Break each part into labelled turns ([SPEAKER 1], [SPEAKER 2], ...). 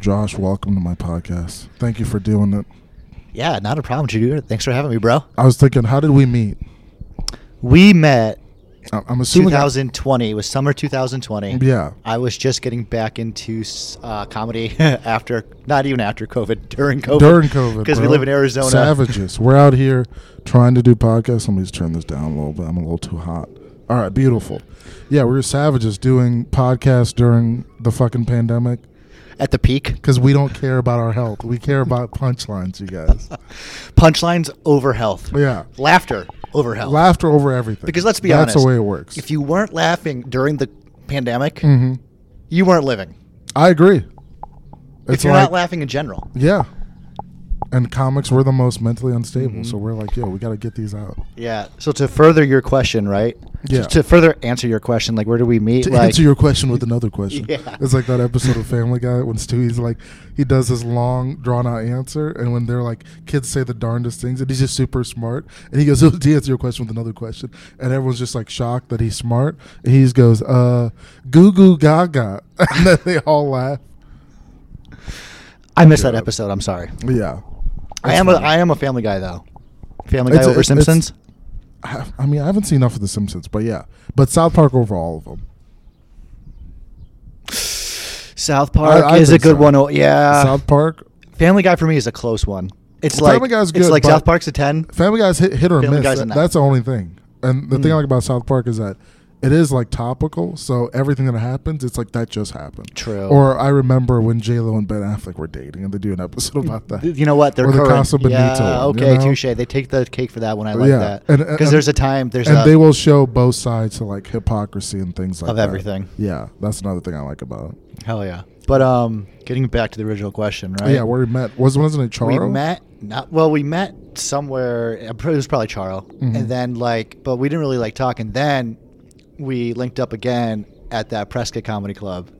[SPEAKER 1] Josh, welcome to my podcast. Thank you for doing it.
[SPEAKER 2] Yeah, not a problem, Judy. Thanks for having me, bro.
[SPEAKER 1] I was thinking, how did we meet?
[SPEAKER 2] We met
[SPEAKER 1] I- I'm assuming.
[SPEAKER 2] 2020. It was summer 2020.
[SPEAKER 1] Yeah.
[SPEAKER 2] I was just getting back into s- uh, comedy after, not even after COVID, during COVID.
[SPEAKER 1] During COVID.
[SPEAKER 2] Because we
[SPEAKER 1] bro.
[SPEAKER 2] live in Arizona.
[SPEAKER 1] Savages. We're out here trying to do podcasts. Let me just turn this down a little bit. I'm a little too hot. All right, beautiful. Yeah, we were savages doing podcasts during the fucking pandemic
[SPEAKER 2] At the peak.
[SPEAKER 1] because we don't care about our health. We care about punchlines, you guys.
[SPEAKER 2] Punchlines over health.
[SPEAKER 1] Yeah.
[SPEAKER 2] Laughter over health.
[SPEAKER 1] Laughter over everything.
[SPEAKER 2] because let's be
[SPEAKER 1] That's
[SPEAKER 2] honest.
[SPEAKER 1] That's the way it works.
[SPEAKER 2] If you weren't laughing during the pandemic,
[SPEAKER 1] Mhm.
[SPEAKER 2] you weren't living.
[SPEAKER 1] I agree.
[SPEAKER 2] if you're not laughing in general.
[SPEAKER 1] Yeah. And comics were the most mentally unstable,
[SPEAKER 2] Mm-hmm.
[SPEAKER 1] so we're like, yo, we got to get these out.
[SPEAKER 2] Yeah. So to further your question, right?
[SPEAKER 1] Yeah.
[SPEAKER 2] To, to further answer your question, like where do we meet?
[SPEAKER 1] To
[SPEAKER 2] like,
[SPEAKER 1] answer your question with another question,
[SPEAKER 2] Yeah.
[SPEAKER 1] it's like that episode of Family Guy when Stewie's like, he does this long, drawn out answer, and when they're like, kids say the darndest things, and he's just super smart, and he goes, oh, to answer your question with another question, and everyone's just like shocked that he's smart, and he just goes, uh, goo goo gaga, and then they all laugh.
[SPEAKER 2] I missed that episode. I'm sorry.
[SPEAKER 1] Yeah.
[SPEAKER 2] I am a I am a Family Guy though. Family Guy
[SPEAKER 1] It's-
[SPEAKER 2] over
[SPEAKER 1] it's-
[SPEAKER 2] Simpsons.
[SPEAKER 1] I I mean, I haven't seen enough of The Simpsons, but yeah. But South Park over all of them.
[SPEAKER 2] South Park
[SPEAKER 1] I
[SPEAKER 2] is a
[SPEAKER 1] think
[SPEAKER 2] good
[SPEAKER 1] so.
[SPEAKER 2] one. Oh, yeah.
[SPEAKER 1] South Park.
[SPEAKER 2] Family Guy for me is a close one. It's
[SPEAKER 1] Family
[SPEAKER 2] like
[SPEAKER 1] Guy's
[SPEAKER 2] it's
[SPEAKER 1] good,
[SPEAKER 2] like
[SPEAKER 1] but-
[SPEAKER 2] South Park's a ten.
[SPEAKER 1] Family Guy's hit, hit or
[SPEAKER 2] Family
[SPEAKER 1] miss.
[SPEAKER 2] Guy's
[SPEAKER 1] That-
[SPEAKER 2] a nine.
[SPEAKER 1] that's the only thing. And the thing I
[SPEAKER 2] Mm.
[SPEAKER 1] like about South Park is that it is like topical, so everything that happens, it's like that just happened.
[SPEAKER 2] True.
[SPEAKER 1] Or I remember when J Lo and Ben Affleck were dating, and they do an episode about that.
[SPEAKER 2] You know what? They're
[SPEAKER 1] or the
[SPEAKER 2] current.
[SPEAKER 1] Casa Bonita.
[SPEAKER 2] yeah,
[SPEAKER 1] one, you
[SPEAKER 2] okay,
[SPEAKER 1] know?
[SPEAKER 2] touche. They take the cake for that one. I like
[SPEAKER 1] Yeah.
[SPEAKER 2] that
[SPEAKER 1] And- uh, and-
[SPEAKER 2] because there's a time. There's
[SPEAKER 1] and
[SPEAKER 2] a,
[SPEAKER 1] they will show both sides to like hypocrisy and things like
[SPEAKER 2] Of
[SPEAKER 1] that.
[SPEAKER 2] everything.
[SPEAKER 1] Yeah, that's another thing I like about it.
[SPEAKER 2] hell yeah. But um, getting back to the original question, right?
[SPEAKER 1] Yeah, where we met was wasn't it
[SPEAKER 2] we
[SPEAKER 1] Charo?
[SPEAKER 2] met not well we met somewhere I'm pretty- it was probably charlo
[SPEAKER 1] Mm-hmm.
[SPEAKER 2] and then like but we didn't really like talk and then we linked up again at that prescott comedy club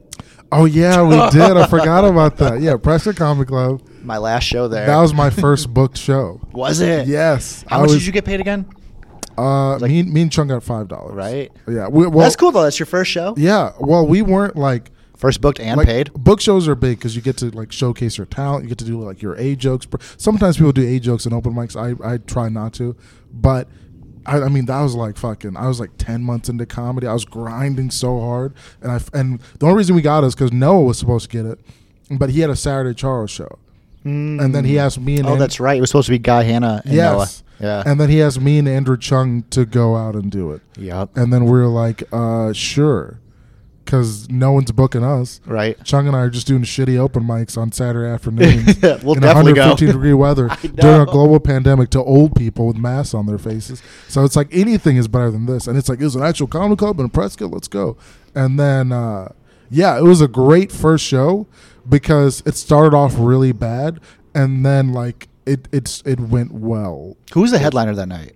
[SPEAKER 1] Oh yeah, we did. I forgot about that. Yeah, Prescott Comic Club.
[SPEAKER 2] my last show there
[SPEAKER 1] That was my first booked show.
[SPEAKER 2] was it
[SPEAKER 1] Yes.
[SPEAKER 2] how
[SPEAKER 1] I
[SPEAKER 2] much
[SPEAKER 1] was-
[SPEAKER 2] did you get paid again
[SPEAKER 1] Uh, me, and- me and Chung got five dollars.
[SPEAKER 2] Right.
[SPEAKER 1] Yeah. We, well,
[SPEAKER 2] that's cool though that's your first show
[SPEAKER 1] Yeah. Well, we weren't like
[SPEAKER 2] first booked and
[SPEAKER 1] like
[SPEAKER 2] paid
[SPEAKER 1] book shows are big because you get to like showcase your talent. You get to do like your A jokes. Sometimes people do A jokes in open mics. I I try not to, but. I, I mean that was like fucking. I was like ten months into comedy. I was grinding so hard, and I f- and the only reason we got is because Noah was supposed to get it, but he had a Saturday Charles show, and then he asked me and
[SPEAKER 2] oh
[SPEAKER 1] An-
[SPEAKER 2] that's right it was supposed to be guy hannah and Noah. yeah
[SPEAKER 1] and then he asked me and Andrew Chung to go out and do it.
[SPEAKER 2] Yup.
[SPEAKER 1] And then we were like, uh, sure. Because no one's booking us.
[SPEAKER 2] right
[SPEAKER 1] Chung and I are just doing shitty open mics on Saturday afternoons
[SPEAKER 2] We'll
[SPEAKER 1] in
[SPEAKER 2] definitely go.
[SPEAKER 1] 115 degree weather
[SPEAKER 2] I know.
[SPEAKER 1] during a global pandemic to old people with masks on their faces. So it's like anything is better than this. And it's like, there's an actual comedy club in Prescott. Let's go. And then, uh, yeah, it was a great first show because it started off really bad and then like it it's it went well.
[SPEAKER 2] who was the headliner that night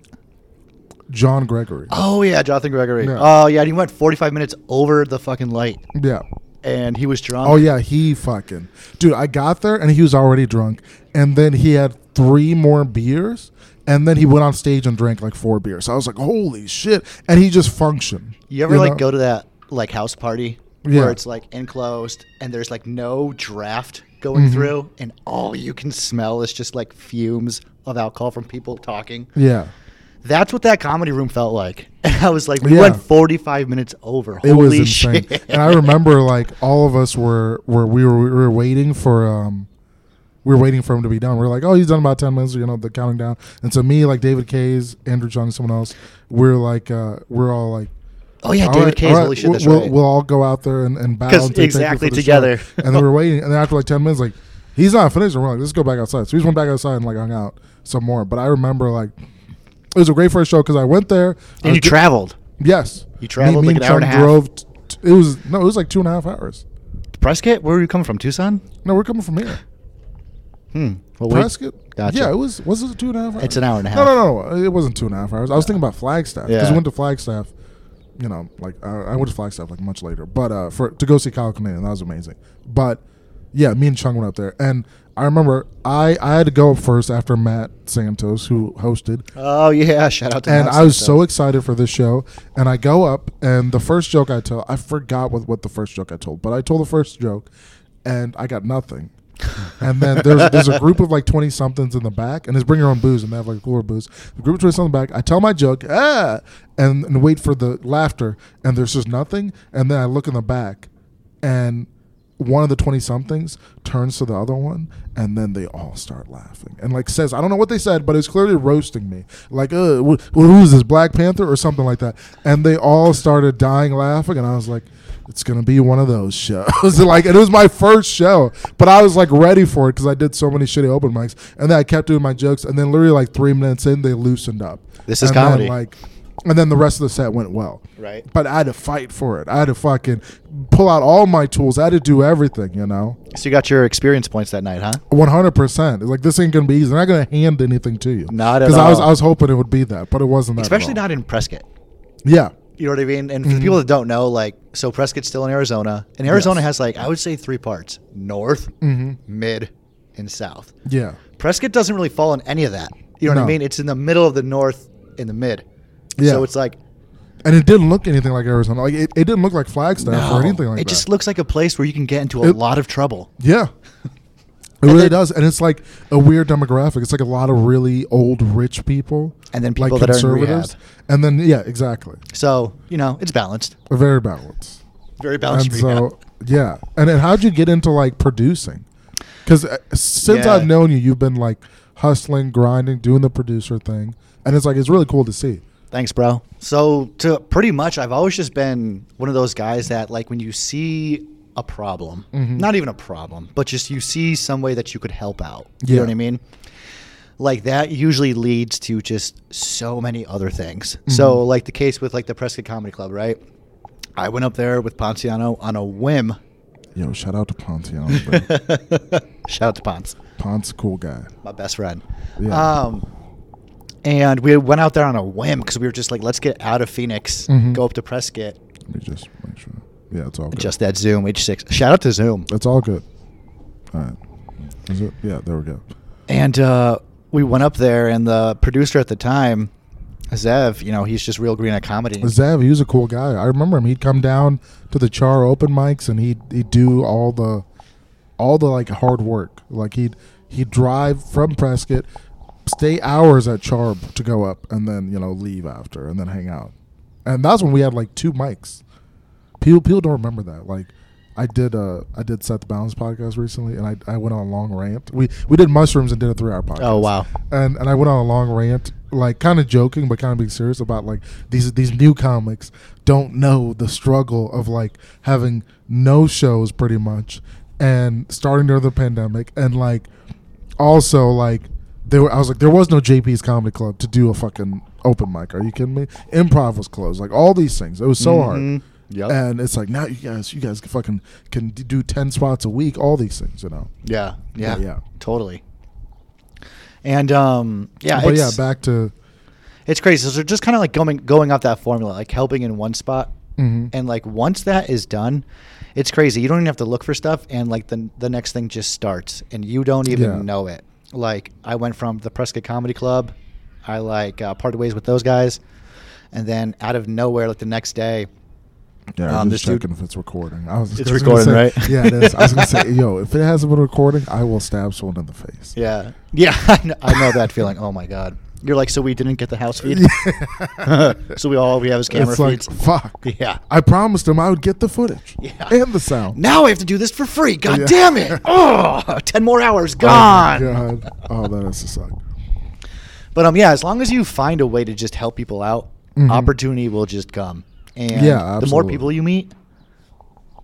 [SPEAKER 1] John Gregory.
[SPEAKER 2] oh yeah jonathan gregory
[SPEAKER 1] Yeah.
[SPEAKER 2] oh yeah and he went 45 minutes over the fucking light
[SPEAKER 1] Yeah.
[SPEAKER 2] and he was drunk
[SPEAKER 1] Oh yeah, he fucking dude. I got there and he was already drunk, and then he had three more beers, and then he went on stage and drank like four beers. I was like, holy shit! And he just functioned.
[SPEAKER 2] You ever like go to that like house party
[SPEAKER 1] Yeah.
[SPEAKER 2] where it's like enclosed and there's like no draft going
[SPEAKER 1] Mm-hmm.
[SPEAKER 2] through and all you can smell is just like fumes of alcohol from people talking.
[SPEAKER 1] Yeah,
[SPEAKER 2] That's what that comedy room felt like. And I was like, we
[SPEAKER 1] Yeah.
[SPEAKER 2] went 45 minutes over.
[SPEAKER 1] it
[SPEAKER 2] Holy
[SPEAKER 1] was insane.
[SPEAKER 2] shit.
[SPEAKER 1] And I remember like all of us were were we were we were waiting for um. We were waiting for him to be done. We are like, oh, he's done about ten minutes, you know, the counting down. And so me, like David Kays, Andrew Chung, someone else, we're like, uh, we're all like,
[SPEAKER 2] oh yeah,
[SPEAKER 1] All
[SPEAKER 2] David
[SPEAKER 1] right,
[SPEAKER 2] Case.
[SPEAKER 1] all right,
[SPEAKER 2] Holy shit,
[SPEAKER 1] we'll,
[SPEAKER 2] that's
[SPEAKER 1] we'll,
[SPEAKER 2] right.
[SPEAKER 1] we'll all go out there and, and bow
[SPEAKER 2] 'Cause
[SPEAKER 1] and say thank you
[SPEAKER 2] exactly
[SPEAKER 1] for the
[SPEAKER 2] together.
[SPEAKER 1] show. and then we're waiting, and then after like ten minutes, like he's not finished. And we're like, let's go back outside. So we just went back outside and like hung out some more. But I remember like it was a great first show because I went there. I
[SPEAKER 2] and
[SPEAKER 1] was
[SPEAKER 2] you
[SPEAKER 1] do-
[SPEAKER 2] traveled.
[SPEAKER 1] Yes,
[SPEAKER 2] you traveled,
[SPEAKER 1] Me, me
[SPEAKER 2] like, an hour
[SPEAKER 1] Chung
[SPEAKER 2] and a half?
[SPEAKER 1] Drove. T- t- it was no, it was like two and a half hours.
[SPEAKER 2] Prescott, where were you coming from? Tucson?
[SPEAKER 1] No, we're coming from here.
[SPEAKER 2] Hmm. Well, wait.
[SPEAKER 1] Prescott.
[SPEAKER 2] Gotcha.
[SPEAKER 1] Yeah, it was. Was it two and a half? Hours?
[SPEAKER 2] It's an hour and a
[SPEAKER 1] No,
[SPEAKER 2] half.
[SPEAKER 1] no, no. It wasn't two and a half hours. I was thinking about Flagstaff because
[SPEAKER 2] Yeah.
[SPEAKER 1] we went to Flagstaff. You know, like I, I went to Flagstaff like much later, but uh, for to go see Kyle Kinane, that was amazing. But yeah, me and Chung went up there, and I remember I I had to go up first after Matt Santos who hosted,
[SPEAKER 2] Oh yeah, shout out to
[SPEAKER 1] and
[SPEAKER 2] Matt
[SPEAKER 1] I was
[SPEAKER 2] Santos.
[SPEAKER 1] so excited for this show. And I go up, and the first joke I tell, I forgot what, what the first joke I told, but I told the first joke, and I got nothing. And then there's there's a group of like twenty somethings in the back, and it's bring your own booze, and they have like cooler booze. The group of twenty something back, I tell my joke, ah, and, and wait for the laughter, and there's just nothing. And then I look in the back, and one of the 20 somethings turns to the other one and then they all start laughing and like says i don't know what they said but it's clearly roasting me like uh, wh- who's this black panther or something like that and they all started dying laughing and i was like it's gonna be one of those shows like and it was my first show but i was like ready for it because i did so many shitty open mics and then i kept doing my jokes and then literally like three minutes in they loosened up
[SPEAKER 2] This is
[SPEAKER 1] And then,
[SPEAKER 2] comedy.
[SPEAKER 1] like and then the rest of the set went well
[SPEAKER 2] Right.
[SPEAKER 1] but i had to fight for it i had to fucking pull out all my tools i had to do everything you know
[SPEAKER 2] So you got your experience points that night, huh?
[SPEAKER 1] 100% It's like this ain't gonna be easy they're not gonna hand anything to you
[SPEAKER 2] Not at
[SPEAKER 1] i was
[SPEAKER 2] all.
[SPEAKER 1] i was hoping it would be that but it wasn't that at
[SPEAKER 2] Especially
[SPEAKER 1] all.
[SPEAKER 2] not in Prescott.
[SPEAKER 1] yeah
[SPEAKER 2] You know what I mean? And for
[SPEAKER 1] Mm-hmm.
[SPEAKER 2] people that don't know, like, so Prescott's still in Arizona, and Arizona has like I would say three parts: north,
[SPEAKER 1] Mm.
[SPEAKER 2] mid, and south.
[SPEAKER 1] Mm-hmm. yeah
[SPEAKER 2] Prescott doesn't really fall in any of that. You know what
[SPEAKER 1] No.
[SPEAKER 2] I mean? It's in the middle of the north, in the mid.
[SPEAKER 1] Yeah.
[SPEAKER 2] So it's like
[SPEAKER 1] and it didn't look anything like arizona like it, it didn't look like flagstaff or
[SPEAKER 2] no,
[SPEAKER 1] anything like
[SPEAKER 2] it
[SPEAKER 1] that
[SPEAKER 2] just looks like a place where you can get into a
[SPEAKER 1] It-
[SPEAKER 2] lot of trouble.
[SPEAKER 1] Yeah. It really
[SPEAKER 2] then-
[SPEAKER 1] does, and it's like a weird demographic. It's like a lot of really old, rich people,
[SPEAKER 2] And then people that are in rehab.
[SPEAKER 1] and then yeah, exactly,
[SPEAKER 2] So you know, it's balanced,
[SPEAKER 1] very balanced.
[SPEAKER 2] very
[SPEAKER 1] And
[SPEAKER 2] balanced. rehab.
[SPEAKER 1] so yeah, and then how'd you get into like producing? Because since
[SPEAKER 2] Yeah.
[SPEAKER 1] I've known you, you've been like hustling, grinding, doing the producer thing, and it's like it's really cool to see.
[SPEAKER 2] Thanks, bro. So, to pretty much, I've always just been one of those guys that, like, when you see a problem,
[SPEAKER 1] Mm-hmm.
[SPEAKER 2] not even a problem, but just you see some way that you could help out. You know
[SPEAKER 1] Yeah.
[SPEAKER 2] what I mean? Like that usually leads to just so many other things. So,
[SPEAKER 1] Mm-hmm.
[SPEAKER 2] like the case with like the Prescott Comedy Club, right? I went up there with Ponciano on a whim.
[SPEAKER 1] Yo, shout out to Pontiano, Oh, bro.
[SPEAKER 2] Shout out to Ponce.
[SPEAKER 1] Pon's a cool guy.
[SPEAKER 2] my best friend.
[SPEAKER 1] Yeah.
[SPEAKER 2] Um, and we went out there on a whim because we were just like, let's get out of Phoenix,
[SPEAKER 1] Mhm.
[SPEAKER 2] go up to Prescott,
[SPEAKER 1] Let me just make sure. Yeah, it's all good.
[SPEAKER 2] just that Zoom H6. Shout out to Zoom.
[SPEAKER 1] it's all good. All right, is it? Yeah, there we go.
[SPEAKER 2] And uh, we went up there, and the producer at the time, Zev, you know, he's just real green at comedy.
[SPEAKER 1] Zev, he was a cool guy. I remember him. He'd come down to the Char open mics and he'd he'd do all the all the like hard work. Like he'd he'd drive from Prescott, stay hours at Char to go up and then, you know, leave after and then hang out. And that's when we had like two mics. People people don't remember that. Like I did uh I did set the balance podcast recently and I, I went on a long rant. We we did mushrooms and did a three hour podcast
[SPEAKER 2] Oh, wow.
[SPEAKER 1] and and I went on a long rant, like kind of joking but kind of being serious about like these these new comics don't know the struggle of like having no shows pretty much and starting during the pandemic and like also like there were, I was like there was no JP's comedy club to do a fucking open mic. Are you kidding me? Improv was closed. Like all these things. It was so
[SPEAKER 2] Mhm.
[SPEAKER 1] hard.
[SPEAKER 2] Yep.
[SPEAKER 1] And it's like now you guys you guys can fucking can d- do 10 spots a week, all these things, you know.
[SPEAKER 2] Yeah, yeah,
[SPEAKER 1] Yeah, yeah.
[SPEAKER 2] totally. And um, yeah,
[SPEAKER 1] But yeah,
[SPEAKER 2] it's,
[SPEAKER 1] back to
[SPEAKER 2] it's crazy. So they're just kind of like going going off that formula, like helping in one spot,
[SPEAKER 1] Mhm.
[SPEAKER 2] and like once that is done, it's crazy. You don't even have to look for stuff, and like the the next thing just starts, and you don't even
[SPEAKER 1] Yeah.
[SPEAKER 2] know it. Like I went from the Prescott Comedy Club, I like uh, parted ways with those guys, and then out of nowhere, like the next day,
[SPEAKER 1] Yeah,
[SPEAKER 2] Um,
[SPEAKER 1] I'm just
[SPEAKER 2] this dude-
[SPEAKER 1] checking if it's recording. I was,
[SPEAKER 2] It's
[SPEAKER 1] I was gonna
[SPEAKER 2] recording,
[SPEAKER 1] say-
[SPEAKER 2] right?
[SPEAKER 1] Yeah, it is. I was gonna say, yo, if it hasn't been recording, I will stab someone in the face.
[SPEAKER 2] yeah, yeah, I know, I know that feeling. Oh my god, you're like, so we didn't get the house feed,
[SPEAKER 1] Yeah.
[SPEAKER 2] so we all we have is camera
[SPEAKER 1] it's like,
[SPEAKER 2] feeds.
[SPEAKER 1] fuck.
[SPEAKER 2] Yeah.
[SPEAKER 1] I promised him I would get the footage
[SPEAKER 2] Yeah.
[SPEAKER 1] and the sound.
[SPEAKER 2] Now I have to do this for free. God
[SPEAKER 1] Yeah.
[SPEAKER 2] damn it! Oh, 10 more hours
[SPEAKER 1] Oh my
[SPEAKER 2] gone.
[SPEAKER 1] God. Oh, that has to suck.
[SPEAKER 2] But um, yeah, as long as you find a way to just help people out,
[SPEAKER 1] Mhm.
[SPEAKER 2] opportunity will just come. And
[SPEAKER 1] Yeah,
[SPEAKER 2] the more
[SPEAKER 1] absolutely.
[SPEAKER 2] people you meet,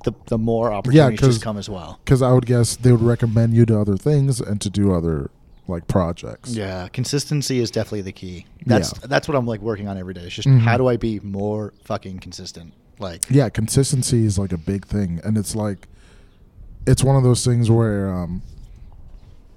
[SPEAKER 2] the the more opportunities
[SPEAKER 1] 'cause-
[SPEAKER 2] just come as well.
[SPEAKER 1] Because I would guess they would recommend you to other things and to do other like projects.
[SPEAKER 2] Yeah, consistency is definitely the key. That's
[SPEAKER 1] Yeah.
[SPEAKER 2] that's what I'm like working on every day. It's just
[SPEAKER 1] Mhm.
[SPEAKER 2] how do I be more fucking consistent? Like
[SPEAKER 1] yeah consistency is like a big thing and it's like it's one of those things where um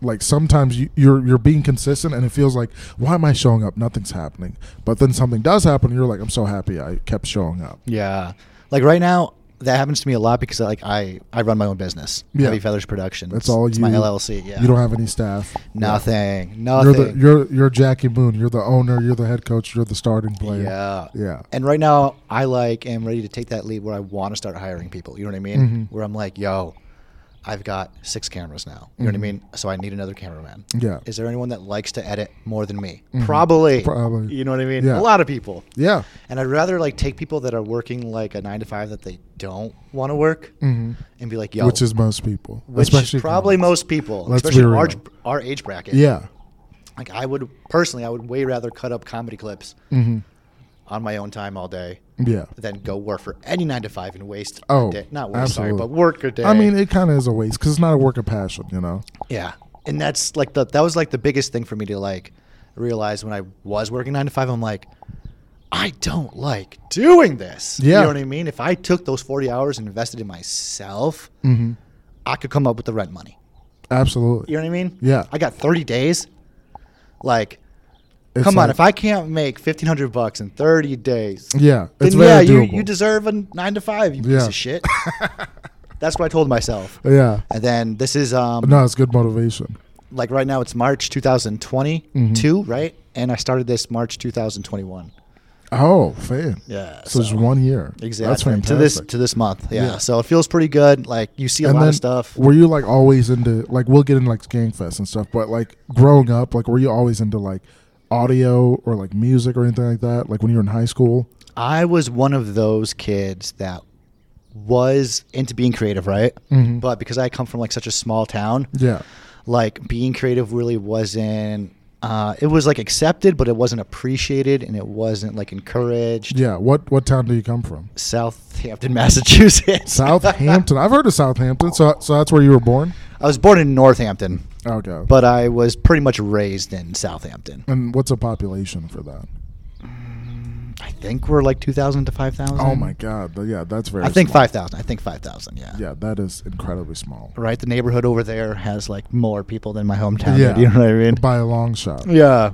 [SPEAKER 1] like sometimes you, you're you're being consistent and it feels like why am i showing up nothing's happening but then something does happen and you're like i'm so happy i kept showing up
[SPEAKER 2] Yeah. Like right now, that happens to me a lot because like I I run my own business,
[SPEAKER 1] Yeah.
[SPEAKER 2] Heavy Feathers Productions.
[SPEAKER 1] that's all
[SPEAKER 2] it's
[SPEAKER 1] you
[SPEAKER 2] my LLC. Yeah.
[SPEAKER 1] you don't have any staff
[SPEAKER 2] nothing.
[SPEAKER 1] Yeah.
[SPEAKER 2] Nothing.
[SPEAKER 1] you're the you're you're jackie moon you're the owner you're the head coach you're the starting player
[SPEAKER 2] Yeah.
[SPEAKER 1] yeah
[SPEAKER 2] And right now, I like am ready to take that lead where I want to start hiring people. You know what I mean?
[SPEAKER 1] Mhm.
[SPEAKER 2] Where I'm like, yo, I've got six cameras now. You know what I mean? So I need another cameraman.
[SPEAKER 1] Mm-hmm. Yeah. Mm-hmm.
[SPEAKER 2] Is there anyone that likes to edit more than me? Probably.
[SPEAKER 1] Probably.
[SPEAKER 2] You know what I mean?
[SPEAKER 1] Yeah.
[SPEAKER 2] A lot of people.
[SPEAKER 1] Yeah.
[SPEAKER 2] And I'd rather like take people that are working like a nine to five that they don't want to work and be like, yo,
[SPEAKER 1] Mm-hmm. Which is most people,
[SPEAKER 2] which
[SPEAKER 1] especially
[SPEAKER 2] probably
[SPEAKER 1] comics.
[SPEAKER 2] most people,
[SPEAKER 1] Let's be
[SPEAKER 2] especially
[SPEAKER 1] real.
[SPEAKER 2] our, our age bracket.
[SPEAKER 1] Yeah.
[SPEAKER 2] Like I would personally, I would way rather cut up comedy clips
[SPEAKER 1] Mm.
[SPEAKER 2] on my own time all day
[SPEAKER 1] Mm-hmm. Yeah.
[SPEAKER 2] than go work for any nine to five and waste.
[SPEAKER 1] Oh,
[SPEAKER 2] a day. not waste,
[SPEAKER 1] absolutely.
[SPEAKER 2] sorry, but work a day.
[SPEAKER 1] I mean, it kind of is a waste because it's not a work of passion, you know.
[SPEAKER 2] yeah, and that's like the that was like the biggest thing for me to like realize when I was working nine to five. I'm like, I don't like doing this.
[SPEAKER 1] Yeah.
[SPEAKER 2] you know what I mean. If I took those forty hours and invested in myself, I could come up with the rent money.
[SPEAKER 1] Absolutely.
[SPEAKER 2] You know what I mean?
[SPEAKER 1] Yeah.
[SPEAKER 2] I got 30 days. Like,
[SPEAKER 1] It's
[SPEAKER 2] come on,
[SPEAKER 1] like-
[SPEAKER 2] if I can't make 1500 bucks in 30 days,
[SPEAKER 1] Yeah,
[SPEAKER 2] then
[SPEAKER 1] it's very
[SPEAKER 2] yeah, you,
[SPEAKER 1] doable.
[SPEAKER 2] you deserve a 9 to 5, you
[SPEAKER 1] Yeah.
[SPEAKER 2] piece of shit. That's what I told myself.
[SPEAKER 1] Yeah.
[SPEAKER 2] And then this is um
[SPEAKER 1] No, it's good motivation.
[SPEAKER 2] like right now it's March 2022,
[SPEAKER 1] Mm-hmm.
[SPEAKER 2] right? And I started this March 2021.
[SPEAKER 1] Oh, fan.
[SPEAKER 2] Yeah,
[SPEAKER 1] So, it's
[SPEAKER 2] so-
[SPEAKER 1] one year.
[SPEAKER 2] Exactly.
[SPEAKER 1] That's fantastic.
[SPEAKER 2] To this to this month. Yeah.
[SPEAKER 1] Yeah.
[SPEAKER 2] So it feels pretty good. Like you see a lot of stuff.
[SPEAKER 1] Were you like always into like we'll get into like gang fest and stuff, but like growing up, like were you always into like audio or like music or anything like that? Like when you were in high school?
[SPEAKER 2] I was one of those kids that was into being creative, right?
[SPEAKER 1] Mm-hmm.
[SPEAKER 2] But because I come from like such a small town,
[SPEAKER 1] Yeah.
[SPEAKER 2] like being creative really wasn't. Uh, it was like accepted, but it wasn't appreciated, and it wasn't like encouraged.
[SPEAKER 1] Yeah. What what town do you come from?
[SPEAKER 2] Southampton, Massachusetts.
[SPEAKER 1] Southampton. I've heard of Southampton. So so that's where you were born?
[SPEAKER 2] I was born in Northampton,
[SPEAKER 1] Okay.
[SPEAKER 2] but I was pretty much raised in Southampton.
[SPEAKER 1] and what's the population for that?
[SPEAKER 2] I think we're like two thousand to five thousand.
[SPEAKER 1] Oh my god. But yeah, that's very
[SPEAKER 2] Um, I think
[SPEAKER 1] small.
[SPEAKER 2] five thousand. I think five thousand. Yeah.
[SPEAKER 1] Yeah, that is incredibly small.
[SPEAKER 2] Right. The neighborhood over there has like more people than my hometown.
[SPEAKER 1] Yeah.
[SPEAKER 2] Yeah. You know what I mean?
[SPEAKER 1] By a long shot.
[SPEAKER 2] Yeah.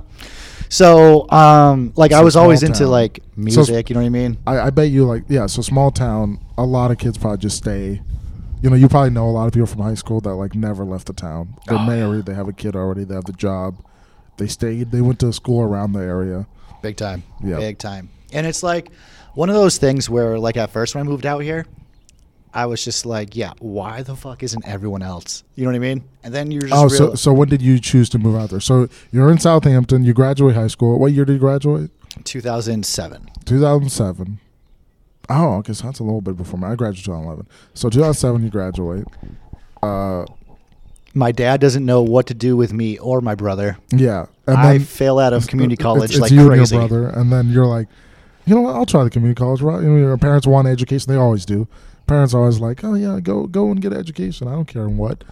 [SPEAKER 2] So, um, like, I
[SPEAKER 1] So
[SPEAKER 2] was always
[SPEAKER 1] small
[SPEAKER 2] into
[SPEAKER 1] town.
[SPEAKER 2] like
[SPEAKER 1] So s-
[SPEAKER 2] music. you know what I mean?
[SPEAKER 1] I, I bet you like yeah. So small town, a lot of kids probably just stay. You know, you probably know a lot of people from high school that like never left the town.
[SPEAKER 2] Oh,
[SPEAKER 1] They're married, they have a kid already, they have the job, they stayed, they went to school around the area.
[SPEAKER 2] Big time.
[SPEAKER 1] Yeah.
[SPEAKER 2] Big time. And it's like one of those things where, like, at first when I moved out here, I was just like, yeah, why the fuck isn't everyone else? You know what I mean? And then you're just
[SPEAKER 1] Oh, so
[SPEAKER 2] real,
[SPEAKER 1] so when did you choose to move out there? So you're in Southampton, you graduate high school. What year did you graduate?
[SPEAKER 2] 2007.
[SPEAKER 1] 2007. Oh, okay, so that's a little bit before me. I graduated 2011. So 2007, you graduate. Uh,
[SPEAKER 2] My dad doesn't know what to do with me or my brother.
[SPEAKER 1] yeah, and
[SPEAKER 2] I
[SPEAKER 1] then-
[SPEAKER 2] fail out of community
[SPEAKER 1] It's-
[SPEAKER 2] college
[SPEAKER 1] it's
[SPEAKER 2] like
[SPEAKER 1] you
[SPEAKER 2] crazy.
[SPEAKER 1] And your brother, and then you're like, you know what? I'll try the community college route. You know, your parents want education; they always do. Parents are always like, oh yeah, go go and get an education. I don't care what.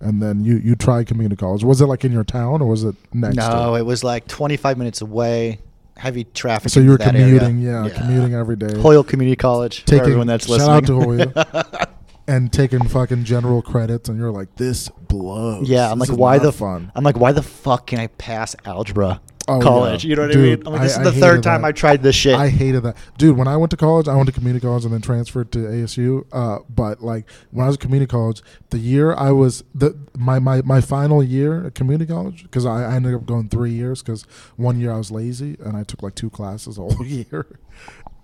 [SPEAKER 1] And then you you try community college. Was it like in your town or was it next?
[SPEAKER 2] No,
[SPEAKER 1] to
[SPEAKER 2] it was like 25 minutes away, heavy traffic.
[SPEAKER 1] so you were
[SPEAKER 2] into that
[SPEAKER 1] commuting,
[SPEAKER 2] area.
[SPEAKER 1] yeah, commuting every day.
[SPEAKER 2] Hoyle Community College. for everyone that's
[SPEAKER 1] shout
[SPEAKER 2] listening.
[SPEAKER 1] out to Hoya. And taking fucking general credits, and you're like, this blows.
[SPEAKER 2] Yeah, I'm
[SPEAKER 1] This
[SPEAKER 2] like,
[SPEAKER 1] is
[SPEAKER 2] why
[SPEAKER 1] not
[SPEAKER 2] the
[SPEAKER 1] fun?
[SPEAKER 2] I'm like, why the fuck can I pass algebra
[SPEAKER 1] Oh,
[SPEAKER 2] college?
[SPEAKER 1] yeah.
[SPEAKER 2] You know what
[SPEAKER 1] Dude,
[SPEAKER 2] I mean? I'm like, this
[SPEAKER 1] I- I
[SPEAKER 2] is the
[SPEAKER 1] hated
[SPEAKER 2] third time
[SPEAKER 1] that.
[SPEAKER 2] I tried this shit.
[SPEAKER 1] I hated that, dude. When I went to college, I went to community college and then transferred to ASU. Uh, but like when I was at community college, the year I was the my my, my final year at community college because I, I ended up going three years because one year I was lazy and I took like two classes all year.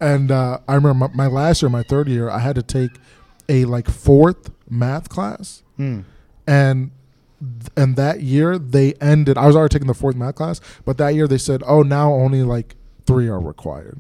[SPEAKER 1] And uh, I remember my, my last year, my third year, I had to take a like fourth math class
[SPEAKER 2] Hmm.
[SPEAKER 1] and th- and that year they ended i was already taking the fourth math class but that year they said oh now only like three are required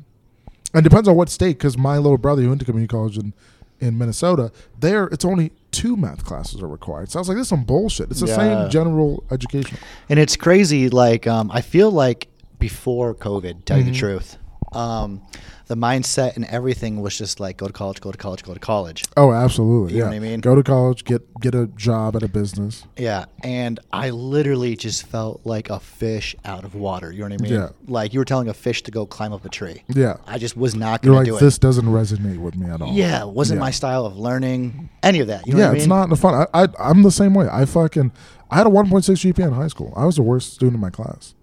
[SPEAKER 1] and it depends on what state because my little brother who went to community college in in minnesota there it's only two math classes are required so i was like this is some bullshit it's the
[SPEAKER 2] Yeah.
[SPEAKER 1] same general education
[SPEAKER 2] And it's crazy. Like, um, I feel like before COVID, tell
[SPEAKER 1] Mm-hmm.
[SPEAKER 2] you the truth, um, the mindset and everything was just like, go to college, go to college, go to college.
[SPEAKER 1] oh absolutely
[SPEAKER 2] You
[SPEAKER 1] yeah
[SPEAKER 2] know what I mean?
[SPEAKER 1] go to college get get a job at a business
[SPEAKER 2] Yeah, and I literally just felt like a fish out of water. You know what I mean?
[SPEAKER 1] Yeah.
[SPEAKER 2] Like you were telling a fish to go climb up a tree.
[SPEAKER 1] yeah
[SPEAKER 2] I just was not
[SPEAKER 1] you're
[SPEAKER 2] going
[SPEAKER 1] like
[SPEAKER 2] to do
[SPEAKER 1] this
[SPEAKER 2] it.
[SPEAKER 1] doesn't resonate with me at all
[SPEAKER 2] Yeah, it wasn't
[SPEAKER 1] Yeah.
[SPEAKER 2] my style of learning any of that. You know
[SPEAKER 1] yeah,
[SPEAKER 2] what I mean?
[SPEAKER 1] it's not the fun. I, I I'm the same way. I fucking I had a 1.6 GPA in high school. I was the worst student in my class,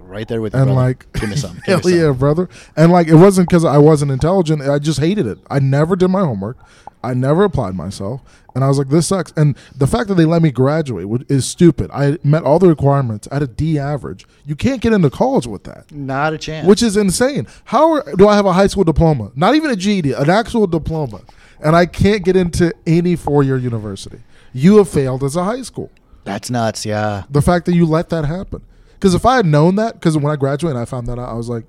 [SPEAKER 2] right there with you,
[SPEAKER 1] and
[SPEAKER 2] brother.
[SPEAKER 1] like
[SPEAKER 2] give me some, give
[SPEAKER 1] hell
[SPEAKER 2] me some.
[SPEAKER 1] yeah, brother. And like it wasn't because I wasn't intelligent. I just hated it. I never did my homework. I never applied myself, and I was like, this sucks. And the fact that they let me graduate would- is stupid. I met all the requirements. I had a D average. You can't get into college with that.
[SPEAKER 2] Not a chance.
[SPEAKER 1] Which is insane. How are, do I have a high school diploma? E Not even a GED, an actual diploma, and I can't get into any four-year university. You have failed as a high school.
[SPEAKER 2] That's nuts. Yeah.
[SPEAKER 1] The fact that you let that happen. Because if I had known that, because when I graduated, and I found that out. I was like,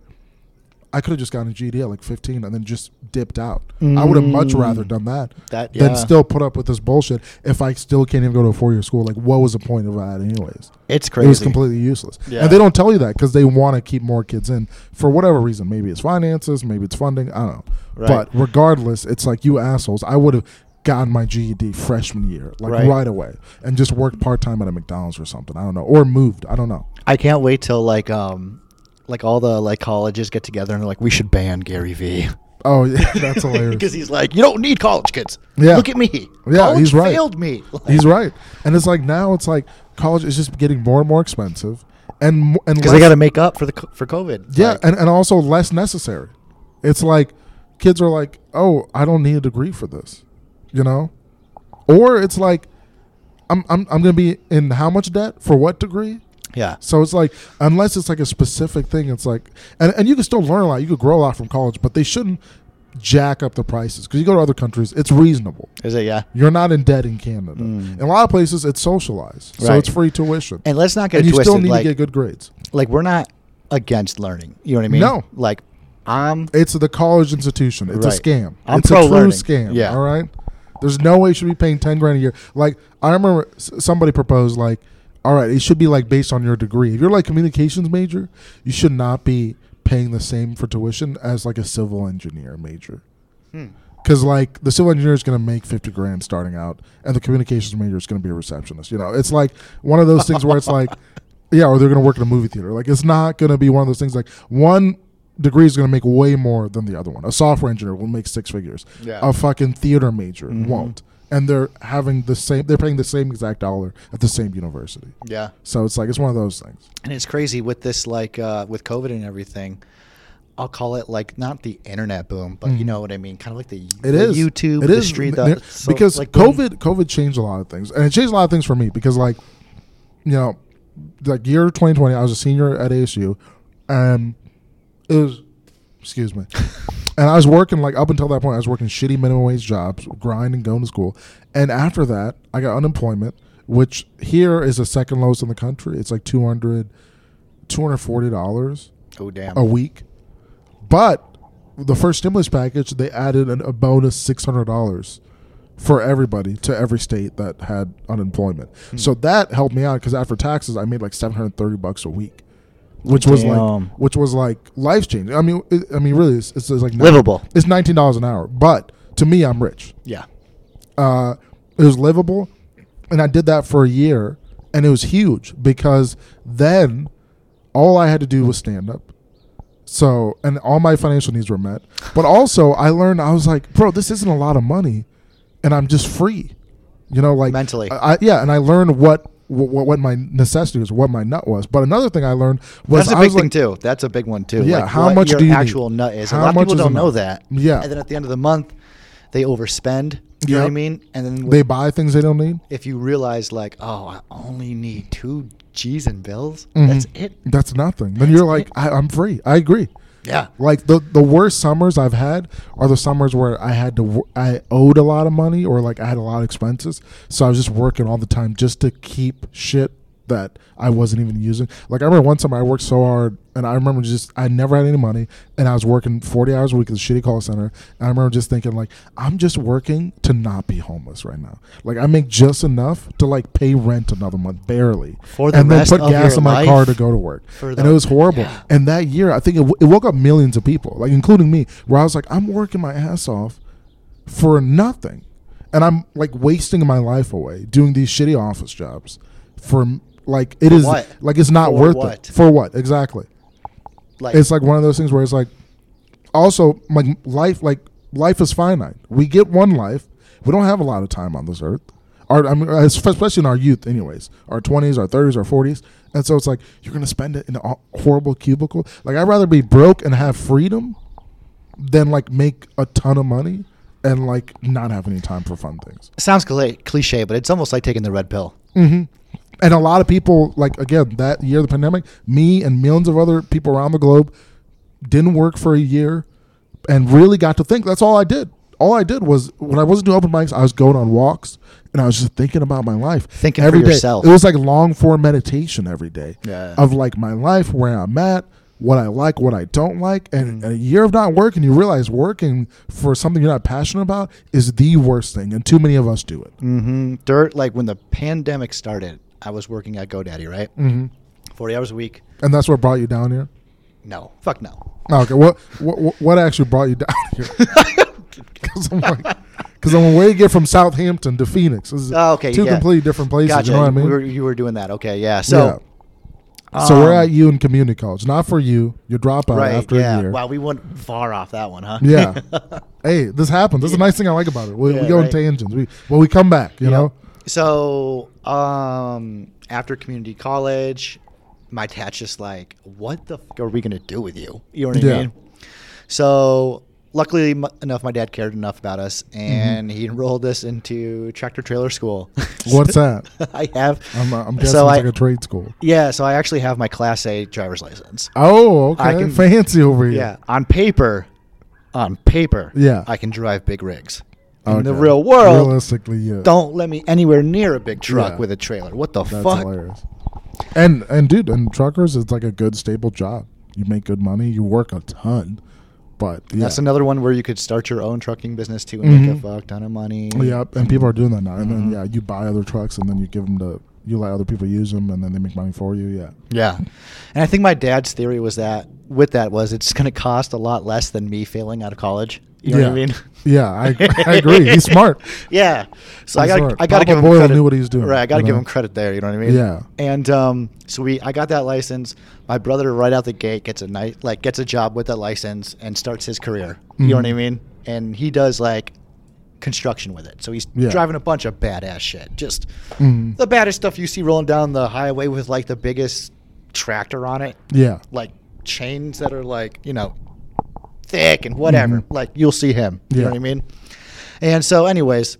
[SPEAKER 1] I could have just gotten a GD at like 15 and then just dipped out. I would have much rather done that,
[SPEAKER 2] Mm. That- yeah.
[SPEAKER 1] than still put up with this bullshit if I still can't even go to a four year school. Like, what was the point of that, anyways?
[SPEAKER 2] It's
[SPEAKER 1] It was
[SPEAKER 2] crazy.
[SPEAKER 1] completely useless.
[SPEAKER 2] Yeah.
[SPEAKER 1] And they don't tell you that because they want to keep more kids in for whatever reason. Maybe it's finances, maybe it's funding. I don't know.
[SPEAKER 2] Right.
[SPEAKER 1] But regardless, it's like, you assholes, I would have gotten my GED freshman year, like
[SPEAKER 2] Right.
[SPEAKER 1] right, away, and just worked part time at a McDonald's or something. I don't know. Or moved. I don't know.
[SPEAKER 2] I can't wait till like um like all the like colleges get together and they're like we should ban Gary Vee.
[SPEAKER 1] Oh, yeah. That's hilarious.
[SPEAKER 2] Because he's like, you don't need college kids.
[SPEAKER 1] Yeah.
[SPEAKER 2] Look at me.
[SPEAKER 1] Yeah,
[SPEAKER 2] college
[SPEAKER 1] he's right.
[SPEAKER 2] failed me. Like,
[SPEAKER 1] He's right, and it's like now it's like college is just getting more and more expensive, and mo- and
[SPEAKER 2] Because
[SPEAKER 1] less-
[SPEAKER 2] they got to make up for the co- for COVID.
[SPEAKER 1] yeah,
[SPEAKER 2] Like,
[SPEAKER 1] and, and also less necessary. It's like kids are like, oh, I don't need a degree for this, you know, or it's like, I'm I'm I'm gonna be in how much debt for what degree?
[SPEAKER 2] yeah.
[SPEAKER 1] So it's like unless it's like a specific thing, it's like and, and you can still learn a lot, you could grow a lot from college, but they shouldn't jack up the prices because you go to other countries, it's reasonable.
[SPEAKER 2] Is it? Yeah.
[SPEAKER 1] You're not in debt in Canada. In a lot of places, it's socialized, so
[SPEAKER 2] Mm. Right.
[SPEAKER 1] it's free tuition.
[SPEAKER 2] And let's not get
[SPEAKER 1] And you
[SPEAKER 2] twisted.
[SPEAKER 1] still need
[SPEAKER 2] like,
[SPEAKER 1] to get good grades.
[SPEAKER 2] like we're not against learning. You know what I mean?
[SPEAKER 1] No.
[SPEAKER 2] Like, I'm.
[SPEAKER 1] It's the college institution. It's
[SPEAKER 2] Right.
[SPEAKER 1] a scam.
[SPEAKER 2] I'm
[SPEAKER 1] it's a
[SPEAKER 2] pro
[SPEAKER 1] true
[SPEAKER 2] learning.
[SPEAKER 1] scam.
[SPEAKER 2] Yeah.
[SPEAKER 1] All right. There's no way you should be paying ten grand a year. Like I remember s- somebody proposed like, all right, it should be like based on your degree. If you're like communications major, you should not be paying the same for tuition as like a civil engineer major.
[SPEAKER 2] Hmm.
[SPEAKER 1] Because like the civil engineer is going to make fifty grand starting out, and the communications major is going to be a receptionist. You know, it's like one of those things where it's like, yeah, or they're going to work in a movie theater. Like it's not going to be one of those things. Like one degree is going to make way more than the other one. A software engineer will make six figures.
[SPEAKER 2] Yeah. Mm-hmm.
[SPEAKER 1] A fucking theater major won't, and they're having the same. They're paying the same exact dollar at the same university.
[SPEAKER 2] Yeah.
[SPEAKER 1] So it's like it's one of those things.
[SPEAKER 2] And it's crazy with this, like, uh, with COVID and everything. I'll call it like not the internet boom, but you know what I mean. Kind of like the,
[SPEAKER 1] Mm. It
[SPEAKER 2] the
[SPEAKER 1] is
[SPEAKER 2] YouTube,
[SPEAKER 1] It
[SPEAKER 2] the
[SPEAKER 1] is
[SPEAKER 2] street,
[SPEAKER 1] n-
[SPEAKER 2] the, so,
[SPEAKER 1] because
[SPEAKER 2] like, boom.
[SPEAKER 1] COVID COVID changed a lot of things, and it changed a lot of things for me because like, you know, like year 2020, I was a senior at ASU, and it was, excuse me, and I was working like up until that point, I was working shitty minimum wage jobs, grinding, going to school, and after that, I got unemployment, which here is the second lowest in the country. It's like 200 240 dollars
[SPEAKER 2] Oh damn!
[SPEAKER 1] a week. But the first stimulus package, they added an, a bonus six hundred dollars for everybody to every state that had unemployment.
[SPEAKER 2] Hmm.
[SPEAKER 1] So that helped me out because after taxes, I made like seven hundred thirty bucks a week, which was
[SPEAKER 2] Damn.
[SPEAKER 1] like which was like life changing. I mean, it, I mean, really, it's, it's, it's like
[SPEAKER 2] Livable.
[SPEAKER 1] It's nineteen dollars an hour, but to me, I'm rich
[SPEAKER 2] yeah,
[SPEAKER 1] uh, it was livable, and I did that for a year, and it was huge because then all I had to do was stand up. So and all my financial needs were met, but also I learned I was like, bro, this isn't a lot of money, and I'm just free, you know, like
[SPEAKER 2] Mentally.
[SPEAKER 1] I, I- yeah, and I learned what. What, what my necessity was, what my nut was, but another thing I learned was
[SPEAKER 2] that's a
[SPEAKER 1] I
[SPEAKER 2] big
[SPEAKER 1] was
[SPEAKER 2] thing
[SPEAKER 1] like,
[SPEAKER 2] too. That's a big one too.
[SPEAKER 1] Yeah,
[SPEAKER 2] Like,
[SPEAKER 1] how
[SPEAKER 2] what
[SPEAKER 1] much
[SPEAKER 2] your
[SPEAKER 1] do you need?
[SPEAKER 2] actual nut is? A
[SPEAKER 1] How
[SPEAKER 2] lot of
[SPEAKER 1] much
[SPEAKER 2] people
[SPEAKER 1] is
[SPEAKER 2] don't
[SPEAKER 1] enough?
[SPEAKER 2] know that.
[SPEAKER 1] Yeah.
[SPEAKER 2] and then at the end of the month, they overspend. You know what I
[SPEAKER 1] Yep.
[SPEAKER 2] mean? And then
[SPEAKER 1] they buy things they don't need.
[SPEAKER 2] if you realize like, oh, I only need two G's and bills.
[SPEAKER 1] Mhm.
[SPEAKER 2] That's it.
[SPEAKER 1] That's nothing. Then you're like,
[SPEAKER 2] it.
[SPEAKER 1] I, I'm free. I agree.
[SPEAKER 2] Yeah.
[SPEAKER 1] Like the the worst summers I've had are the summers where I had to wo- I owed a lot of money or like I had a lot of expenses, so I was just working all the time just to keep shit that I wasn't even using. Like I remember one summer I worked so hard, and I remember just I never had any money, and I was working forty hours a week at a shitty call center. And I remember just thinking like I'm just working to not be homeless right now. Like I make just enough to like pay rent another month barely,
[SPEAKER 2] For the
[SPEAKER 1] and then
[SPEAKER 2] rest
[SPEAKER 1] put
[SPEAKER 2] of
[SPEAKER 1] gas
[SPEAKER 2] your
[SPEAKER 1] in my car
[SPEAKER 2] life.
[SPEAKER 1] to go to work,
[SPEAKER 2] For
[SPEAKER 1] and
[SPEAKER 2] the-
[SPEAKER 1] it was horrible.
[SPEAKER 2] Yeah.
[SPEAKER 1] And that year, I think it, w- it woke up millions of people, like including me, where I was like, I'm working my ass off for nothing, and I'm like wasting my life away doing these shitty office jobs for m- like it is
[SPEAKER 2] what?
[SPEAKER 1] like it's not
[SPEAKER 2] For
[SPEAKER 1] worth
[SPEAKER 2] what?
[SPEAKER 1] it for what exactly.
[SPEAKER 2] Like
[SPEAKER 1] It's like one of those things where it's like, also like life, like life is finite. We get one life. We don't have a lot of time on this earth. Our, I mean, especially in our youth, anyways, our twenties, our thirties, our forties, and so it's like you're gonna spend it in a horrible cubicle. Like I'd rather be broke and have freedom than like make a ton of money and like not have any time for fun things.
[SPEAKER 2] sounds cli- cliche, but it's almost like taking the red pill.
[SPEAKER 1] hmm And a lot of people, like again, that year of the pandemic, me and millions of other people around the globe didn't work for a year and really got to think. That's all I did. All I did was when I wasn't doing open mics, I was going on walks and I was just thinking about my life.
[SPEAKER 2] Thinking for
[SPEAKER 1] every day.
[SPEAKER 2] yourself.
[SPEAKER 1] It was like long form meditation every day
[SPEAKER 2] Yeah.
[SPEAKER 1] of like my life, where I'm at, what I like, what I don't like.
[SPEAKER 2] Mm-hmm.
[SPEAKER 1] And a year of not working, you realize working for something you're not passionate about is the worst thing, and too many of us do it. Mm-hmm.
[SPEAKER 2] hmm Dirt, like when the pandemic started, I was working at GoDaddy, right?
[SPEAKER 1] Mm.
[SPEAKER 2] Mm-hmm. 40 hours a week.
[SPEAKER 1] And that's what brought you down here. Ah,
[SPEAKER 2] No. Fuck no.
[SPEAKER 1] Okay, what what what actually brought you down here? Because I'm like, because I'm where you get from Southampton to Phoenix. This is
[SPEAKER 2] Oh, okay.
[SPEAKER 1] two
[SPEAKER 2] yeah.
[SPEAKER 1] completely different places.
[SPEAKER 2] Gotcha.
[SPEAKER 1] You know what I mean?
[SPEAKER 2] We were, you were doing that. Okay. Yeah. So,
[SPEAKER 1] yeah. so we're
[SPEAKER 2] um,
[SPEAKER 1] at you in community college, not for you. You drop out
[SPEAKER 2] right.
[SPEAKER 1] Uh, after
[SPEAKER 2] yeah.
[SPEAKER 1] a year.
[SPEAKER 2] Wow. We went far off that one, huh?
[SPEAKER 1] Yeah. hey, this happens. This is the nice thing I like about it. We, we
[SPEAKER 2] Yeah,
[SPEAKER 1] go on
[SPEAKER 2] right.
[SPEAKER 1] tangents. We well, we come back. You know.
[SPEAKER 2] So, um, after community college, my dad's just like, "What the f- are we gonna do with you?" You know what
[SPEAKER 1] Yeah.
[SPEAKER 2] I mean? So, luckily m- enough, my dad cared enough about us, and he enrolled us into tractor trailer school.
[SPEAKER 1] Mm-hmm. What's that?
[SPEAKER 2] I have.
[SPEAKER 1] I'm, uh, I'm guessing
[SPEAKER 2] so
[SPEAKER 1] it's
[SPEAKER 2] I,
[SPEAKER 1] like a trade school.
[SPEAKER 2] yeah. So I actually have my Class A driver's license.
[SPEAKER 1] Oh, okay.
[SPEAKER 2] I can-
[SPEAKER 1] Fancy over here.
[SPEAKER 2] Yeah. On paper, on paper.
[SPEAKER 1] Yeah.
[SPEAKER 2] I can drive big rigs. In the
[SPEAKER 1] Okay.
[SPEAKER 2] real world,
[SPEAKER 1] realistically, yeah.
[SPEAKER 2] don't let me anywhere near a big truck
[SPEAKER 1] Yeah.
[SPEAKER 2] with a trailer. What the
[SPEAKER 1] That's
[SPEAKER 2] fuck?
[SPEAKER 1] hilarious. And and dude, and truckers, it's like a good stable job. You make good money. You work a ton, but yeah, Mm-hmm.
[SPEAKER 2] That's another one where you could start your own trucking business too and make a fuck ton of money.
[SPEAKER 1] Yep, and people are doing that now. And then
[SPEAKER 2] Mm-hmm.
[SPEAKER 1] yeah, you buy other trucks, and then you give them to you let other people use them, and then they make money for you. Yeah,
[SPEAKER 2] Yeah. And I think my dad's theory was that with that was it's going to cost a lot less than me failing out of college. You know
[SPEAKER 1] yeah.
[SPEAKER 2] what I mean?
[SPEAKER 1] Yeah, I, I agree. He's smart.
[SPEAKER 2] Yeah. So
[SPEAKER 1] He's
[SPEAKER 2] I got
[SPEAKER 1] smart.
[SPEAKER 2] I got
[SPEAKER 1] Papa
[SPEAKER 2] to give him
[SPEAKER 1] Boyle
[SPEAKER 2] credit.
[SPEAKER 1] knew what he was doing,
[SPEAKER 2] Right, I got to
[SPEAKER 1] you
[SPEAKER 2] give
[SPEAKER 1] know?
[SPEAKER 2] him credit there, you know what I mean?
[SPEAKER 1] Yeah.
[SPEAKER 2] And um so we I got that license. My brother right out the gate gets a night like gets a job with that license and starts his career. You know what
[SPEAKER 1] Mm-hmm.
[SPEAKER 2] I mean? And he does like construction with it. So he's
[SPEAKER 1] Yeah.
[SPEAKER 2] driving a bunch of badass shit. Just
[SPEAKER 1] Mhm.
[SPEAKER 2] the baddest stuff you see rolling down the highway with like the biggest tractor on it
[SPEAKER 1] Yeah,
[SPEAKER 2] like chains that are like you know thick and whatever like you'll see him you
[SPEAKER 1] Mm-hmm. Yeah.
[SPEAKER 2] know what i mean and so anyways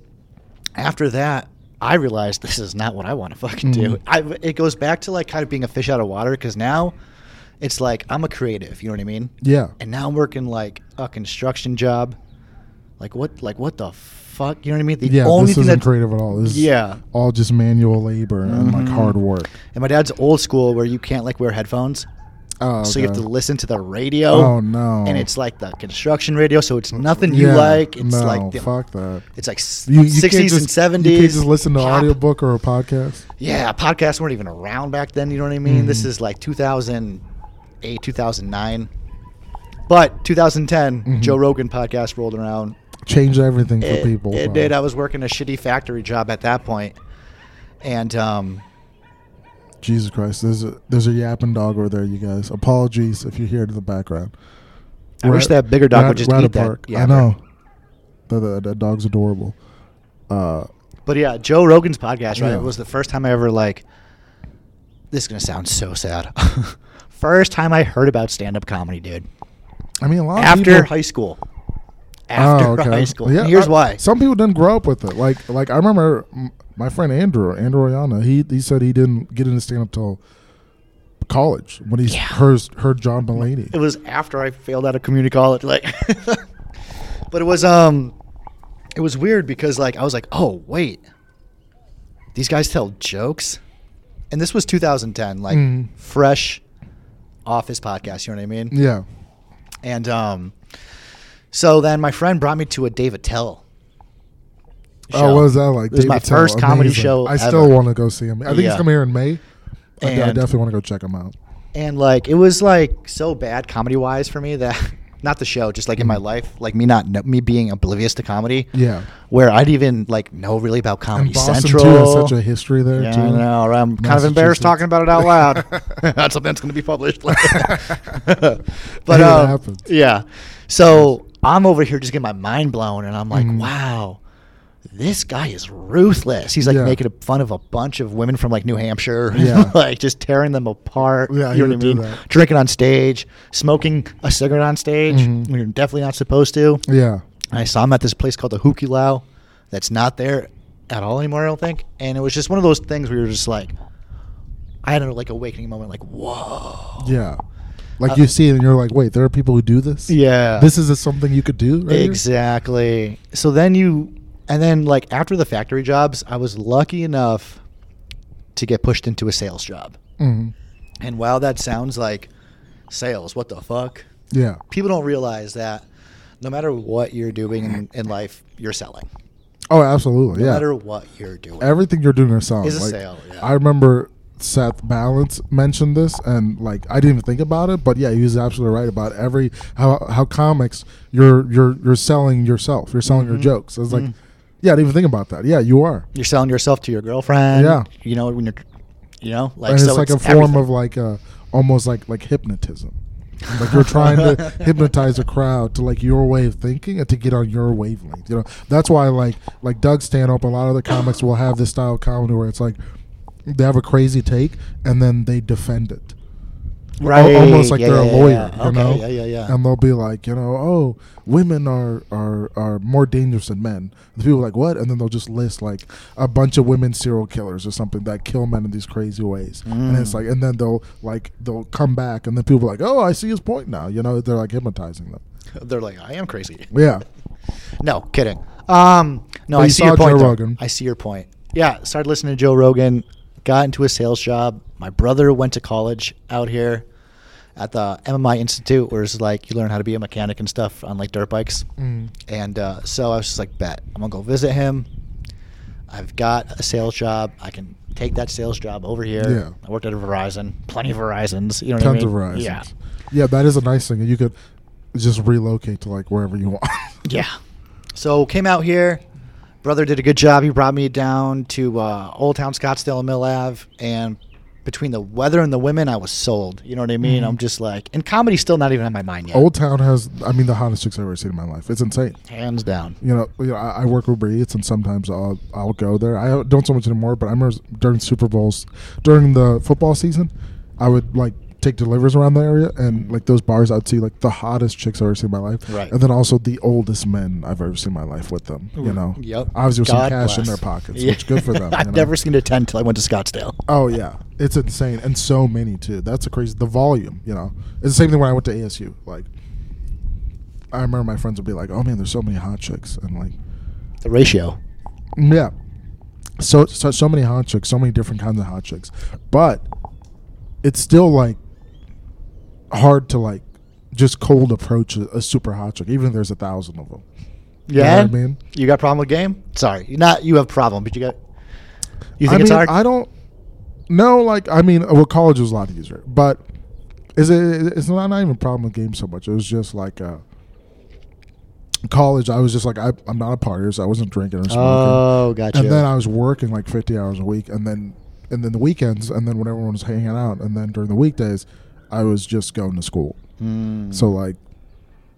[SPEAKER 2] after that i realized this is not what i want to fucking do
[SPEAKER 1] Mhm.
[SPEAKER 2] I, it goes back to like kind of being a fish out of water because now it's like i'm a creative you know what i mean
[SPEAKER 1] yeah.
[SPEAKER 2] and now i'm working like a construction job like what like what the fuck you know what i mean the
[SPEAKER 1] yeah,
[SPEAKER 2] only
[SPEAKER 1] this
[SPEAKER 2] thing
[SPEAKER 1] isn't
[SPEAKER 2] that
[SPEAKER 1] creative at all. This is
[SPEAKER 2] Yeah. Mm-hmm.
[SPEAKER 1] all just manual labor and like hard work.
[SPEAKER 2] and my dad's old school where you can't like wear headphones
[SPEAKER 1] Oh,
[SPEAKER 2] so you have to
[SPEAKER 1] okay.
[SPEAKER 2] listen to the radio
[SPEAKER 1] Oh no!
[SPEAKER 2] and it's like the construction radio, so it's nothing you
[SPEAKER 1] Yeah,
[SPEAKER 2] like. It's
[SPEAKER 1] no,
[SPEAKER 2] like the,
[SPEAKER 1] fuck that.
[SPEAKER 2] it's like s-
[SPEAKER 1] You, you can't
[SPEAKER 2] 60s
[SPEAKER 1] just-
[SPEAKER 2] and 70s.
[SPEAKER 1] You can't just listen to an
[SPEAKER 2] pop.
[SPEAKER 1] audiobook or a podcast.
[SPEAKER 2] Yeah, podcasts weren't even around back then. You know what I mean?
[SPEAKER 1] Hmm.
[SPEAKER 2] This is like 2008, 2009. But 2010, Joe Rogan podcast rolled around.
[SPEAKER 1] Change everything Mm-hmm. for
[SPEAKER 2] It,
[SPEAKER 1] people.
[SPEAKER 2] it
[SPEAKER 1] Wow.
[SPEAKER 2] did. I was working a shitty factory job at that point, and um,
[SPEAKER 1] Jesus Christ, there's a there's a yapping dog over there, you guys. Apologies if you hear it in the background.
[SPEAKER 2] I wish that bigger dog would just
[SPEAKER 1] we
[SPEAKER 2] eat that
[SPEAKER 1] I
[SPEAKER 2] yapper.
[SPEAKER 1] know. That, that, that dog's adorable. Uh,
[SPEAKER 2] But yeah, Joe Rogan's podcast, right?
[SPEAKER 1] Yeah.
[SPEAKER 2] It was the first time I ever like this is gonna sound so sad. first time I heard about stand up comedy, dude.
[SPEAKER 1] I mean, a lot of
[SPEAKER 2] After
[SPEAKER 1] people,
[SPEAKER 2] high school. After
[SPEAKER 1] Oh, okay.
[SPEAKER 2] high school.
[SPEAKER 1] Yeah,
[SPEAKER 2] And here's
[SPEAKER 1] I-
[SPEAKER 2] why.
[SPEAKER 1] Some people didn't grow up with it. Like like I remember m- my friend Andrew Andrew Ayana. He he said he didn't get into stand up till college when he
[SPEAKER 2] Yeah.
[SPEAKER 1] heard heard John Mulaney.
[SPEAKER 2] it was after I failed out of community college. Like But it was um it was weird because like I was like, oh wait. These guys tell jokes. And this was 2010, like
[SPEAKER 1] Mhm.
[SPEAKER 2] fresh off his podcast, you know what I mean?
[SPEAKER 1] yeah.
[SPEAKER 2] And um, so then my friend brought me to a Dave Attell.
[SPEAKER 1] Oh, what was that like?
[SPEAKER 2] It was my
[SPEAKER 1] David Tell,
[SPEAKER 2] first comedy
[SPEAKER 1] amazing.
[SPEAKER 2] show.
[SPEAKER 1] I still
[SPEAKER 2] ever.
[SPEAKER 1] want to go see him. I think he's
[SPEAKER 2] Yeah.
[SPEAKER 1] coming here in May. I, I
[SPEAKER 2] And-
[SPEAKER 1] definitely want to go check him out.
[SPEAKER 2] and like it was like so bad comedy wise for me that not the show, just like in my life, like me not know, me being oblivious to comedy.
[SPEAKER 1] Yeah.
[SPEAKER 2] where I'd even like know really about Comedy
[SPEAKER 1] And Boston
[SPEAKER 2] Central.
[SPEAKER 1] too has such a history there
[SPEAKER 2] yeah,
[SPEAKER 1] too.
[SPEAKER 2] I know. right? I'm kind of
[SPEAKER 1] Massachusetts.
[SPEAKER 2] embarrassed talking about it out loud. That's something that's going to be published. but
[SPEAKER 1] It
[SPEAKER 2] um,
[SPEAKER 1] happens.
[SPEAKER 2] yeah, so I'm over here just getting my mind blown, and I'm like,
[SPEAKER 1] Mm-hmm.
[SPEAKER 2] wow, this guy is ruthless. He's like
[SPEAKER 1] Yeah.
[SPEAKER 2] making fun of a bunch of women from like New Hampshire,
[SPEAKER 1] Yeah.
[SPEAKER 2] like just tearing them apart.
[SPEAKER 1] Yeah, he
[SPEAKER 2] you know
[SPEAKER 1] would
[SPEAKER 2] what I
[SPEAKER 1] do
[SPEAKER 2] mean?
[SPEAKER 1] that.
[SPEAKER 2] Drinking on stage, smoking a cigarette on stage.
[SPEAKER 1] Mm-hmm.
[SPEAKER 2] when You're definitely not supposed to.
[SPEAKER 1] Yeah.
[SPEAKER 2] I saw him at this place called the Hookie Lao that's not there at all anymore, I don't think. And it was just one of those things where you're just like, I had a like awakening moment, like, whoa.
[SPEAKER 1] Yeah. Like you see it and you're like, wait, there are people who do this?
[SPEAKER 2] Uh, Yeah.
[SPEAKER 1] This is a, something you could do? Right here?
[SPEAKER 2] Exactly. So then you And then like after the factory jobs, I was lucky enough to get pushed into a sales job.
[SPEAKER 1] Mhm.
[SPEAKER 2] And while that sounds like sales, what the fuck?
[SPEAKER 1] Yeah.
[SPEAKER 2] People don't realize that no matter what you're doing in, in life, you're selling.
[SPEAKER 1] Oh, absolutely.
[SPEAKER 2] No
[SPEAKER 1] Yeah.
[SPEAKER 2] matter what you're doing.
[SPEAKER 1] everything you're doing is selling.
[SPEAKER 2] Is a
[SPEAKER 1] like,
[SPEAKER 2] sale, yeah.
[SPEAKER 1] I remember Seth Balance mentioned this, and like I didn't even think about it, but yeah, he was absolutely right about every how how comics you're you're you're selling yourself, you're selling
[SPEAKER 2] Mm-hmm.
[SPEAKER 1] your jokes. I was like, yeah, I didn't even think about that. Yeah, you are.
[SPEAKER 2] you're selling yourself to your girlfriend.
[SPEAKER 1] Yeah.
[SPEAKER 2] You know, when you're, you know, like,
[SPEAKER 1] and it's
[SPEAKER 2] so
[SPEAKER 1] like a form of like uh almost like like hypnotism. like you're trying to hypnotize a crowd to like your way of thinking and to get on your wavelength. You know that's why like like Doug Stanhope, a lot of the comics will have this style of comedy where it's like they have a crazy take and then they defend it.
[SPEAKER 2] everything.
[SPEAKER 1] Al- almost like
[SPEAKER 2] Yeah,
[SPEAKER 1] they're
[SPEAKER 2] yeah,
[SPEAKER 1] a
[SPEAKER 2] yeah,
[SPEAKER 1] lawyer,
[SPEAKER 2] yeah.
[SPEAKER 1] you
[SPEAKER 2] Okay,
[SPEAKER 1] know.
[SPEAKER 2] Yeah, yeah, yeah.
[SPEAKER 1] And they'll be like, you know, oh, women are are are more dangerous than men. The people are like, what? And then they'll just list like a bunch of women serial killers or something that kill men in these crazy ways. And
[SPEAKER 2] Mm.
[SPEAKER 1] it's like, and then they'll like they'll come back, and then people are like, oh, I see his point now. You know, they're like hypnotizing them.
[SPEAKER 2] they're like, I am crazy.
[SPEAKER 1] Yeah,
[SPEAKER 2] No, kidding. Um, no,
[SPEAKER 1] But
[SPEAKER 2] I
[SPEAKER 1] you
[SPEAKER 2] see
[SPEAKER 1] saw
[SPEAKER 2] your point.
[SPEAKER 1] Joe
[SPEAKER 2] though.
[SPEAKER 1] Rogan.
[SPEAKER 2] I see your point. Yeah, started listening to Joe Rogan, got into a sales job. My brother went to college out here at the MMI Institute, where it's like you learn how to be a mechanic and stuff on like dirt bikes.
[SPEAKER 1] Mm.
[SPEAKER 2] And uh, so I was just like, bet I'm gonna go visit him. I've got a sales job. I can take that sales job over here.
[SPEAKER 1] Yeah.
[SPEAKER 2] I worked at a Verizon, plenty of Verizons. You know what I mean?
[SPEAKER 1] tons of horizons.
[SPEAKER 2] Yeah,
[SPEAKER 1] yeah, that is a nice thing. You could just relocate to like wherever you want.
[SPEAKER 2] Yeah. So came out here. Brother did a good job. He brought me down to uh, Old Town Scottsdale and Mill Ave, and between the weather and the women, I was sold. You know what I mean? I'm just like, and comedy's still not even on my mind yet.
[SPEAKER 1] Mm-hmm. Old Town has, I mean, the hottest chicks I've ever seen in my life. It's insane.
[SPEAKER 2] Hands down.
[SPEAKER 1] you know, you know I, I work Uber Eats, and sometimes I'll I'll go there. I don't so much anymore, but I remember during Super Bowls, during the football season, I would like take deliveries around the area, and like those bars, I'd see like the hottest chicks I've ever seen in my life,
[SPEAKER 2] Right.
[SPEAKER 1] and then also the oldest men I've ever seen in my life with them. You know,
[SPEAKER 2] Yep.
[SPEAKER 1] obviously with
[SPEAKER 2] God
[SPEAKER 1] some cash in
[SPEAKER 2] bless.
[SPEAKER 1] their pockets,
[SPEAKER 2] Yeah.
[SPEAKER 1] which good for them.
[SPEAKER 2] I've
[SPEAKER 1] you know?
[SPEAKER 2] never seen a tent till I went to Scottsdale.
[SPEAKER 1] Oh yeah, it's insane, and so many too. That's a crazy. The volume, you know, it's the same thing when I went to ASU. Like, I remember my friends would be like, "Oh man, there's so many hot chicks," and like.
[SPEAKER 2] The ratio.
[SPEAKER 1] Yeah. So so so many hot chicks, so many different kinds of hot chicks, but it's still like hard to like just cold approach a, a super hot chick, even if there's a thousand of them. know
[SPEAKER 2] Yeah.
[SPEAKER 1] what I mean?
[SPEAKER 2] You got problem with game? Sorry, you not you have problem, but you got. You think
[SPEAKER 1] I
[SPEAKER 2] it's
[SPEAKER 1] mean,
[SPEAKER 2] hard?
[SPEAKER 1] I don't. No, like I mean, well, college was a lot easier, but is it? It's not, not even a problem with games so much. It was just like uh, college. I was just like I, I'm not a partier, so I wasn't drinking or smoking.
[SPEAKER 2] oh, gotcha.
[SPEAKER 1] And then I was working like 50 hours a week, and then and then the weekends, and then when everyone was hanging out, and then during the weekdays, I was just going to school.
[SPEAKER 2] Mm.
[SPEAKER 1] So like,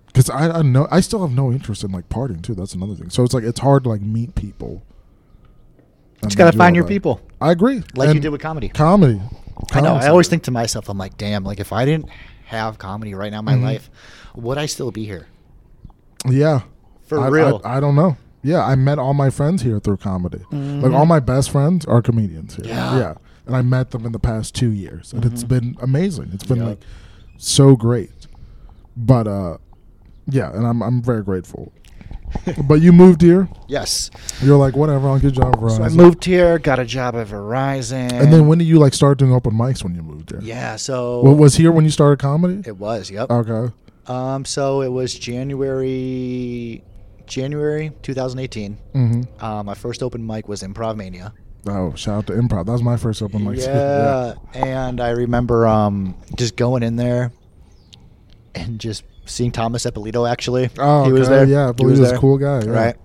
[SPEAKER 1] because I, I know I still have no interest in like partying too. That's another thing. So it's like it's hard to like meet people. and
[SPEAKER 2] just gotta
[SPEAKER 1] do
[SPEAKER 2] find
[SPEAKER 1] all
[SPEAKER 2] your
[SPEAKER 1] that.
[SPEAKER 2] people,
[SPEAKER 1] I agree.
[SPEAKER 2] like you
[SPEAKER 1] And
[SPEAKER 2] did with comedy.
[SPEAKER 1] comedy.
[SPEAKER 2] I know.
[SPEAKER 1] Comedy's
[SPEAKER 2] I always
[SPEAKER 1] like-
[SPEAKER 2] think to myself, I'm like, damn, like if I didn't have comedy right now in my
[SPEAKER 1] Mhm.
[SPEAKER 2] life, would I still be here?
[SPEAKER 1] Yeah.
[SPEAKER 2] For
[SPEAKER 1] I,
[SPEAKER 2] real.
[SPEAKER 1] I, I don't know. Yeah, I met all my friends here through comedy. Like all my best friends are comedians here.
[SPEAKER 2] Mm-hmm. Yeah. Mm-hmm.
[SPEAKER 1] And I met them in the past two years. And it's been amazing. It's been
[SPEAKER 2] Yeah.
[SPEAKER 1] like so great. But uh yeah, and I'm I'm very grateful. but you moved here.
[SPEAKER 2] Yes.
[SPEAKER 1] You're like, whatever, I'll get a job at
[SPEAKER 2] So I
[SPEAKER 1] Verizon.
[SPEAKER 2] moved here, got a job at Verizon.
[SPEAKER 1] and then when did you like start doing open mics when you moved here?
[SPEAKER 2] Yeah, so
[SPEAKER 1] Wa- was here when you started comedy?
[SPEAKER 2] it was, yep.
[SPEAKER 1] Okay.
[SPEAKER 2] Um so it was January January 2018.
[SPEAKER 1] Mm-hmm.
[SPEAKER 2] Uh, my first open mic was Improv Mania.
[SPEAKER 1] Oh, shout out to improv. That was my first open mic.
[SPEAKER 2] yeah, and I remember um, just going in there and just seeing Thomas Eppolito. Actually,
[SPEAKER 1] Oh,
[SPEAKER 2] he was
[SPEAKER 1] okay,
[SPEAKER 2] there.
[SPEAKER 1] yeah,
[SPEAKER 2] He
[SPEAKER 1] Eppolito's a
[SPEAKER 2] there.
[SPEAKER 1] cool guy, yeah.
[SPEAKER 2] right?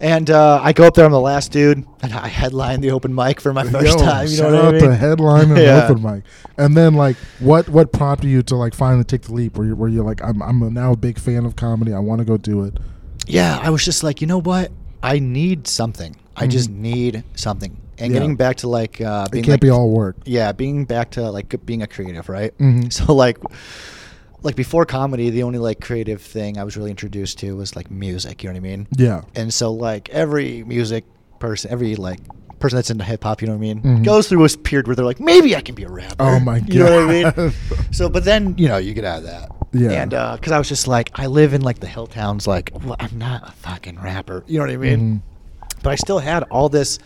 [SPEAKER 2] And uh, I go up there. I'm the last dude, and I headline the open mic for my first
[SPEAKER 1] Yo,
[SPEAKER 2] time. You know
[SPEAKER 1] shout
[SPEAKER 2] what I
[SPEAKER 1] out
[SPEAKER 2] mean?
[SPEAKER 1] to headline and
[SPEAKER 2] Yeah.
[SPEAKER 1] open mic. And then like, what what prompted you to like finally take the leap? Where you where you're like, I'm I'm now a big fan of comedy. I want to go do it.
[SPEAKER 2] yeah, I was just like, you know what? I need something. I just
[SPEAKER 1] Mhm.
[SPEAKER 2] need something. And
[SPEAKER 1] Yeah.
[SPEAKER 2] getting back to like uh,
[SPEAKER 1] It
[SPEAKER 2] being
[SPEAKER 1] can't
[SPEAKER 2] like,
[SPEAKER 1] be all work.
[SPEAKER 2] yeah, being back to like being a creative, right?
[SPEAKER 1] Mhm.
[SPEAKER 2] So like, like before comedy, the only like creative thing I was really introduced to was like music. You know what I mean?
[SPEAKER 1] Yeah.
[SPEAKER 2] And so like every music person, every like person that's into hip hop, you know what I mean,
[SPEAKER 1] Mhm.
[SPEAKER 2] goes through a period where they're like, maybe I can be a rapper.
[SPEAKER 1] Oh my god.
[SPEAKER 2] You know what I mean? So, but then you know you get out of that.
[SPEAKER 1] Yeah.
[SPEAKER 2] And uh, because I was just like, I live in like the hill towns, like well, I'm not a fucking rapper. You know what I mean?
[SPEAKER 1] Mhm.
[SPEAKER 2] but I still had all this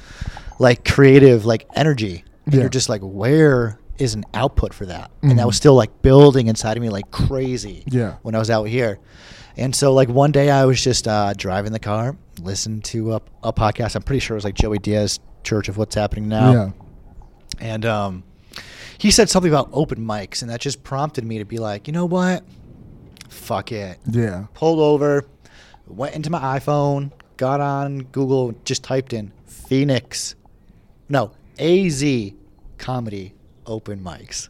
[SPEAKER 2] like creative like energy. And
[SPEAKER 1] Yeah.
[SPEAKER 2] You're just like, where is an output for that? And
[SPEAKER 1] Mhm.
[SPEAKER 2] that was still like building inside of me like crazy.
[SPEAKER 1] Yeah.
[SPEAKER 2] When I was out here, and so like one day I was just uh, driving the car, listening to a, a podcast. I'm pretty sure it was like Joey Diaz Church of What's Happening Now.
[SPEAKER 1] Yeah.
[SPEAKER 2] And um, he said something about open mics, and that just prompted me to be like, you know what? Fuck it
[SPEAKER 1] Yeah.
[SPEAKER 2] pulled over, went into my iPhone, got on Google, just typed in Phoenix, no, AZ comedy open mics.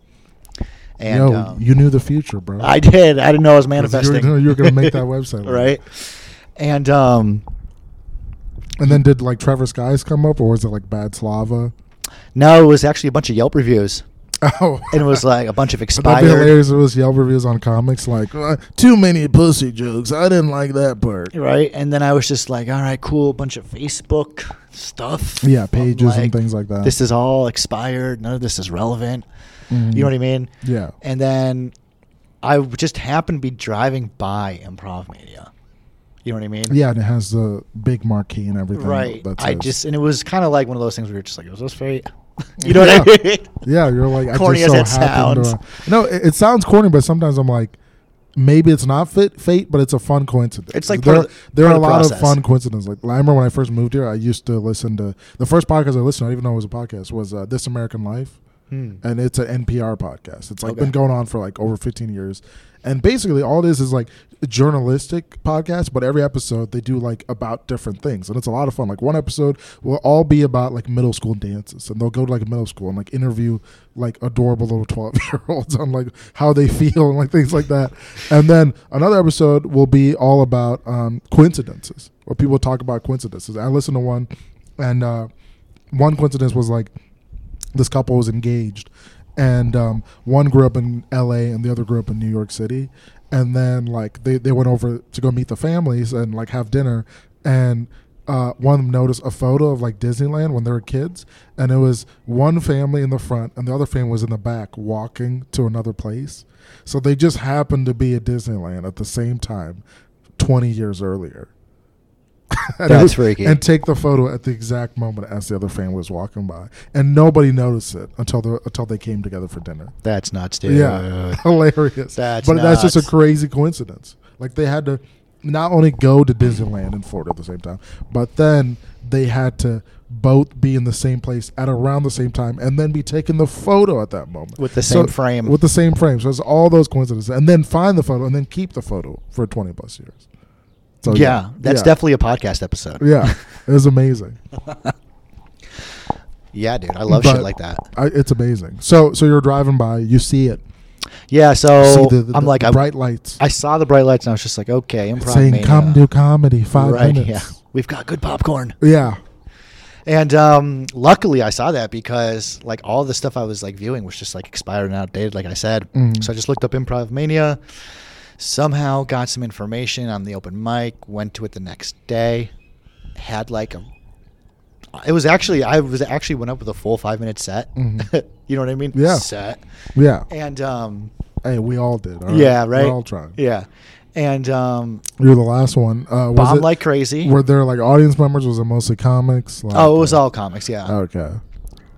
[SPEAKER 2] And
[SPEAKER 1] Yo,
[SPEAKER 2] um,
[SPEAKER 1] you knew the future, bro.
[SPEAKER 2] I did. I didn't know I was
[SPEAKER 1] you were-
[SPEAKER 2] manifesting.
[SPEAKER 1] you were gonna make that website.
[SPEAKER 2] right? And um,
[SPEAKER 1] And then did like Trevor Skies come up, or was it like Bad Slava?
[SPEAKER 2] no, it was actually a bunch of Yelp reviews.
[SPEAKER 1] Oh,
[SPEAKER 2] And it was like a bunch of
[SPEAKER 1] That'd be
[SPEAKER 2] expired.
[SPEAKER 1] hilarious. if It was Yelp reviews on comics, like uh, too many pussy jokes. I didn't like that part.
[SPEAKER 2] Right, and then I was just like, "All right, cool, bunch of Facebook stuff,
[SPEAKER 1] Yeah,
[SPEAKER 2] I'm
[SPEAKER 1] pages and
[SPEAKER 2] like,
[SPEAKER 1] things like that.
[SPEAKER 2] This is all expired. None of this is relevant.
[SPEAKER 1] Mhm.
[SPEAKER 2] You know what I mean?
[SPEAKER 1] Yeah.
[SPEAKER 2] And then I w- just happened to be driving by Improv Media. You know what I mean?
[SPEAKER 1] Yeah, and it has the big marquee and everything.
[SPEAKER 2] Right.
[SPEAKER 1] that
[SPEAKER 2] I
[SPEAKER 1] says-
[SPEAKER 2] just and it was kind of like one of those things where you're just like, "Was this fate?" You know what I
[SPEAKER 1] Yeah.
[SPEAKER 2] mean?
[SPEAKER 1] Yeah, you're like
[SPEAKER 2] Corny
[SPEAKER 1] I just
[SPEAKER 2] as
[SPEAKER 1] so
[SPEAKER 2] it
[SPEAKER 1] happened to- uh,
[SPEAKER 2] sounds.
[SPEAKER 1] no, it, it sounds corny, but sometimes I'm like, maybe it's not fit, fate, but it's a fun coincidence.
[SPEAKER 2] It's like
[SPEAKER 1] there,
[SPEAKER 2] part of the-
[SPEAKER 1] there are a
[SPEAKER 2] part of the
[SPEAKER 1] lot of
[SPEAKER 2] process.
[SPEAKER 1] fun coincidences. Like I remember when I first moved here, I used to listen to the first podcast I listened. to, I didn't even know it was a podcast. Was uh, This American Life.
[SPEAKER 2] Hmm.
[SPEAKER 1] and it's an NPR podcast. It's like
[SPEAKER 2] Okay.
[SPEAKER 1] been going on for like over 15 years. And basically all it is is like a journalistic podcast, but every episode they do like about different things. And it's a lot of fun. Like one episode will all be about like middle school dances and they'll go to like a middle school and like interview like adorable little 12 year olds on like how they feel and like things like that. And then another episode will be all about um, coincidences where people talk about coincidences. I listened to one and uh, one coincidence was like this couple was engaged and um, one grew up in la and the other grew up in new york city and then like they, they went over to go meet the families and like have dinner and uh, one of them noticed a photo of like disneyland when they were kids and it was one family in the front and the other family was in the back walking to another place so they just happened to be at disneyland at the same time 20 years earlier And it
[SPEAKER 2] That's
[SPEAKER 1] was-
[SPEAKER 2] freaky.
[SPEAKER 1] And take the photo at the exact moment as the other fan was walking by, and nobody noticed it until the until they came together for dinner.
[SPEAKER 2] That's nuts, dude.
[SPEAKER 1] yeah, hilarious.
[SPEAKER 2] That's
[SPEAKER 1] but that's just a
[SPEAKER 2] nuts.
[SPEAKER 1] crazy coincidence. Like they had to not only go to Disneyland in Florida at the same time, but then they had to both be in the same place at around the same time, and then be taking the photo at that moment
[SPEAKER 2] With the
[SPEAKER 1] So-
[SPEAKER 2] same frame.
[SPEAKER 1] With the same frame, so it's all those coincidences, and then find the photo, and then keep the photo for twenty plus years. So
[SPEAKER 2] yeah, that's
[SPEAKER 1] yeah.
[SPEAKER 2] definitely a podcast episode.
[SPEAKER 1] Yeah, it was amazing.
[SPEAKER 2] yeah, dude, I love
[SPEAKER 1] But
[SPEAKER 2] shit like that.
[SPEAKER 1] I, it's amazing. So so you're driving by, you see it.
[SPEAKER 2] Yeah, so
[SPEAKER 1] see the, the,
[SPEAKER 2] Oh, I'm
[SPEAKER 1] the
[SPEAKER 2] like, I,
[SPEAKER 1] bright lights.
[SPEAKER 2] I saw the bright lights, and I was just like, okay,
[SPEAKER 1] It's
[SPEAKER 2] improv.
[SPEAKER 1] saying
[SPEAKER 2] mania.
[SPEAKER 1] come do comedy five
[SPEAKER 2] right, Yeah,
[SPEAKER 1] minutes.
[SPEAKER 2] we've got good popcorn.
[SPEAKER 1] Yeah.
[SPEAKER 2] And um, luckily, I saw that because like all the stuff I was like viewing was just like expired and outdated, like I said.
[SPEAKER 1] Mhm.
[SPEAKER 2] So I just looked up Improv Mania, somehow got some information on the open mic, went to it the next day, had like a. It was actually I was actually went up with a full five minute set.
[SPEAKER 1] Mhm.
[SPEAKER 2] you know what I mean?
[SPEAKER 1] Yeah.
[SPEAKER 2] Set.
[SPEAKER 1] Yeah.
[SPEAKER 2] And um,
[SPEAKER 1] Hey, we all did. all right?
[SPEAKER 2] yeah, right.
[SPEAKER 1] We're all trying.
[SPEAKER 2] Yeah, and um,
[SPEAKER 1] You're the last one. Uh, was
[SPEAKER 2] bomb
[SPEAKER 1] it-
[SPEAKER 2] like crazy.
[SPEAKER 1] Were there like audience members? Was it mostly comics? Like,
[SPEAKER 2] oh, it was
[SPEAKER 1] uh,
[SPEAKER 2] all comics. Yeah.
[SPEAKER 1] Okay.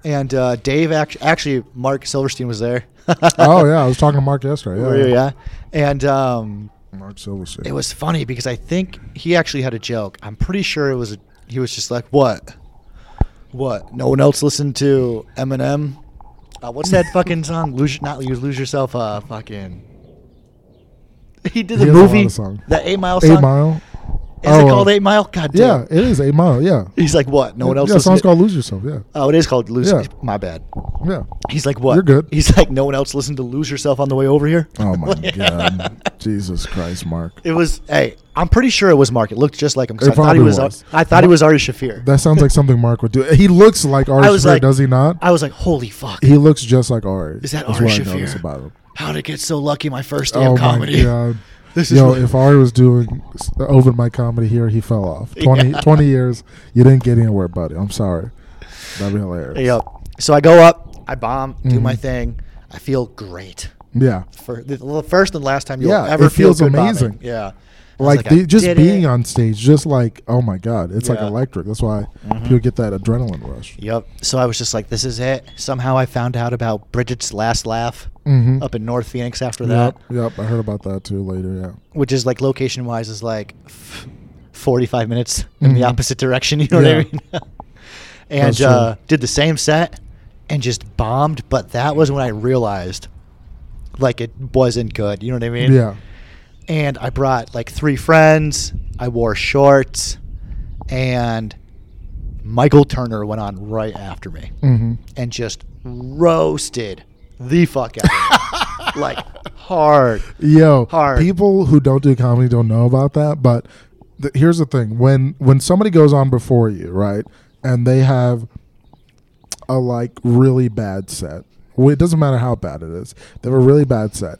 [SPEAKER 2] And uh, Dave act- actually, Mark Silverstein was there.
[SPEAKER 1] oh yeah, I was talking to Mark yesterday. Yeah.
[SPEAKER 2] Were you, yeah. And um,
[SPEAKER 1] Mark Silverstein.
[SPEAKER 2] it was funny because I think he actually had a joke. I'm pretty sure it was. he was just like, "What? What? No one else listened to Eminem? Uh, what's that fucking song? Lose not you lose yourself. Uh, fucking." He did
[SPEAKER 1] He
[SPEAKER 2] the
[SPEAKER 1] has a lot
[SPEAKER 2] movie,
[SPEAKER 1] of songs.
[SPEAKER 2] the Eight Mile
[SPEAKER 1] Eight
[SPEAKER 2] song.
[SPEAKER 1] Mile.
[SPEAKER 2] Is
[SPEAKER 1] Oh,
[SPEAKER 2] it called
[SPEAKER 1] uh,
[SPEAKER 2] Eight Mile? God damn.
[SPEAKER 1] Yeah, it is Eight Mile. Yeah.
[SPEAKER 2] He's like, "What? No one else."
[SPEAKER 1] Yeah,
[SPEAKER 2] listened
[SPEAKER 1] song's
[SPEAKER 2] to-"
[SPEAKER 1] called Lose Yourself. Yeah.
[SPEAKER 2] Oh, it is called "Lose."
[SPEAKER 1] Yeah.
[SPEAKER 2] My bad.
[SPEAKER 1] Yeah.
[SPEAKER 2] He's like, what?
[SPEAKER 1] You're good.
[SPEAKER 2] He's like, no one else listened to Lose Yourself on the way over here.
[SPEAKER 1] Oh my
[SPEAKER 2] Like- uh,
[SPEAKER 1] god. Jesus Christ, Mark.
[SPEAKER 2] It was. Hey, I'm pretty sure it was Mark. It looked just like him. 'cause
[SPEAKER 1] It
[SPEAKER 2] I thought he
[SPEAKER 1] probably
[SPEAKER 2] was.
[SPEAKER 1] was.
[SPEAKER 2] I thought he was Ari Shafir.
[SPEAKER 1] That sounds like something Mark would do. He looks like Ari
[SPEAKER 2] I was
[SPEAKER 1] Shaffir,
[SPEAKER 2] like-
[SPEAKER 1] does he not?
[SPEAKER 2] I was like, holy fuck!
[SPEAKER 1] he looks just like Ari.
[SPEAKER 2] Is that
[SPEAKER 1] That's
[SPEAKER 2] Ari
[SPEAKER 1] what I
[SPEAKER 2] Shaffir?
[SPEAKER 1] noticed about him.
[SPEAKER 2] How to get so lucky? My first day
[SPEAKER 1] oh
[SPEAKER 2] of comedy.
[SPEAKER 1] my god!
[SPEAKER 2] This is
[SPEAKER 1] Yo,
[SPEAKER 2] really-
[SPEAKER 1] if Ari was doing s- uh, open mic comedy here, he fell off. 20,
[SPEAKER 2] Yeah.
[SPEAKER 1] 20 years, you didn't get anywhere, buddy. I'm sorry. That'd be hilarious.
[SPEAKER 2] Yep. So I go up. I bomb. Do
[SPEAKER 1] Mhm.
[SPEAKER 2] my thing. I feel great.
[SPEAKER 1] Yeah.
[SPEAKER 2] For the the first and last time you'll
[SPEAKER 1] Yeah,
[SPEAKER 2] ever
[SPEAKER 1] it
[SPEAKER 2] feel
[SPEAKER 1] feels
[SPEAKER 2] good bombing.
[SPEAKER 1] amazing.
[SPEAKER 2] Yeah.
[SPEAKER 1] Like,
[SPEAKER 2] like, I
[SPEAKER 1] they, just
[SPEAKER 2] did
[SPEAKER 1] being
[SPEAKER 2] it.
[SPEAKER 1] on stage, just like oh my god, it's like
[SPEAKER 2] Yeah.
[SPEAKER 1] electric. That's why
[SPEAKER 2] Mhm.
[SPEAKER 1] people get that adrenaline rush.
[SPEAKER 2] Yep. So I was just like, this is it. Somehow I found out about Bridget's Last Laugh
[SPEAKER 1] Mhm.
[SPEAKER 2] up in North Phoenix after that,
[SPEAKER 1] Yep, yep. I heard about that too later. Yeah.
[SPEAKER 2] which is like location wise is like f- 45 minutes in the
[SPEAKER 1] Mhm.
[SPEAKER 2] opposite direction. You know
[SPEAKER 1] Yeah.
[SPEAKER 2] what I mean? and
[SPEAKER 1] That's true.
[SPEAKER 2] uh, did the same set and just bombed. But that was when I realized like it wasn't good. You know what I mean?
[SPEAKER 1] Yeah.
[SPEAKER 2] and I brought like three friends. I wore shorts, and Michael Turner went on right after me
[SPEAKER 1] Mm-hmm.
[SPEAKER 2] and just roasted the fuck out of me, like hard.
[SPEAKER 1] Yo,
[SPEAKER 2] Hard.
[SPEAKER 1] people who don't do comedy don't know about that. But th- here's the thing: when when somebody goes on before you, right, and they have a like really bad set, well, it doesn't matter how bad it is. They have a really bad set.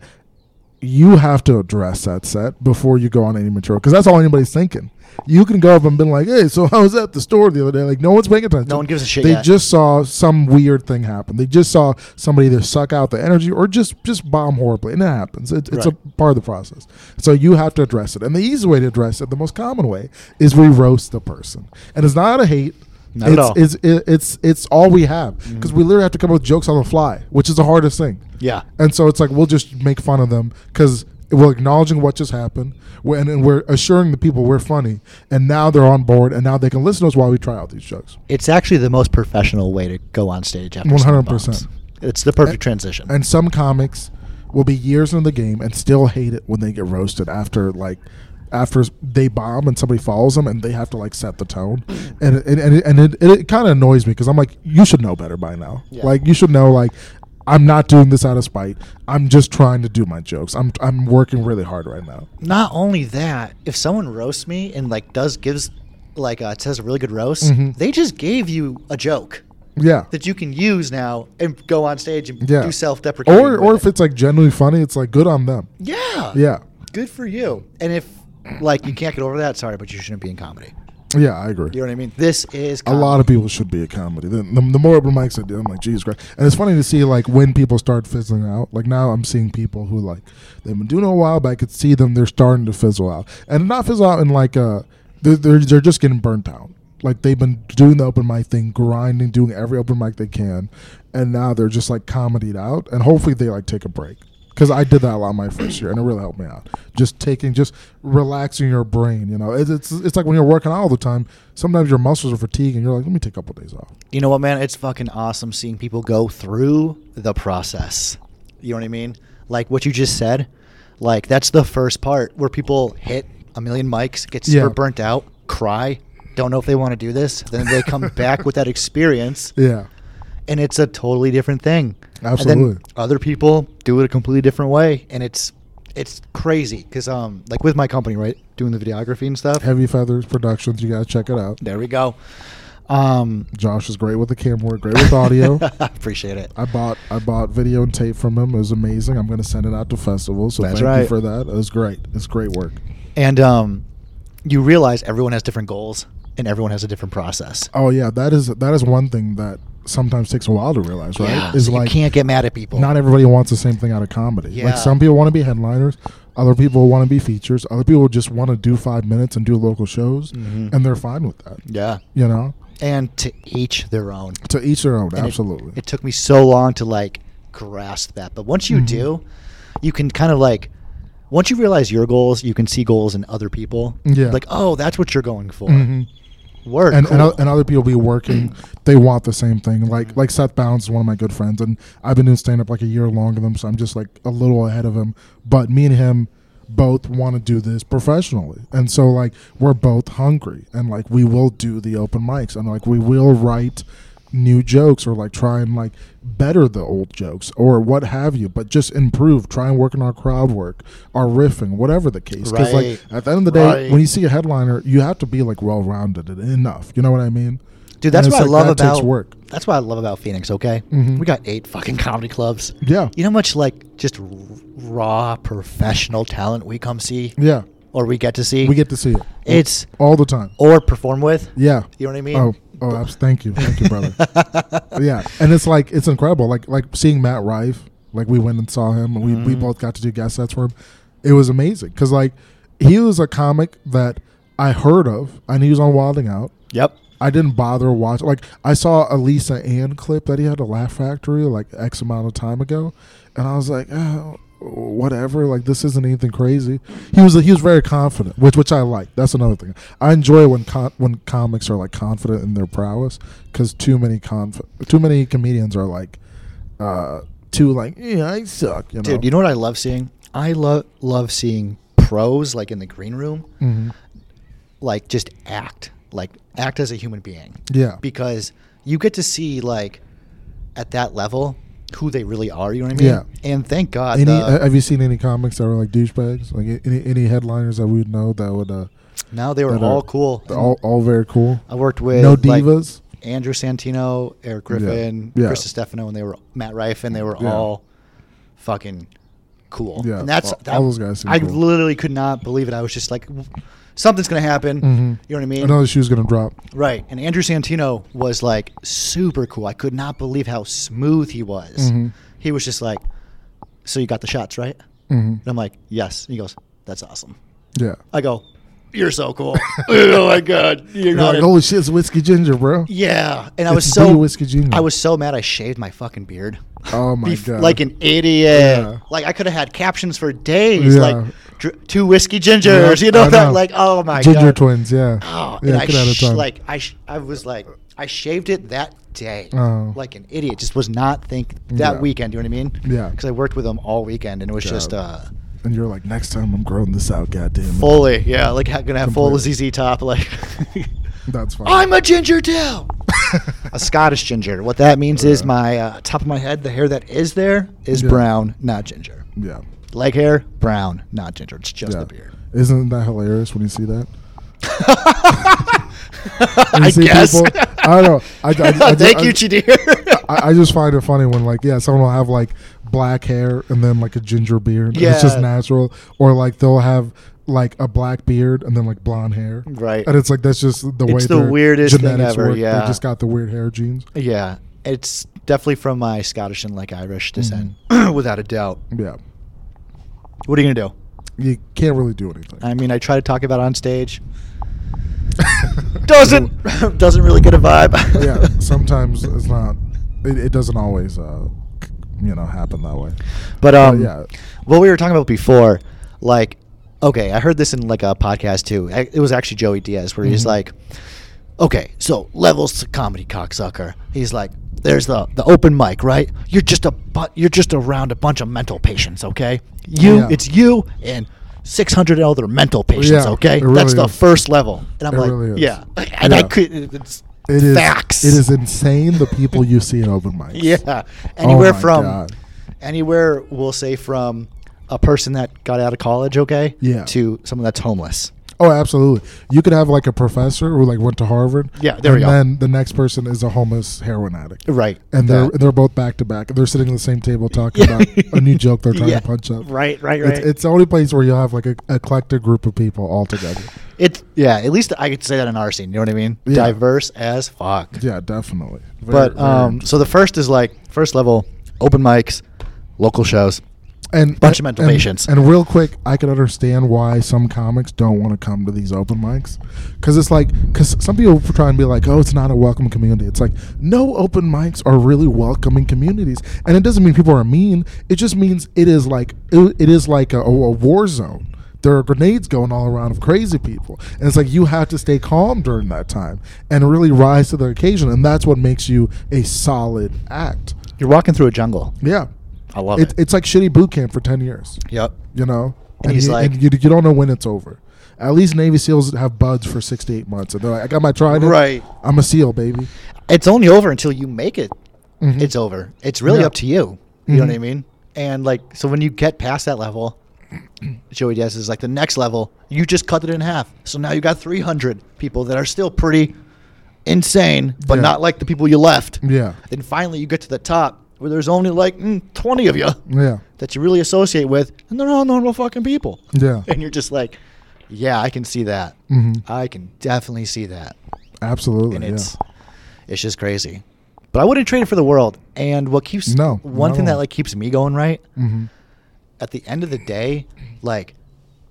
[SPEAKER 1] You have to address that set before you go on any material because that's all anybody's thinking. You can go up and be like, "Hey, so I was at the store the other day." Like, no one's paying attention.
[SPEAKER 2] No one gives a shit
[SPEAKER 1] They
[SPEAKER 2] yet.
[SPEAKER 1] just saw some weird thing happen. They just saw somebody either suck out the energy or just just bomb horribly, and it happens. It, it's
[SPEAKER 2] Right.
[SPEAKER 1] a part of the process. So you have to address it. And the easy way to address it, the most common way, is we roast the person. And it's not a hate.
[SPEAKER 2] Not at
[SPEAKER 1] it's,
[SPEAKER 2] all. Mm-hmm.
[SPEAKER 1] It's, it- it's, it's all we have. Because we literally have to come up with jokes on the fly, which is the hardest thing.
[SPEAKER 2] Yeah.
[SPEAKER 1] And so it's like, we'll just make fun of them because we're acknowledging what just happened we're- and, and we're assuring the people we're funny. And now they're on board and now they can listen to us while we try out these jokes.
[SPEAKER 2] It's actually the most professional way to go on stage after
[SPEAKER 1] 100%.
[SPEAKER 2] stand-ups. It's the perfect transition.
[SPEAKER 1] And some comics will be years in the game and still hate it when they get roasted after like after they bomb and somebody follows them and they have to like set the tone
[SPEAKER 2] Mm-hmm.
[SPEAKER 1] and it, and it, and it, it kind of annoys me because I'm like you should know better by now
[SPEAKER 2] Yeah.
[SPEAKER 1] like you should know like I'm not doing this out of spite I'm just trying to do my jokes I'm I'm working really hard right now
[SPEAKER 2] not only that, if someone roasts me and like does gives like uh, says a really good roast,
[SPEAKER 1] Mhm.
[SPEAKER 2] they just gave you a joke.
[SPEAKER 1] yeah
[SPEAKER 2] that you can use now and go on stage and
[SPEAKER 1] yeah
[SPEAKER 2] do self-deprecating.
[SPEAKER 1] or
[SPEAKER 2] with
[SPEAKER 1] or
[SPEAKER 2] it.
[SPEAKER 1] if it's like genuinely funny it's like good on them
[SPEAKER 2] yeah,
[SPEAKER 1] yeah
[SPEAKER 2] good for you. And if like you can't get over that, sorry, but you shouldn't be in comedy.
[SPEAKER 1] yeah I agree
[SPEAKER 2] You know what I mean? This is
[SPEAKER 1] a lot of people should be a comedy. The, the, the more open mics I do, I'm like, Jesus Christ. And it's funny to see like when people start fizzling out. Like now, I'm seeing people who like they've been doing it a while, but I could see them. They're starting to fizzle out, and not fizzle out in like uh, they're they're, they're just getting burnt out. Like they've been doing the open mic thing, grinding, doing every open mic they can, and now they're just like comedied out. And hopefully, they like take a break. Because I did that a lot my first year, and it really helped me out. Just taking, just relaxing your brain. You know, it's it's, it's like when you're working out all the time. Sometimes your muscles are fatigued, and you're like, let me take a couple days off.
[SPEAKER 2] you know what, man? It's fucking awesome seeing people go through the process. You know what I mean? Like what you just said. Like that's the first part where people hit a million mics, get super
[SPEAKER 1] Yeah.
[SPEAKER 2] burnt out, cry, don't know if they want to do this. Then they come back with that experience.
[SPEAKER 1] Yeah,
[SPEAKER 2] and it's a totally different thing. And then
[SPEAKER 1] Absolutely.
[SPEAKER 2] other people do it a completely different way, and it's it's crazy because um like with my company right doing the videography and stuff.
[SPEAKER 1] Heavy Feathers Productions. You gotta check it out.
[SPEAKER 2] There we go. Um,
[SPEAKER 1] Josh is great with the camera, work, great with audio.
[SPEAKER 2] appreciate it.
[SPEAKER 1] I bought I bought video and tape from him. It was amazing. I'm gonna send it out to festivals. So
[SPEAKER 2] That's
[SPEAKER 1] thank
[SPEAKER 2] right.
[SPEAKER 1] you for that. It was great. It's great work.
[SPEAKER 2] And um, you realize everyone has different goals and everyone has a different process.
[SPEAKER 1] Oh yeah, that is that is one thing that sometimes takes a while to realize. Right?
[SPEAKER 2] Yeah,
[SPEAKER 1] Is
[SPEAKER 2] so
[SPEAKER 1] like
[SPEAKER 2] you can't get mad at people.
[SPEAKER 1] not everybody wants the same thing out of comedy.
[SPEAKER 2] Yeah.
[SPEAKER 1] Like some people want to be headliners, other people want to be features, other people just want to do five minutes and do local shows,
[SPEAKER 2] Mhm.
[SPEAKER 1] and they're fine with that.
[SPEAKER 2] yeah,
[SPEAKER 1] You know,
[SPEAKER 2] and to each their own.
[SPEAKER 1] to each their own.
[SPEAKER 2] And it-
[SPEAKER 1] absolutely.
[SPEAKER 2] It, took me so long to like grasp that, but once you
[SPEAKER 1] Mhm.
[SPEAKER 2] do, you can kind of like once you realize your goals, you can see goals in other people.
[SPEAKER 1] Yeah.
[SPEAKER 2] Like, oh, that's what you're going for.
[SPEAKER 1] Mhm.
[SPEAKER 2] Work.
[SPEAKER 1] and,
[SPEAKER 2] cool. Mm.
[SPEAKER 1] and, o- and other people be working they want the same thing like like seth bounds is one of my good friends and i've been doing stand-up like a year longer than him so i'm just like a little ahead of him but me and him both want to do this professionally and so like we're both hungry and like we will do the open mics and like we will write new jokes or like try and like better the old jokes or what have you but just improve try and work on our crowd work our riffing whatever the case because
[SPEAKER 2] Right.
[SPEAKER 1] like at the end of the day
[SPEAKER 2] Right.
[SPEAKER 1] when you see a headliner, you have to be like well rounded enough. You know what I mean?
[SPEAKER 2] Dude, that's
[SPEAKER 1] And
[SPEAKER 2] what
[SPEAKER 1] it's
[SPEAKER 2] I
[SPEAKER 1] like,
[SPEAKER 2] love
[SPEAKER 1] that takes
[SPEAKER 2] about
[SPEAKER 1] work.
[SPEAKER 2] That's what I love about Phoenix. Okay,
[SPEAKER 1] Mhm.
[SPEAKER 2] we got eight fucking comedy clubs.
[SPEAKER 1] Yeah,
[SPEAKER 2] You know how much like just r- raw professional talent we come see
[SPEAKER 1] yeah.
[SPEAKER 2] or we get to see.
[SPEAKER 1] We get to see it.
[SPEAKER 2] It's-
[SPEAKER 1] all the time.
[SPEAKER 2] or perform with.
[SPEAKER 1] Yeah.
[SPEAKER 2] You know what I mean?
[SPEAKER 1] Oh, oh, abs- thank you, thank you, brother. yeah, and it's like it's incredible. Like like seeing Matt
[SPEAKER 2] Mm-hmm.
[SPEAKER 1] Rife. Like we went and saw him, and we, we both got to do guest sets for him. It was amazing because like he was a comic that I heard of. I knew he was on Wilding Out.
[SPEAKER 2] Yep.
[SPEAKER 1] I didn't bother watching. Like I saw a Lisa Ann clip that he had a Laugh Factory like X amount of time ago, and I was like, oh, whatever. Like this isn't anything crazy. He was he was very confident, which which I like. That's another thing. I enjoy when con- when comics are like confident in their prowess because too many conf- too many comedians are like uh too like yeah I suck. You know?
[SPEAKER 2] Dude, you know what I love seeing? I love love seeing pros like in the green room,
[SPEAKER 1] Mhm.
[SPEAKER 2] like just act, like act as a human being.
[SPEAKER 1] Yeah.
[SPEAKER 2] Because you get to see like at that level who they really are. You know what I mean?
[SPEAKER 1] Yeah.
[SPEAKER 2] And thank God.
[SPEAKER 1] Any uh,
[SPEAKER 2] the-
[SPEAKER 1] have you seen any comics that were like douchebags? Like any any headliners that we would know that would uh
[SPEAKER 2] No, Oh, they were
[SPEAKER 1] that are-
[SPEAKER 2] all cool.
[SPEAKER 1] they're all all very cool.
[SPEAKER 2] I worked with
[SPEAKER 1] no
[SPEAKER 2] like,
[SPEAKER 1] divas.
[SPEAKER 2] Andrew Santino, Eric Griffin,
[SPEAKER 1] Yeah.
[SPEAKER 2] Chris Stefano, and they were Matt Rife, and they were
[SPEAKER 1] Yeah.
[SPEAKER 2] all fucking cool.
[SPEAKER 1] Yeah,
[SPEAKER 2] and that's
[SPEAKER 1] all- all those guys seem
[SPEAKER 2] I
[SPEAKER 1] cool.
[SPEAKER 2] literally could not believe it. I was just like, w- something's gonna happen.
[SPEAKER 1] Mhm.
[SPEAKER 2] You know what I
[SPEAKER 1] I
[SPEAKER 2] mean?
[SPEAKER 1] know the shoe's gonna drop.
[SPEAKER 2] Right. And Andrew Santino was like super cool. I could not believe how smooth he was.
[SPEAKER 1] Mhm.
[SPEAKER 2] He was just like, so you got the shots right?
[SPEAKER 1] hmm
[SPEAKER 2] And I'm like, yes. And he goes, that's awesome.
[SPEAKER 1] Yeah.
[SPEAKER 2] I go, you're so cool. oh my god, you're
[SPEAKER 1] You're
[SPEAKER 2] not
[SPEAKER 1] like,
[SPEAKER 2] a-
[SPEAKER 1] holy shit, it's whiskey ginger, bro.
[SPEAKER 2] yeah, and I was
[SPEAKER 1] It's
[SPEAKER 2] so
[SPEAKER 1] the whiskey genius.
[SPEAKER 2] I was so mad. I shaved my fucking beard.
[SPEAKER 1] Oh my
[SPEAKER 2] Bef-
[SPEAKER 1] God.
[SPEAKER 2] Like an idiot.
[SPEAKER 1] Yeah.
[SPEAKER 2] Like I could have had captions for days.
[SPEAKER 1] Yeah.
[SPEAKER 2] Like dr- two whiskey gingers.
[SPEAKER 1] Yeah,
[SPEAKER 2] you know
[SPEAKER 1] I
[SPEAKER 2] that?
[SPEAKER 1] know.
[SPEAKER 2] Like oh my
[SPEAKER 1] ginger
[SPEAKER 2] god.
[SPEAKER 1] twins, yeah.
[SPEAKER 2] Oh,
[SPEAKER 1] yeah,
[SPEAKER 2] and I
[SPEAKER 1] good at a
[SPEAKER 2] sh-
[SPEAKER 1] time.
[SPEAKER 2] like I sh- I was like I shaved it that day.
[SPEAKER 1] Oh.
[SPEAKER 2] Like an idiot. Just was not think that
[SPEAKER 1] Yeah.
[SPEAKER 2] weekend. You know what I mean?
[SPEAKER 1] Yeah.
[SPEAKER 2] Because I worked with them all weekend, and it was just
[SPEAKER 1] God.
[SPEAKER 2] uh
[SPEAKER 1] and you're like, next time I'm growing this out, goddamn. it."
[SPEAKER 2] fully yeah like ha- gonna have full
[SPEAKER 1] Completely.
[SPEAKER 2] ZZ top like.
[SPEAKER 1] That's fine.
[SPEAKER 2] I'm a ginger too. a Scottish ginger. What that means is
[SPEAKER 1] Yeah.
[SPEAKER 2] my uh, top of my head, the hair that is there is
[SPEAKER 1] Yeah.
[SPEAKER 2] brown, not ginger.
[SPEAKER 1] yeah.
[SPEAKER 2] Leg hair, brown, not ginger. It's just
[SPEAKER 1] yeah.
[SPEAKER 2] the beard.
[SPEAKER 1] Isn't that hilarious when you see that? When you
[SPEAKER 2] I
[SPEAKER 1] see
[SPEAKER 2] guess.
[SPEAKER 1] people- I don't know. I, I, I,
[SPEAKER 2] Thank
[SPEAKER 1] I,
[SPEAKER 2] you, Chadir.
[SPEAKER 1] I, I just find it funny when like yeah, someone will have like black hair and then like a ginger beard. and it's just
[SPEAKER 2] Yeah.
[SPEAKER 1] natural. Or like they'll have like a black beard and then like blonde hair.
[SPEAKER 2] Right.
[SPEAKER 1] And it's like that's just the way
[SPEAKER 2] It's the
[SPEAKER 1] their
[SPEAKER 2] weirdest thing
[SPEAKER 1] genetics
[SPEAKER 2] ever,
[SPEAKER 1] work.
[SPEAKER 2] yeah.
[SPEAKER 1] They just got the weird hair genes.
[SPEAKER 2] yeah, it's definitely from my Scottish and like Irish descent, without a doubt.
[SPEAKER 1] Mm-hmm. Yeah.
[SPEAKER 2] What are you gonna do?
[SPEAKER 1] You can't really do anything.
[SPEAKER 2] I mean, I try to talk about it on stage. Doesn't doesn't really get a vibe.
[SPEAKER 1] yeah. Sometimes it's not. It, it doesn't always, uh, c- you know, happen that way.
[SPEAKER 2] But um,
[SPEAKER 1] yeah.
[SPEAKER 2] what we were talking about before, like, okay, I heard this in like a podcast too. I, it was actually Joey Diaz where he's
[SPEAKER 1] Mhm.
[SPEAKER 2] like, okay, so levels to comedy cocksucker. He's like, there's the the open mic, right? You're just a bu- you're just around a bunch of mental patients, okay? You,
[SPEAKER 1] Yeah.
[SPEAKER 2] it's you and. 600 other mental patients,
[SPEAKER 1] Yeah,
[SPEAKER 2] okay?
[SPEAKER 1] it really
[SPEAKER 2] That's the
[SPEAKER 1] is.
[SPEAKER 2] first level. And I'm
[SPEAKER 1] It
[SPEAKER 2] like,
[SPEAKER 1] really is.
[SPEAKER 2] yeah. And I
[SPEAKER 1] Yeah.
[SPEAKER 2] could, it's
[SPEAKER 1] It is
[SPEAKER 2] facts.
[SPEAKER 1] It is insane the people you see in open mics.
[SPEAKER 2] Yeah. Anywhere
[SPEAKER 1] Oh my
[SPEAKER 2] from
[SPEAKER 1] God.
[SPEAKER 2] anywhere we'll say from a person that got out of college, okay?
[SPEAKER 1] Yeah.
[SPEAKER 2] To someone that's homeless.
[SPEAKER 1] Oh, absolutely. You could have like a professor who like went to Harvard.
[SPEAKER 2] Yeah, there
[SPEAKER 1] and
[SPEAKER 2] we go.
[SPEAKER 1] then the next person is a homeless heroin addict.
[SPEAKER 2] Right.
[SPEAKER 1] And they're
[SPEAKER 2] That-
[SPEAKER 1] they're both back to back. They're sitting at the same table talking about a new joke they're trying
[SPEAKER 2] Yeah.
[SPEAKER 1] to punch up.
[SPEAKER 2] Right, right,
[SPEAKER 1] It's,
[SPEAKER 2] right.
[SPEAKER 1] it's the only place where you'll have like a eclectic group of people all together.
[SPEAKER 2] It's yeah, at least I could say that in our scene, you know what I mean?
[SPEAKER 1] Yeah.
[SPEAKER 2] Diverse as fuck.
[SPEAKER 1] Yeah, definitely. Very-
[SPEAKER 2] But
[SPEAKER 1] very
[SPEAKER 2] um so the first is like first level open mics, local shows.
[SPEAKER 1] and
[SPEAKER 2] Bunch of mental
[SPEAKER 1] and-
[SPEAKER 2] patients.
[SPEAKER 1] And real quick, I can understand why some comics don't want to come to these open mics, because it's like, because some people try and be like, oh, it's not a welcome community. It's like no open mics are really welcoming communities, and it doesn't mean people are mean. It just means it is like it, it is like a, a war zone. There are grenades going all around of crazy people, and it's like you have to stay calm during that time and really rise to the occasion, and that's what makes you a solid act.
[SPEAKER 2] You're walking through a jungle.
[SPEAKER 1] Yeah,
[SPEAKER 2] I love
[SPEAKER 1] it,
[SPEAKER 2] it.
[SPEAKER 1] it's like shitty boot camp for ten years
[SPEAKER 2] yep.
[SPEAKER 1] you know
[SPEAKER 2] And he's
[SPEAKER 1] you,
[SPEAKER 2] like-
[SPEAKER 1] you, you don't know when it's over at least navy seals have buds for six to eight months and they're like i got my trident
[SPEAKER 2] Right.
[SPEAKER 1] i'm a seal baby
[SPEAKER 2] It's only over until you make it
[SPEAKER 1] Mhm.
[SPEAKER 2] it's over. It's really
[SPEAKER 1] Yeah.
[SPEAKER 2] up to you. You know what I
[SPEAKER 1] Mhm.
[SPEAKER 2] mean? And like, so when you get past that level, Joey Diaz is like the next level. You just cut it in half. So now you got 300 people that are still pretty insane, but
[SPEAKER 1] Yeah.
[SPEAKER 2] not like the people you left.
[SPEAKER 1] yeah
[SPEAKER 2] Then finally you get to the top where there's only like mm, 20 of you
[SPEAKER 1] yeah
[SPEAKER 2] that you really associate with, and they're all normal fucking people.
[SPEAKER 1] yeah
[SPEAKER 2] And you're just like, yeah, I can see that.
[SPEAKER 1] hmm
[SPEAKER 2] I can definitely see that
[SPEAKER 1] absolutely
[SPEAKER 2] and
[SPEAKER 1] yeah
[SPEAKER 2] it's it's just crazy. But I wouldn't trade it for the world. And what keeps
[SPEAKER 1] No,
[SPEAKER 2] one
[SPEAKER 1] not
[SPEAKER 2] thing
[SPEAKER 1] at Mm-hmm.
[SPEAKER 2] that
[SPEAKER 1] all.
[SPEAKER 2] like keeps me going right
[SPEAKER 1] hmm
[SPEAKER 2] at the end of the day, like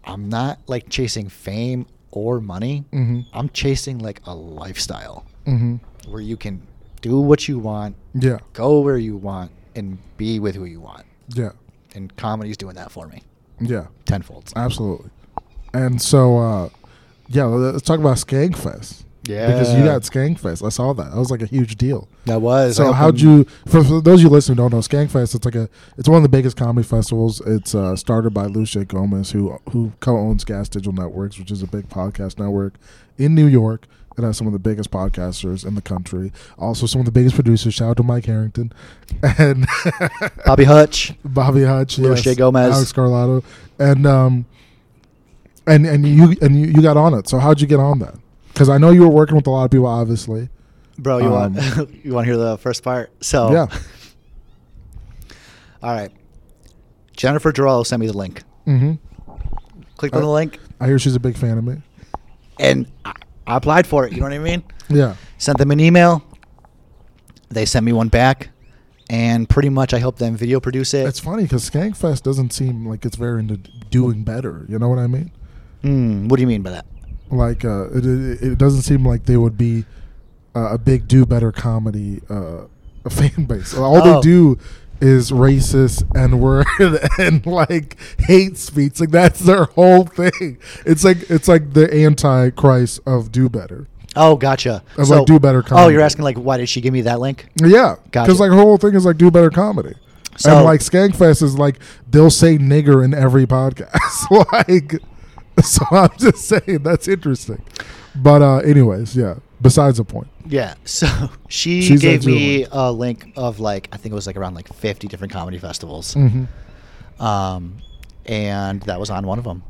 [SPEAKER 2] I'm not like chasing fame or money.
[SPEAKER 1] Mhm.
[SPEAKER 2] I'm chasing like a lifestyle
[SPEAKER 1] Mm-hmm.
[SPEAKER 2] where you can do what you want,
[SPEAKER 1] Yeah.
[SPEAKER 2] go where you want, and be with who you want.
[SPEAKER 1] Yeah.
[SPEAKER 2] And comedy's doing that for me
[SPEAKER 1] Yeah.
[SPEAKER 2] tenfold.
[SPEAKER 1] Absolutely. And so, uh, yeah, let's talk about Skankfest. Because you
[SPEAKER 2] Yeah.
[SPEAKER 1] got Skankfest. I saw that. That was like a huge deal.
[SPEAKER 2] That was I
[SPEAKER 1] So
[SPEAKER 2] hope
[SPEAKER 1] how'd
[SPEAKER 2] I'm-
[SPEAKER 1] you? For, for those of you listening who don't know, Skankfest. It's like a. It's one of the biggest comedy festivals. It's uh, started by Lucia Gomez, who who co-owns Gas Digital Networks, which is a big podcast network in New York. It has some of the biggest podcasters in the country. Also, some of the biggest producers. Shout out to Mike Harrington and
[SPEAKER 2] Bobby Hutch?
[SPEAKER 1] Bobby Hutch,
[SPEAKER 2] Lucia Gomez.
[SPEAKER 1] Alex Carlotto, and um, and and you and you, you got on it. So how'd you get on that? Because I know you were working with a lot of people, obviously.
[SPEAKER 2] Bro, you
[SPEAKER 1] Um,
[SPEAKER 2] want you want to hear the first part? So
[SPEAKER 1] Yeah.
[SPEAKER 2] All right. Jennifer Giraldo sent me the link.
[SPEAKER 1] Mm-hmm.
[SPEAKER 2] Clicked on the
[SPEAKER 1] Uh,
[SPEAKER 2] link,
[SPEAKER 1] I hear she's a big fan of me.
[SPEAKER 2] and I, I applied for it. You know what I mean?
[SPEAKER 1] Yeah.
[SPEAKER 2] Sent them an email. They sent me one back, and pretty much I helped them video produce it.
[SPEAKER 1] It's funny because Skankfest doesn't seem like it's very into doing better. You know what I mean?
[SPEAKER 2] Hmm, what do you mean by that?
[SPEAKER 1] Like uh, it, it, it doesn't seem like they would be uh, a big do better comedy uh, a fan base. All
[SPEAKER 2] Oh.
[SPEAKER 1] they do is racist and word and like hate speech. Like that's their whole thing. It's like it's like the antichrist of do better.
[SPEAKER 2] Oh, gotcha.
[SPEAKER 1] Of, like, do better
[SPEAKER 2] Oh,
[SPEAKER 1] comedy.
[SPEAKER 2] you're asking like why did she give me that link?
[SPEAKER 1] Yeah,
[SPEAKER 2] Gotcha.
[SPEAKER 1] because like her whole thing is like do better comedy.
[SPEAKER 2] So-
[SPEAKER 1] and like Skankfest is like they'll say nigger in every podcast. like, so I'm just saying that's interesting. But uh anyways, yeah. Besides the point,
[SPEAKER 2] Yeah. So she
[SPEAKER 1] She's
[SPEAKER 2] gave
[SPEAKER 1] actually
[SPEAKER 2] me
[SPEAKER 1] a link.
[SPEAKER 2] a link of like I think it was like around like 50 different comedy festivals.
[SPEAKER 1] mm-hmm.
[SPEAKER 2] Um, and that was on one of them.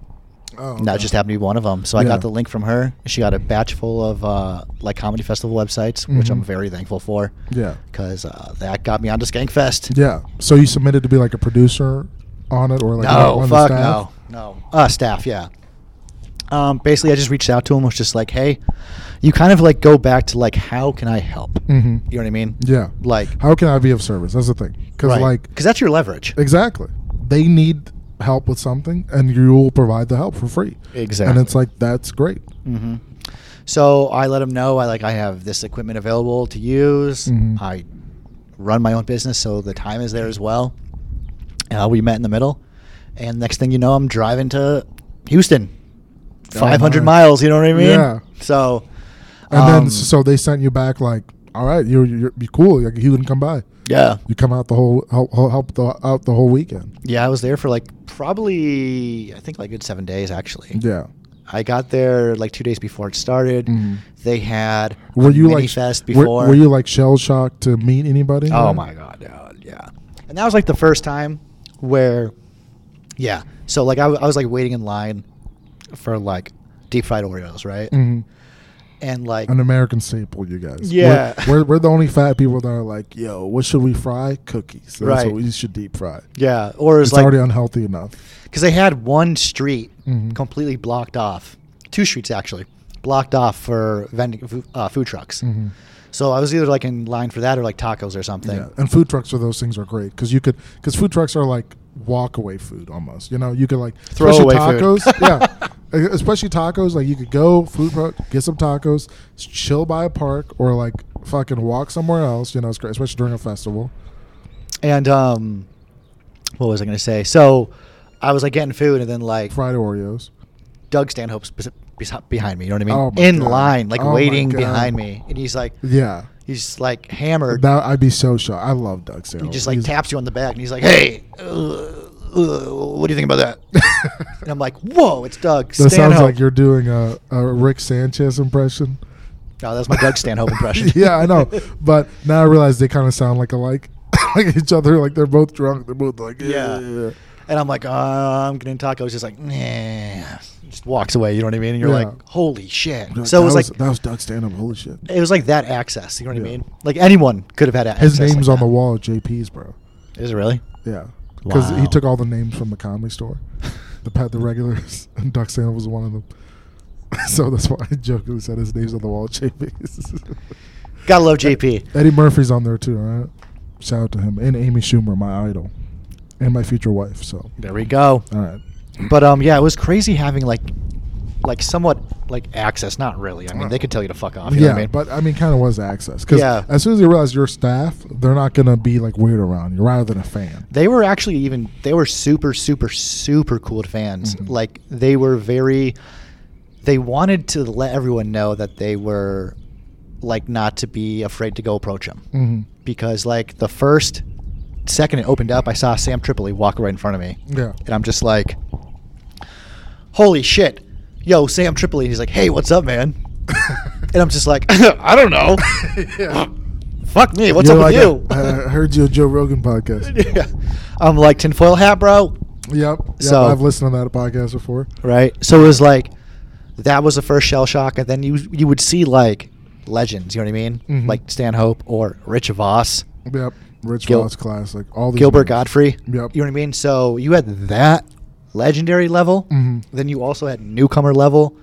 [SPEAKER 1] oh,
[SPEAKER 2] That just happened to be one of them. So I
[SPEAKER 1] Yeah.
[SPEAKER 2] got the link from her. She got a batch full of uh, like comedy festival websites, which
[SPEAKER 1] Mhm.
[SPEAKER 2] I'm very thankful for
[SPEAKER 1] Yeah,
[SPEAKER 2] because uh, that got me onto Skankfest.
[SPEAKER 1] yeah. So you submitted to be like a producer on it, or like
[SPEAKER 2] no,
[SPEAKER 1] on
[SPEAKER 2] fuck
[SPEAKER 1] the
[SPEAKER 2] no,
[SPEAKER 1] staff?
[SPEAKER 2] no. Uh, staff, yeah. Um, basically, I just reached out to him. Was just like, hey, you kind of like go back to like, how can I help?
[SPEAKER 1] Mhm.
[SPEAKER 2] You know what I mean?
[SPEAKER 1] Yeah.
[SPEAKER 2] Like,
[SPEAKER 1] How can I be of service? That's the thing. Because like
[SPEAKER 2] because that's your leverage.
[SPEAKER 1] Exactly. They need help with something, and you will provide the help for free. And
[SPEAKER 2] Exactly.
[SPEAKER 1] it's like that's great.
[SPEAKER 2] hmm So I let him know I like I have this equipment available to use.
[SPEAKER 1] Mhm.
[SPEAKER 2] I run my own business, so the time is there as well. Uh, we met in the middle, and next thing you know, I'm driving to Houston,
[SPEAKER 1] Oh,
[SPEAKER 2] 500
[SPEAKER 1] nice.
[SPEAKER 2] miles. You know what I mean?
[SPEAKER 1] Yeah.
[SPEAKER 2] So,
[SPEAKER 1] And
[SPEAKER 2] um,
[SPEAKER 1] then so they sent you back like, all right, you're you're, you're cool. Like, you can come by.
[SPEAKER 2] yeah,
[SPEAKER 1] You come out the whole help, help the, out the whole weekend.
[SPEAKER 2] yeah, I was there for like probably I think like a good seven days actually.
[SPEAKER 1] Yeah.
[SPEAKER 2] I got there like two days before it started.
[SPEAKER 1] Mhm.
[SPEAKER 2] They had
[SPEAKER 1] Were you
[SPEAKER 2] mini
[SPEAKER 1] like
[SPEAKER 2] fest
[SPEAKER 1] were-
[SPEAKER 2] before?
[SPEAKER 1] Were, you like shell shocked to meet anybody?
[SPEAKER 2] Oh my god, dude, yeah. And that was like the first time where, yeah. So like I, w- I was like waiting in line for like deep fried Oreos, right?
[SPEAKER 1] hmm
[SPEAKER 2] And like
[SPEAKER 1] An American staple, you guys. We're-
[SPEAKER 2] Yeah.
[SPEAKER 1] We're, we're, the only fat people that are like, yo, what should we fry? Cookies. That's
[SPEAKER 2] Right.
[SPEAKER 1] what we should deep fry.
[SPEAKER 2] yeah, or it was
[SPEAKER 1] It's
[SPEAKER 2] like
[SPEAKER 1] already unhealthy enough.
[SPEAKER 2] because they had one street
[SPEAKER 1] Mhm.
[SPEAKER 2] completely blocked off, two streets actually blocked off for vending fu- uh, food trucks.
[SPEAKER 1] Mhm.
[SPEAKER 2] So I was either like in line for that or like tacos or something.
[SPEAKER 1] Yeah, and food trucks are those things are great because you could because food trucks are like walk away food almost. You know, you could like
[SPEAKER 2] Throw
[SPEAKER 1] especially
[SPEAKER 2] away food.
[SPEAKER 1] tacos. yeah, E, especially tacos. Like you could go food truck, get some tacos, s- chill by a park, or like fucking walk somewhere else. You know, it's great, especially during a festival.
[SPEAKER 2] And um, what was I gonna say? So I was like getting food and then like
[SPEAKER 1] Fried Oreos.
[SPEAKER 2] Doug Stanhope's bes- bes- behind me. You know what I mean?
[SPEAKER 1] Oh my
[SPEAKER 2] in
[SPEAKER 1] God.
[SPEAKER 2] line, like
[SPEAKER 1] Oh my
[SPEAKER 2] waiting
[SPEAKER 1] God.
[SPEAKER 2] behind me, and he's like,
[SPEAKER 1] Yeah,
[SPEAKER 2] he's like hammered.
[SPEAKER 1] that oh, I'd be so shocked. I love Doug Sanders.
[SPEAKER 2] he just like taps you on the back, and he's like, hey, uh, uh, what do you think about that? and I'm like, whoa, it's Doug
[SPEAKER 1] That
[SPEAKER 2] Stanhope.
[SPEAKER 1] sounds like you're doing a, a Rick Sanchez impression.
[SPEAKER 2] No, Oh, that's my Doug Stanhope impression.
[SPEAKER 1] yeah, I know. But now I realize they kind of sound like alike, like each other. Like they're both drunk. They're both like yeah.
[SPEAKER 2] Yeah. And I'm like, uh, I'm getting tacos. He's like, nah. Just walks away. You know what I mean? And you're
[SPEAKER 1] Yeah.
[SPEAKER 2] like, holy shit.
[SPEAKER 1] Like,
[SPEAKER 2] so it
[SPEAKER 1] that
[SPEAKER 2] was like,
[SPEAKER 1] that was Doug Stanhope. Holy shit.
[SPEAKER 2] it was like that access. You know what
[SPEAKER 1] Yeah.
[SPEAKER 2] I mean? Like anyone could have had access.
[SPEAKER 1] His name's
[SPEAKER 2] like
[SPEAKER 1] on the
[SPEAKER 2] that.
[SPEAKER 1] wall at JP's, bro.
[SPEAKER 2] Is it really?
[SPEAKER 1] Yeah, because he
[SPEAKER 2] Wow.
[SPEAKER 1] took all the names from the comedy store, the pet, the regulars, and Doug Stanhope was one of them. so that's why I jokingly said his name's on the wall at JP's.
[SPEAKER 2] Gotta love JP.
[SPEAKER 1] Eddie Murphy's on there too. All right, shout out to him and Amy Schumer, my idol, and my future wife. So
[SPEAKER 2] There we go.
[SPEAKER 1] all right,
[SPEAKER 2] But um, yeah, it was crazy having like, like somewhat like access. Not really. I mean, they could tell you to fuck off. You know
[SPEAKER 1] yeah,
[SPEAKER 2] what I mean?
[SPEAKER 1] but I mean, kind of was access because
[SPEAKER 2] Yeah.
[SPEAKER 1] as soon as they realize you're staff, they're not gonna be like weird around you, rather than a fan.
[SPEAKER 2] they were actually even they were super super super cool fans
[SPEAKER 1] Mhm.
[SPEAKER 2] like they were very they wanted to let everyone know that they were like not to be afraid to go approach him
[SPEAKER 1] hmm
[SPEAKER 2] because like the first second it opened up i saw sam tripoli walk right in front of me
[SPEAKER 1] Yeah,
[SPEAKER 2] and i'm just like holy shit yo sam tripoli and he's like hey what's up man and i'm just like i don't know
[SPEAKER 1] yeah.
[SPEAKER 2] fuck me what's
[SPEAKER 1] You're
[SPEAKER 2] up
[SPEAKER 1] like, uh,
[SPEAKER 2] with
[SPEAKER 1] I,
[SPEAKER 2] you
[SPEAKER 1] I heard you on Joe Rogan podcast. yep,
[SPEAKER 2] yeah. i'm like tinfoil hat bro
[SPEAKER 1] yep.
[SPEAKER 2] So-
[SPEAKER 1] I've listened to that podcast before.
[SPEAKER 2] right? So it was like that was the first shell shock, and then you you would see like legends, you know what I mean?
[SPEAKER 1] Mhm.
[SPEAKER 2] Like Stan Hope or Rich Voss,
[SPEAKER 1] Yep, Rich
[SPEAKER 2] Gil-
[SPEAKER 1] Ross classic. All these
[SPEAKER 2] Gilbert
[SPEAKER 1] names.
[SPEAKER 2] Godfrey.
[SPEAKER 1] Yep.
[SPEAKER 2] You know what I mean? So you had that legendary level.
[SPEAKER 1] Mhm.
[SPEAKER 2] Then you also had newcomer level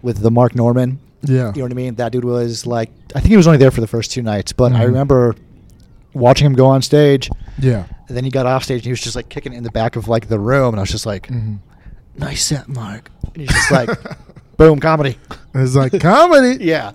[SPEAKER 2] with the Mark Norman.
[SPEAKER 1] Yeah.
[SPEAKER 2] You know what I mean? That dude was like, I think he was only there for the first two nights, but I
[SPEAKER 1] Mhm.
[SPEAKER 2] remember watching him go on stage.
[SPEAKER 1] Yeah.
[SPEAKER 2] And then he got off stage and he was just like kicking it in the back of like the room, and I was just like,
[SPEAKER 1] Mhm.
[SPEAKER 2] "Nice set, Mark." And he's just like, Boom, comedy.
[SPEAKER 1] It's like comedy.
[SPEAKER 2] yeah.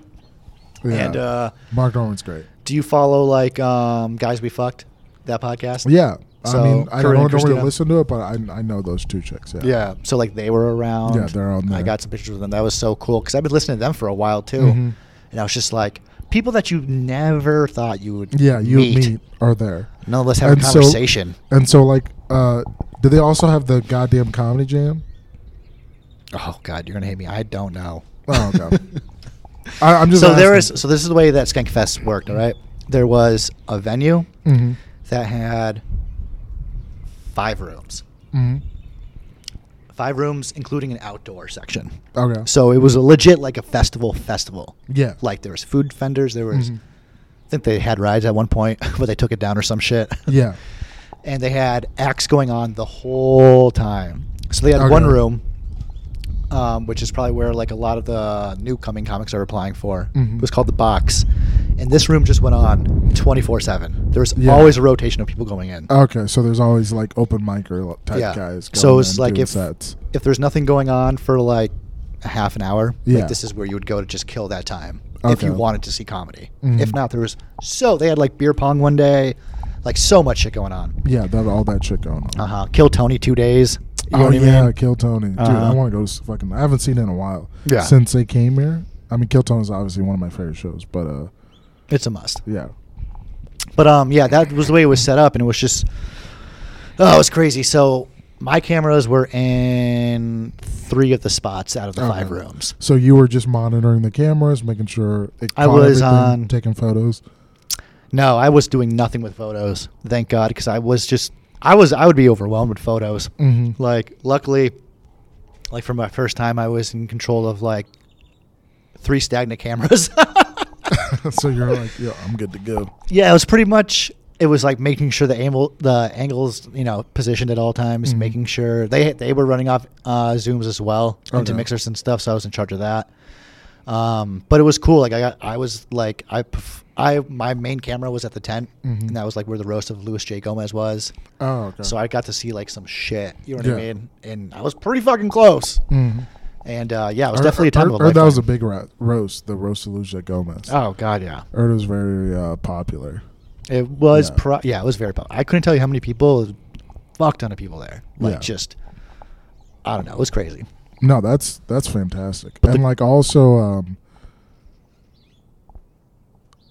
[SPEAKER 1] Yeah.
[SPEAKER 2] And uh,
[SPEAKER 1] Mark Norman's great.
[SPEAKER 2] do you follow like um, guys we fucked that podcast?
[SPEAKER 1] Yeah.
[SPEAKER 2] So,
[SPEAKER 1] I mean, I don't,
[SPEAKER 2] Corinne and
[SPEAKER 1] don't really
[SPEAKER 2] Christina.
[SPEAKER 1] listen to it, but I, I know those two chicks. Yeah.
[SPEAKER 2] Yeah. So like they were around.
[SPEAKER 1] Yeah, they're on
[SPEAKER 2] I
[SPEAKER 1] there.
[SPEAKER 2] got some pictures of them. That was so cool because I've been listening to them for a while too,
[SPEAKER 1] Mhm.
[SPEAKER 2] and I was just like people that you never thought you would.
[SPEAKER 1] Yeah, you
[SPEAKER 2] meet.
[SPEAKER 1] and me are there.
[SPEAKER 2] No, let's have
[SPEAKER 1] And
[SPEAKER 2] a
[SPEAKER 1] so-
[SPEAKER 2] conversation.
[SPEAKER 1] And so, like, uh, do they also have the goddamn comedy jam?
[SPEAKER 2] oh God, you're gonna hate me. I don't know.
[SPEAKER 1] Oh, okay. I, I'm just
[SPEAKER 2] so there is.
[SPEAKER 1] asking.
[SPEAKER 2] So this is the way that Skunk Fest worked. All right. There was a venue
[SPEAKER 1] Mhm.
[SPEAKER 2] that had five rooms.
[SPEAKER 1] Mhm.
[SPEAKER 2] five rooms including an outdoor section
[SPEAKER 1] Okay.
[SPEAKER 2] so it was a legit like a festival festival
[SPEAKER 1] yeah,
[SPEAKER 2] like there was food vendors there was
[SPEAKER 1] Mhm.
[SPEAKER 2] i think they had rides at one point but they took it down or some shit
[SPEAKER 1] yeah,
[SPEAKER 2] and they had acts going on the whole time so they had one
[SPEAKER 1] Okay.
[SPEAKER 2] room um, which is probably where like a lot of the new coming comics are applying for
[SPEAKER 1] Mhm.
[SPEAKER 2] it was called the box and this room just went on 24-7 there was
[SPEAKER 1] Yeah.
[SPEAKER 2] always a rotation of people going in
[SPEAKER 1] okay. So there's always like open micer type guys.
[SPEAKER 2] So
[SPEAKER 1] going
[SPEAKER 2] it's
[SPEAKER 1] in
[SPEAKER 2] like
[SPEAKER 1] doing
[SPEAKER 2] if
[SPEAKER 1] sets.
[SPEAKER 2] if there's nothing going on for like a half an hour,
[SPEAKER 1] Yeah.
[SPEAKER 2] like this is where you would go to just kill that time if
[SPEAKER 1] Okay.
[SPEAKER 2] you wanted to see comedy.
[SPEAKER 1] Mhm.
[SPEAKER 2] If not, there was so they had like beer pong one day, like so much shit going on.
[SPEAKER 1] yeah, that all that shit going on.
[SPEAKER 2] Uh huh. Kill Tony two days. You know
[SPEAKER 1] oh
[SPEAKER 2] what I
[SPEAKER 1] yeah,
[SPEAKER 2] mean?
[SPEAKER 1] Kill Tony, dude. I
[SPEAKER 2] Uh-huh.
[SPEAKER 1] want to go to s- fucking. I haven't seen it in a while.
[SPEAKER 2] Yeah.
[SPEAKER 1] since they came here. I mean, Kill Tony's obviously one of my favorite shows, but uh,
[SPEAKER 2] It's a must.
[SPEAKER 1] yeah,
[SPEAKER 2] But um, yeah, that was the way it was set up, and it was just oh, it was crazy. So my cameras were in three of the spots out of the five
[SPEAKER 1] Okay.
[SPEAKER 2] rooms.
[SPEAKER 1] So you were just monitoring the cameras, making sure it
[SPEAKER 2] I
[SPEAKER 1] caught
[SPEAKER 2] was
[SPEAKER 1] everything,
[SPEAKER 2] on-
[SPEAKER 1] taking photos.
[SPEAKER 2] No, I was doing nothing with photos. Thank God, because I was just I was I would be overwhelmed with photos.
[SPEAKER 1] Mhm.
[SPEAKER 2] Like, luckily, like for my first time, I was in control of like three stagnant cameras.
[SPEAKER 1] so you're like, yo, I'm good to go.
[SPEAKER 2] yeah, it was pretty much. It was like making sure the angle, the angles, you know, positioned at all times.
[SPEAKER 1] Mhm.
[SPEAKER 2] Making sure they they were running off uh, zooms as well into
[SPEAKER 1] Okay.
[SPEAKER 2] mixers and stuff. So I was in charge of that. Um, but it was cool. Like I got, I was like, I, pref- I, my main camera was at the tent,
[SPEAKER 1] Mhm.
[SPEAKER 2] and that was like where the roast of Luis J Gomez was.
[SPEAKER 1] Oh, okay.
[SPEAKER 2] So I got to see like some shit. You know what I
[SPEAKER 1] Yeah.
[SPEAKER 2] mean? And I was pretty fucking close.
[SPEAKER 1] Mhm.
[SPEAKER 2] And uh, yeah, it was
[SPEAKER 1] Heard-
[SPEAKER 2] definitely a time
[SPEAKER 1] heard-
[SPEAKER 2] of a
[SPEAKER 1] heard that was a
[SPEAKER 2] lifetime.
[SPEAKER 1] big ro- roast, the roast of Lucia Gomez.
[SPEAKER 2] Oh god, yeah.
[SPEAKER 1] Heard it was very uh, popular.
[SPEAKER 2] It was
[SPEAKER 1] Yeah.
[SPEAKER 2] pro- yeah, it was very popular. I couldn't tell you how many people, it was a fuck ton of people there. Like
[SPEAKER 1] Yeah.
[SPEAKER 2] just, I don't know, it was crazy.
[SPEAKER 1] No, that's that's fantastic.
[SPEAKER 2] But the-
[SPEAKER 1] and like also, um,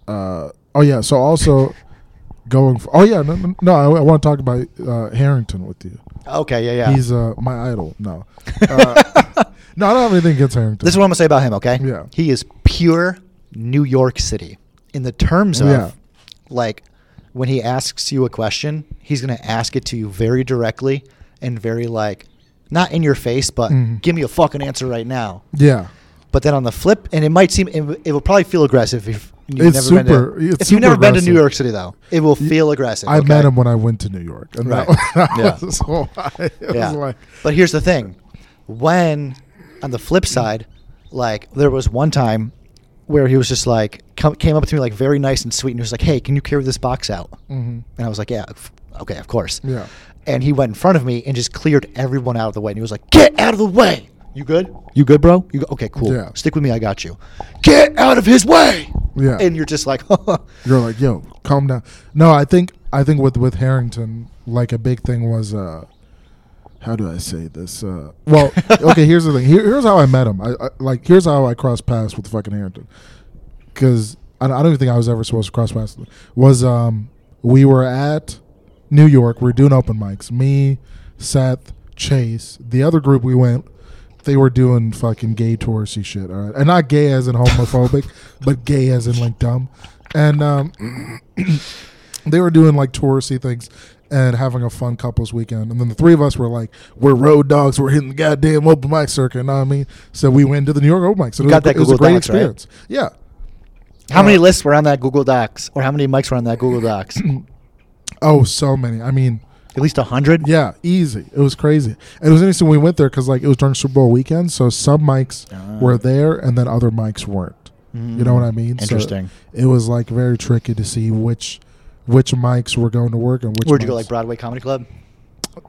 [SPEAKER 1] uh, oh yeah. So also going. For, oh yeah. No, no, no I, I want to talk about uh, Harrington with you.
[SPEAKER 2] Okay, yeah, yeah.
[SPEAKER 1] He's uh, my idol. No, uh, no, I don't have anything against Harrington.
[SPEAKER 2] this is what I'm gonna say about him. Okay,
[SPEAKER 1] Yeah.
[SPEAKER 2] he is pure New York City in the terms of
[SPEAKER 1] Yeah.
[SPEAKER 2] like when he asks you a question, he's gonna ask it to you very directly and very like not in your face, but
[SPEAKER 1] Mhm.
[SPEAKER 2] give me a fucking answer right now.
[SPEAKER 1] Yeah.
[SPEAKER 2] But then on the flip, and it might seem it, w- it will probably feel aggressive if you've
[SPEAKER 1] It's
[SPEAKER 2] never
[SPEAKER 1] super-
[SPEAKER 2] been
[SPEAKER 1] it's
[SPEAKER 2] to, if you've
[SPEAKER 1] super
[SPEAKER 2] never been to
[SPEAKER 1] aggressive.
[SPEAKER 2] New York City though. It will
[SPEAKER 1] Y-
[SPEAKER 2] feel aggressive.
[SPEAKER 1] I
[SPEAKER 2] okay?
[SPEAKER 1] met him when I went to New York, and
[SPEAKER 2] Right.
[SPEAKER 1] that, that
[SPEAKER 2] Yeah.
[SPEAKER 1] was why. It
[SPEAKER 2] Yeah.
[SPEAKER 1] was like,
[SPEAKER 2] but here's the thing: when on the flip side, like there was one time where he was just like come, came up to me like very nice and sweet, and he was like, "Hey, can you carry this box out?"
[SPEAKER 1] mhm.
[SPEAKER 2] And I was like, "Yeah, f- okay, of course.
[SPEAKER 1] Yeah.
[SPEAKER 2] And he went in front of me and just cleared everyone out of the way. And he was like, "Get out of the way! You good? You good, bro? You go- okay? Cool.
[SPEAKER 1] Yeah.
[SPEAKER 2] Stick with me. I got you. Get out of his way!"
[SPEAKER 1] Yeah.
[SPEAKER 2] And you're just like,
[SPEAKER 1] You're like, yo, calm down. No, I think I think with with Harrington, like a big thing was uh how do I say this? Uh, well, okay. Here's the thing. Here, here's how I met him. I, I like. Here's how I crossed paths with fucking Harrington, because I, don't- I don't even think I was ever supposed to cross paths. with him. Was um, we were at New York. We were doing open mics. Me, Seth, Chase, the other group we went. They were doing fucking gay touristy shit. All right, and not gay as in homophobic, but gay as in like dumb. And um, they were doing like touristy things and having a fun couples weekend. And then the three of us were like, we're road dogs. We're hitting the goddamn open mic circuit. You know what I mean? So we went to the New York open mic. So it, was,
[SPEAKER 2] got
[SPEAKER 1] a-
[SPEAKER 2] that
[SPEAKER 1] it was a
[SPEAKER 2] Google
[SPEAKER 1] great
[SPEAKER 2] Docs, right?
[SPEAKER 1] experience. Yeah.
[SPEAKER 2] "How many lists were on that Google Docs, or how many mics were on that Google Docs?
[SPEAKER 1] Oh, so many. I mean,
[SPEAKER 2] At least a hundred.
[SPEAKER 1] yeah, easy. It was crazy. And it was interesting. when We went there because like it was during Super Bowl weekend. So some mics
[SPEAKER 2] Ah.
[SPEAKER 1] were there and then other mics weren't. You know what I mean? So
[SPEAKER 2] Interesting.
[SPEAKER 1] it was like very tricky to see which which mics were going to work and which
[SPEAKER 2] Where'd you go?
[SPEAKER 1] mics-
[SPEAKER 2] Like Broadway Comedy Club?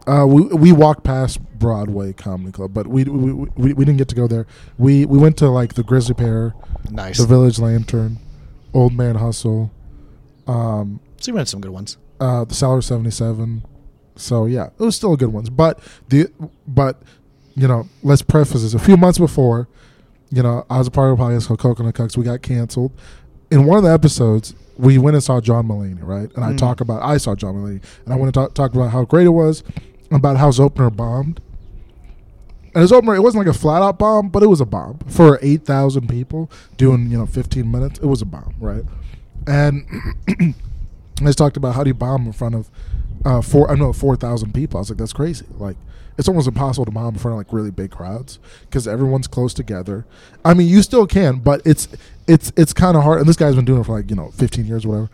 [SPEAKER 1] Uh, we we walked past Broadway Comedy Club, but we we, we we didn't get to go there. We we went to like the Grizzly Bear,
[SPEAKER 2] Nice.
[SPEAKER 1] the Village Lantern, Old Man Hustle, um,
[SPEAKER 2] So you ran some good ones.
[SPEAKER 1] uh, the Salary Seventy Seven. So yeah, it was still good ones. But the but you know, let's preface this. A few months before, you know, I was a part of a podcast called Coconut Cucks. We got canceled. In one of the episodes, we went and saw John Mulaney, right? And I
[SPEAKER 2] Mm.
[SPEAKER 1] talk about I saw John Mulaney, and I want to talk, talk about how great it was, about how his opener bombed. And his opener, it wasn't like a flat out bomb, but it was a bomb for eight thousand people doing you know fifteen minutes. It was a bomb, right? And I just talked about how do you bomb in front of uh, four? I know four thousand people. I was like, that's crazy. Like, it's almost impossible to bomb in front of like really big crowds because everyone's close together. I mean, you still can, but it's it's it's kind of hard. And this guy's been doing it for like you know fifteen years, or whatever.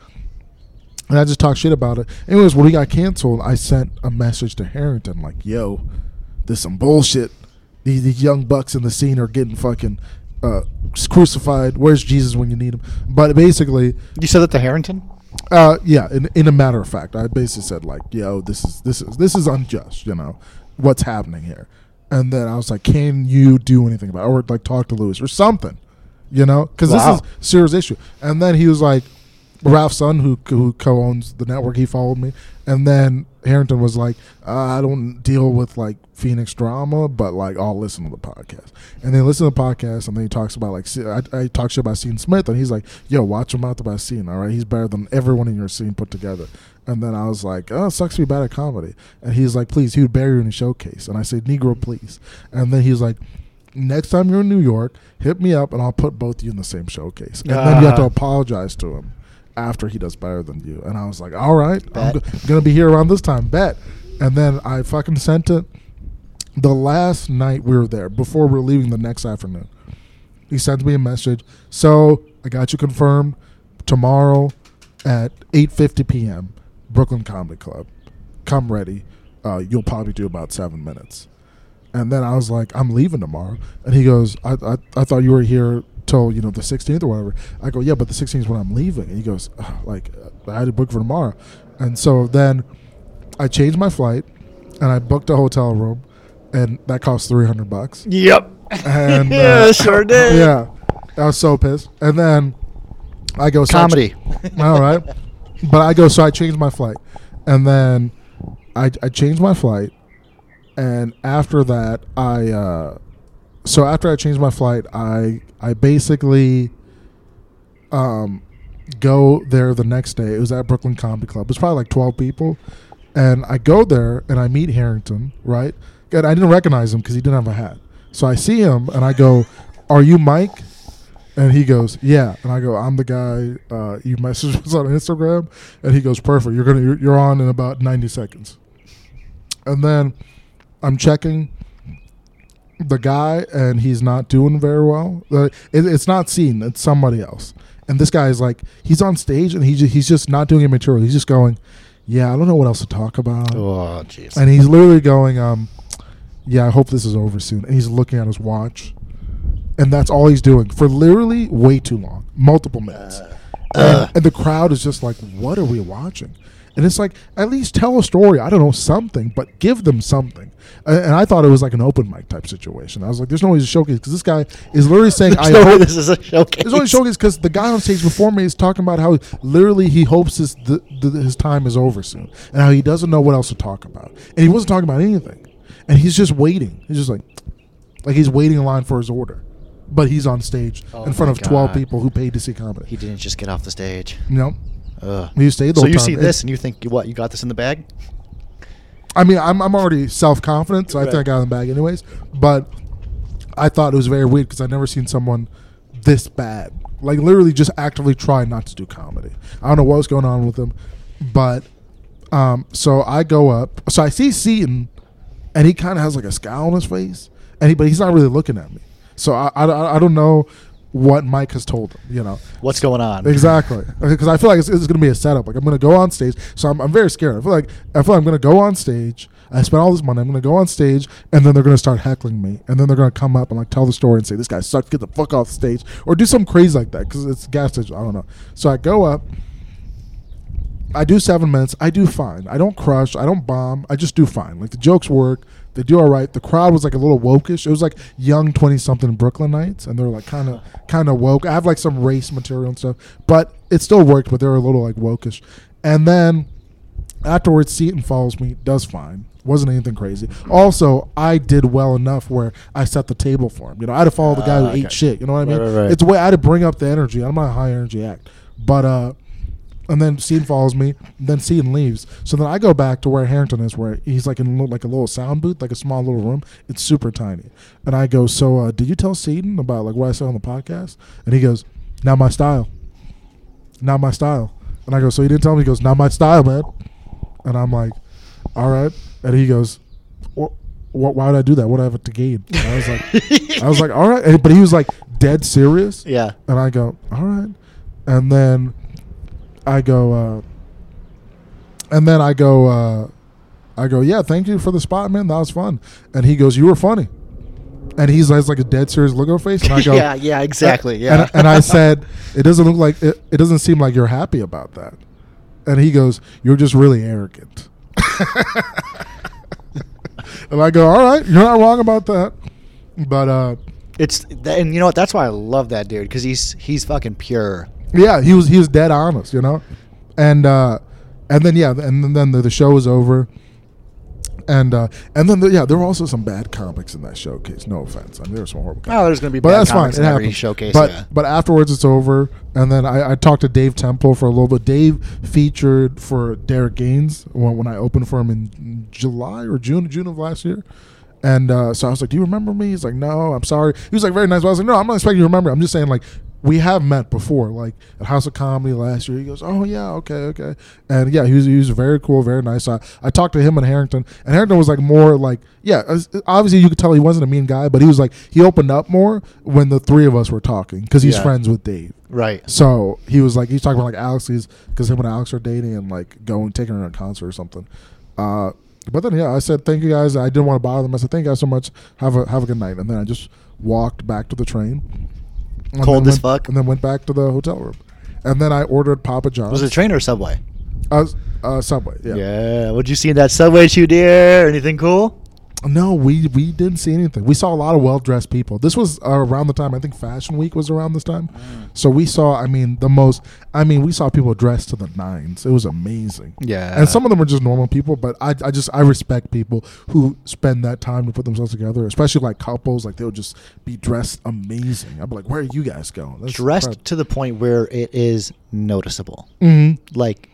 [SPEAKER 1] And I just talked shit about it. Anyways, when we got canceled, I sent a message to Harrington like, "Yo, this some bullshit. These, these young bucks in the scene are getting fucking uh, crucified. Where's Jesus when you need him?" But basically,
[SPEAKER 2] You said that to Harrington.
[SPEAKER 1] uh, yeah, in, in a matter of fact, I basically said like, "Yo, this is this is this is unjust," you know, what's happening here, and then I was like, "Can you do anything about it, or like talk to Lewis or something?" you know, because this
[SPEAKER 2] Wow.
[SPEAKER 1] is serious issue. And then he was like, Ralph Sun, who who co-owns the network, he followed me, and then Harrington was like, uh, I don't deal with like Phoenix drama, but like I'll listen to the podcast. And they listen to the podcast, and then he talks about like Se- I, I talk shit about Sean Smith, and he's like, Yo, watch him out about Sean. All right, he's better than everyone in your scene put together. And then I was like, oh, sucks to be bad at comedy. And he's like, please, he would bury you in a showcase. And I said, Negro, please. And then he's like, next time you're in New York, hit me up and I'll put both of you in the same showcase. And then you have to
[SPEAKER 2] Ah.
[SPEAKER 1] apologize to him after he does better than you. And I was like, all right, I'm
[SPEAKER 2] Bet.
[SPEAKER 1] go- going to be here around this time. Bet. And then I fucking sent it the last night we were there before we were leaving the next afternoon. He sends me a message. So I got you confirmed tomorrow at 8:50 p.m. Brooklyn Comedy Club. Come ready. Uh, you'll probably do about seven minutes. And then I was like, I'm leaving tomorrow. And he goes, I, I, I thought you were here till, you know, the 16th or whatever. I go, yeah, but the 16th is when I'm leaving. And he goes, "Ugh, like, uh, I had to book for tomorrow. And so then I changed my flight and I booked a hotel room. And that cost 300 bucks.
[SPEAKER 2] Yep.
[SPEAKER 1] And, uh,
[SPEAKER 2] yeah, sure did.
[SPEAKER 1] Yeah. I was so pissed. And then I go, so I-
[SPEAKER 2] Comedy.
[SPEAKER 1] all right. But I go, so I changed my flight. And then I, I changed my flight. And after that, I, uh, so after I changed my flight, I, I basically, um, go there the next day. It was at Brooklyn Comedy Club. It was probably like 12 people. And I go there and I meet Harrington, right? And I didn't recognize him because he didn't have a hat. So I see him and I go, Are you Mike? And he goes, Yeah. And I go, I'm the guy uh, you messaged us on Instagram. And he goes, Perfect. You're gonna you're, you're on in about 90 seconds. And then I'm checking the guy and he's not doing very well. Uh, it, it's not seen. It's somebody else. And this guy is like, he's on stage and he ju- he's just not doing any material. He's just going, yeah, I don't know what else to talk about.
[SPEAKER 2] Oh, jeez.
[SPEAKER 1] And he's literally going, um, yeah, I hope this is over soon. And he's looking at his watch. And that's all he's doing for literally
[SPEAKER 2] Uh,
[SPEAKER 1] way too long, multiple minutes. and, and the crowd is just like, what are we watching? And it's like, at least tell a story. I don't know, something, but give them something. A- And I thought it was like an open mic type situation. I was like, there's no way to showcase because this guy is literally saying,
[SPEAKER 2] There's
[SPEAKER 1] I
[SPEAKER 2] no way
[SPEAKER 1] hope.
[SPEAKER 2] this is a showcase.
[SPEAKER 1] It's only showcase because the guy on stage before me is talking about how literally he hopes his the, the, his time is over soon, and how he doesn't know what else to talk about, and he wasn't talking about anything, and he's just waiting. He's just like, like he's waiting in line for his order, but he's on stage
[SPEAKER 2] Oh
[SPEAKER 1] in front
[SPEAKER 2] my
[SPEAKER 1] of twelve
[SPEAKER 2] God.
[SPEAKER 1] people who paid to see comedy.
[SPEAKER 2] He didn't just get off the stage.
[SPEAKER 1] No,
[SPEAKER 2] Ugh.
[SPEAKER 1] You stayed the
[SPEAKER 2] so
[SPEAKER 1] whole
[SPEAKER 2] you
[SPEAKER 1] time.
[SPEAKER 2] see
[SPEAKER 1] It-
[SPEAKER 2] this and you think, you what, you got this in the bag?
[SPEAKER 1] I mean, I'm I'm already self confident, so I think I
[SPEAKER 2] Right.
[SPEAKER 1] got in the bag anyways. But I thought it was very weird because I've never seen someone this bad, like literally just actively trying not to do comedy. I don't know what was going on with him, but um, so I go up, so I see Seaton, and he kind of has like a scowl on his face, and he but he's not really looking at me, so I I- I, I don't know what Mike has told him, you know.
[SPEAKER 2] What's going on?
[SPEAKER 1] Exactly, because I feel like it's, it's going to be a setup. Like I'm going to go on stage, so I'm, I'm very scared. I feel like I feel like I'm going to go on stage. I spent all this money. I'm going to go on stage, and then they're going to start heckling me, and then they're going to come up and like tell the story and say this guy sucks, get the fuck off stage, or do something crazy like that because it's a gas station. I don't know. So I go up. I do seven minutes. I do fine. I don't crush. I don't bomb. I just do fine. Like the jokes work. They do all right. The crowd was like a little wokeish. It was like young twenty something Brooklynites, and they're like kind of kind of woke. I have like some race material and stuff, but it still worked. But they were a little like wokeish. And then afterwards, Seaton follows me. Does fine. Wasn't anything crazy. Also, I did well enough where I set the table for him. You know, I had to follow the guy who
[SPEAKER 2] Ah,
[SPEAKER 1] ate
[SPEAKER 2] okay.
[SPEAKER 1] shit. You know what I mean?
[SPEAKER 2] Right, right, right.
[SPEAKER 1] It's the way I had to bring up the energy. I'm not a high energy act, but uh, and then Seaton follows me. Then Seaton leaves. So then I go back to where Harrington is, where he's like in a little- like a little sound booth, like a small little room. It's super tiny. And I go, so uh, did you tell Seaton about like what I said on the podcast? And he goes, not my style, not my style. And I go, so you didn't tell me. He goes, not my style, man. And I'm like, all right. And he goes, what? Why would I do that? What do I have to gain? And I was like, I was like, all right. And- But he was like dead serious.
[SPEAKER 2] Yeah.
[SPEAKER 1] And I go, all right. And then I go, uh, and then I go, uh, I go, yeah, thank you for the spot, man. That was fun. And he goes, you were funny. And he's has like a dead serious look on his face. And I go,
[SPEAKER 2] yeah, yeah, exactly.
[SPEAKER 1] and-
[SPEAKER 2] yeah.
[SPEAKER 1] And, and I said, it doesn't look like, it, it doesn't seem like you're happy about that. And he goes, you're just really arrogant. and I go, all right, you're not wrong about that. But, uh,
[SPEAKER 2] it's that, and you know what? That's why I love that dude because he's he's fucking pure.
[SPEAKER 1] Yeah, he was he was dead honest, you know, and uh, and then yeah, and then- then the, the show was over, and uh, and then the, yeah, there were also some bad comics in that showcase. No offense, I mean there were some horrible. Comics.
[SPEAKER 2] Oh, there's gonna be
[SPEAKER 1] but
[SPEAKER 2] bad
[SPEAKER 1] that's fine.
[SPEAKER 2] comics
[SPEAKER 1] It
[SPEAKER 2] in every
[SPEAKER 1] happens.
[SPEAKER 2] showcase,
[SPEAKER 1] but
[SPEAKER 2] yeah.
[SPEAKER 1] but afterwards it's over, and then I, I talked to Dave Temple for a little bit. Dave featured for Derek Gaines when, when I opened for him in July or June June of last year. And uh, so I was like, "Do you remember me?" He's like, "No, I'm sorry." He was like, "Very nice." But I was like, "No, I'm not expecting you to remember." I'm just saying, like, we have met before, like at House of Comedy last year. He goes, "Oh yeah, okay, okay," and yeah, he was, he was very cool, very nice. So I, I talked to him and Harrington, and Harrington was like more like, yeah, as- obviously you could tell he wasn't a mean guy, but he was like he opened up more when the three of us were talking because he's
[SPEAKER 2] Yeah.
[SPEAKER 1] friends with Dave.
[SPEAKER 2] Right.
[SPEAKER 1] So he was like, he's talking about like Alex's because him and Alex are dating and like going taking her to a concert or something. Uh, but then yeah, I said thank you guys. I didn't want to bother them. I said thank you guys so much. Have a have a good night. And then I just walked back to the train. And
[SPEAKER 2] Cold
[SPEAKER 1] then
[SPEAKER 2] as
[SPEAKER 1] went-
[SPEAKER 2] fuck.
[SPEAKER 1] And then went back to the hotel room. And then I ordered Papa John's.
[SPEAKER 2] Was it a train or a subway?
[SPEAKER 1] uh, uh, Subway? Yeah.
[SPEAKER 2] What'd you see in that subway shoe, dear? Anything cool?
[SPEAKER 1] No, we we didn't see anything. We saw a lot of well dressed people. This was uh, around the time I think Fashion Week was around this time,
[SPEAKER 2] Mm.
[SPEAKER 1] so we saw. I mean, the most. I mean, we saw people dressed to the nines. It was amazing.
[SPEAKER 2] Yeah.
[SPEAKER 1] and some of them are just normal people, but I I just I respect people who spend that time to put themselves together, especially like couples. Like they'll just be dressed amazing. I'm like, where are you guys going? That's
[SPEAKER 2] Dressed to the point where it is noticeable.
[SPEAKER 1] Mhm.
[SPEAKER 2] Like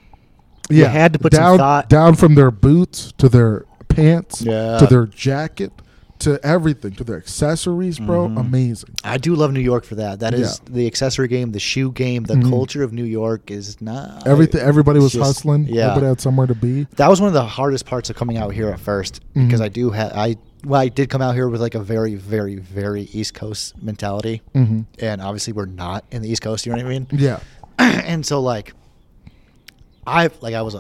[SPEAKER 1] yeah,
[SPEAKER 2] You had to put some
[SPEAKER 1] down,
[SPEAKER 2] thought-
[SPEAKER 1] down from their boots to their pants
[SPEAKER 2] Yeah.
[SPEAKER 1] to their jacket to everything to their accessories, bro. Amazing.
[SPEAKER 2] Mm-hmm. I do love New York for that. That is
[SPEAKER 1] Yeah.
[SPEAKER 2] the accessory game, the shoe game, the
[SPEAKER 1] Mhm.
[SPEAKER 2] culture of New York is not
[SPEAKER 1] Everything. Everybody was
[SPEAKER 2] It's just-
[SPEAKER 1] hustling.
[SPEAKER 2] yeah.
[SPEAKER 1] Everybody had somewhere to be.
[SPEAKER 2] That was one of the hardest parts of coming out here at 1st because
[SPEAKER 1] Mhm.
[SPEAKER 2] I do have I well I did come out here with like a very very very East Coast mentality,
[SPEAKER 1] hmm
[SPEAKER 2] and obviously we're not in the East Coast. You know what I mean?
[SPEAKER 1] Yeah.
[SPEAKER 2] and so like I like I was uh,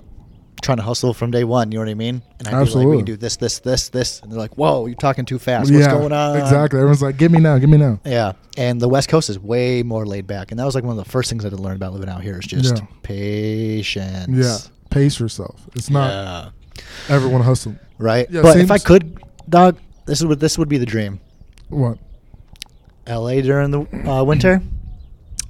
[SPEAKER 2] trying to hustle from day one. You know what I mean? And I Absolutely. like
[SPEAKER 1] Absolutely.
[SPEAKER 2] we can do this this this this, and they're like, "Whoa, you're talking too fast. What's
[SPEAKER 1] yeah.
[SPEAKER 2] going on?"
[SPEAKER 1] Exactly. Everyone's like, "Give me now. Give me now."
[SPEAKER 2] Yeah, and the West Coast is way more laid back, and that was like one of the first things I had to learn about living out here is just
[SPEAKER 1] Yeah.
[SPEAKER 2] patience.
[SPEAKER 1] Yeah. pace yourself. It's not everyone hustling.
[SPEAKER 2] Right.
[SPEAKER 1] Yeah,
[SPEAKER 2] but if I
[SPEAKER 1] seems-
[SPEAKER 2] could, dog, this is what this would be the dream.
[SPEAKER 1] What?
[SPEAKER 2] L.A. during the uh, winter.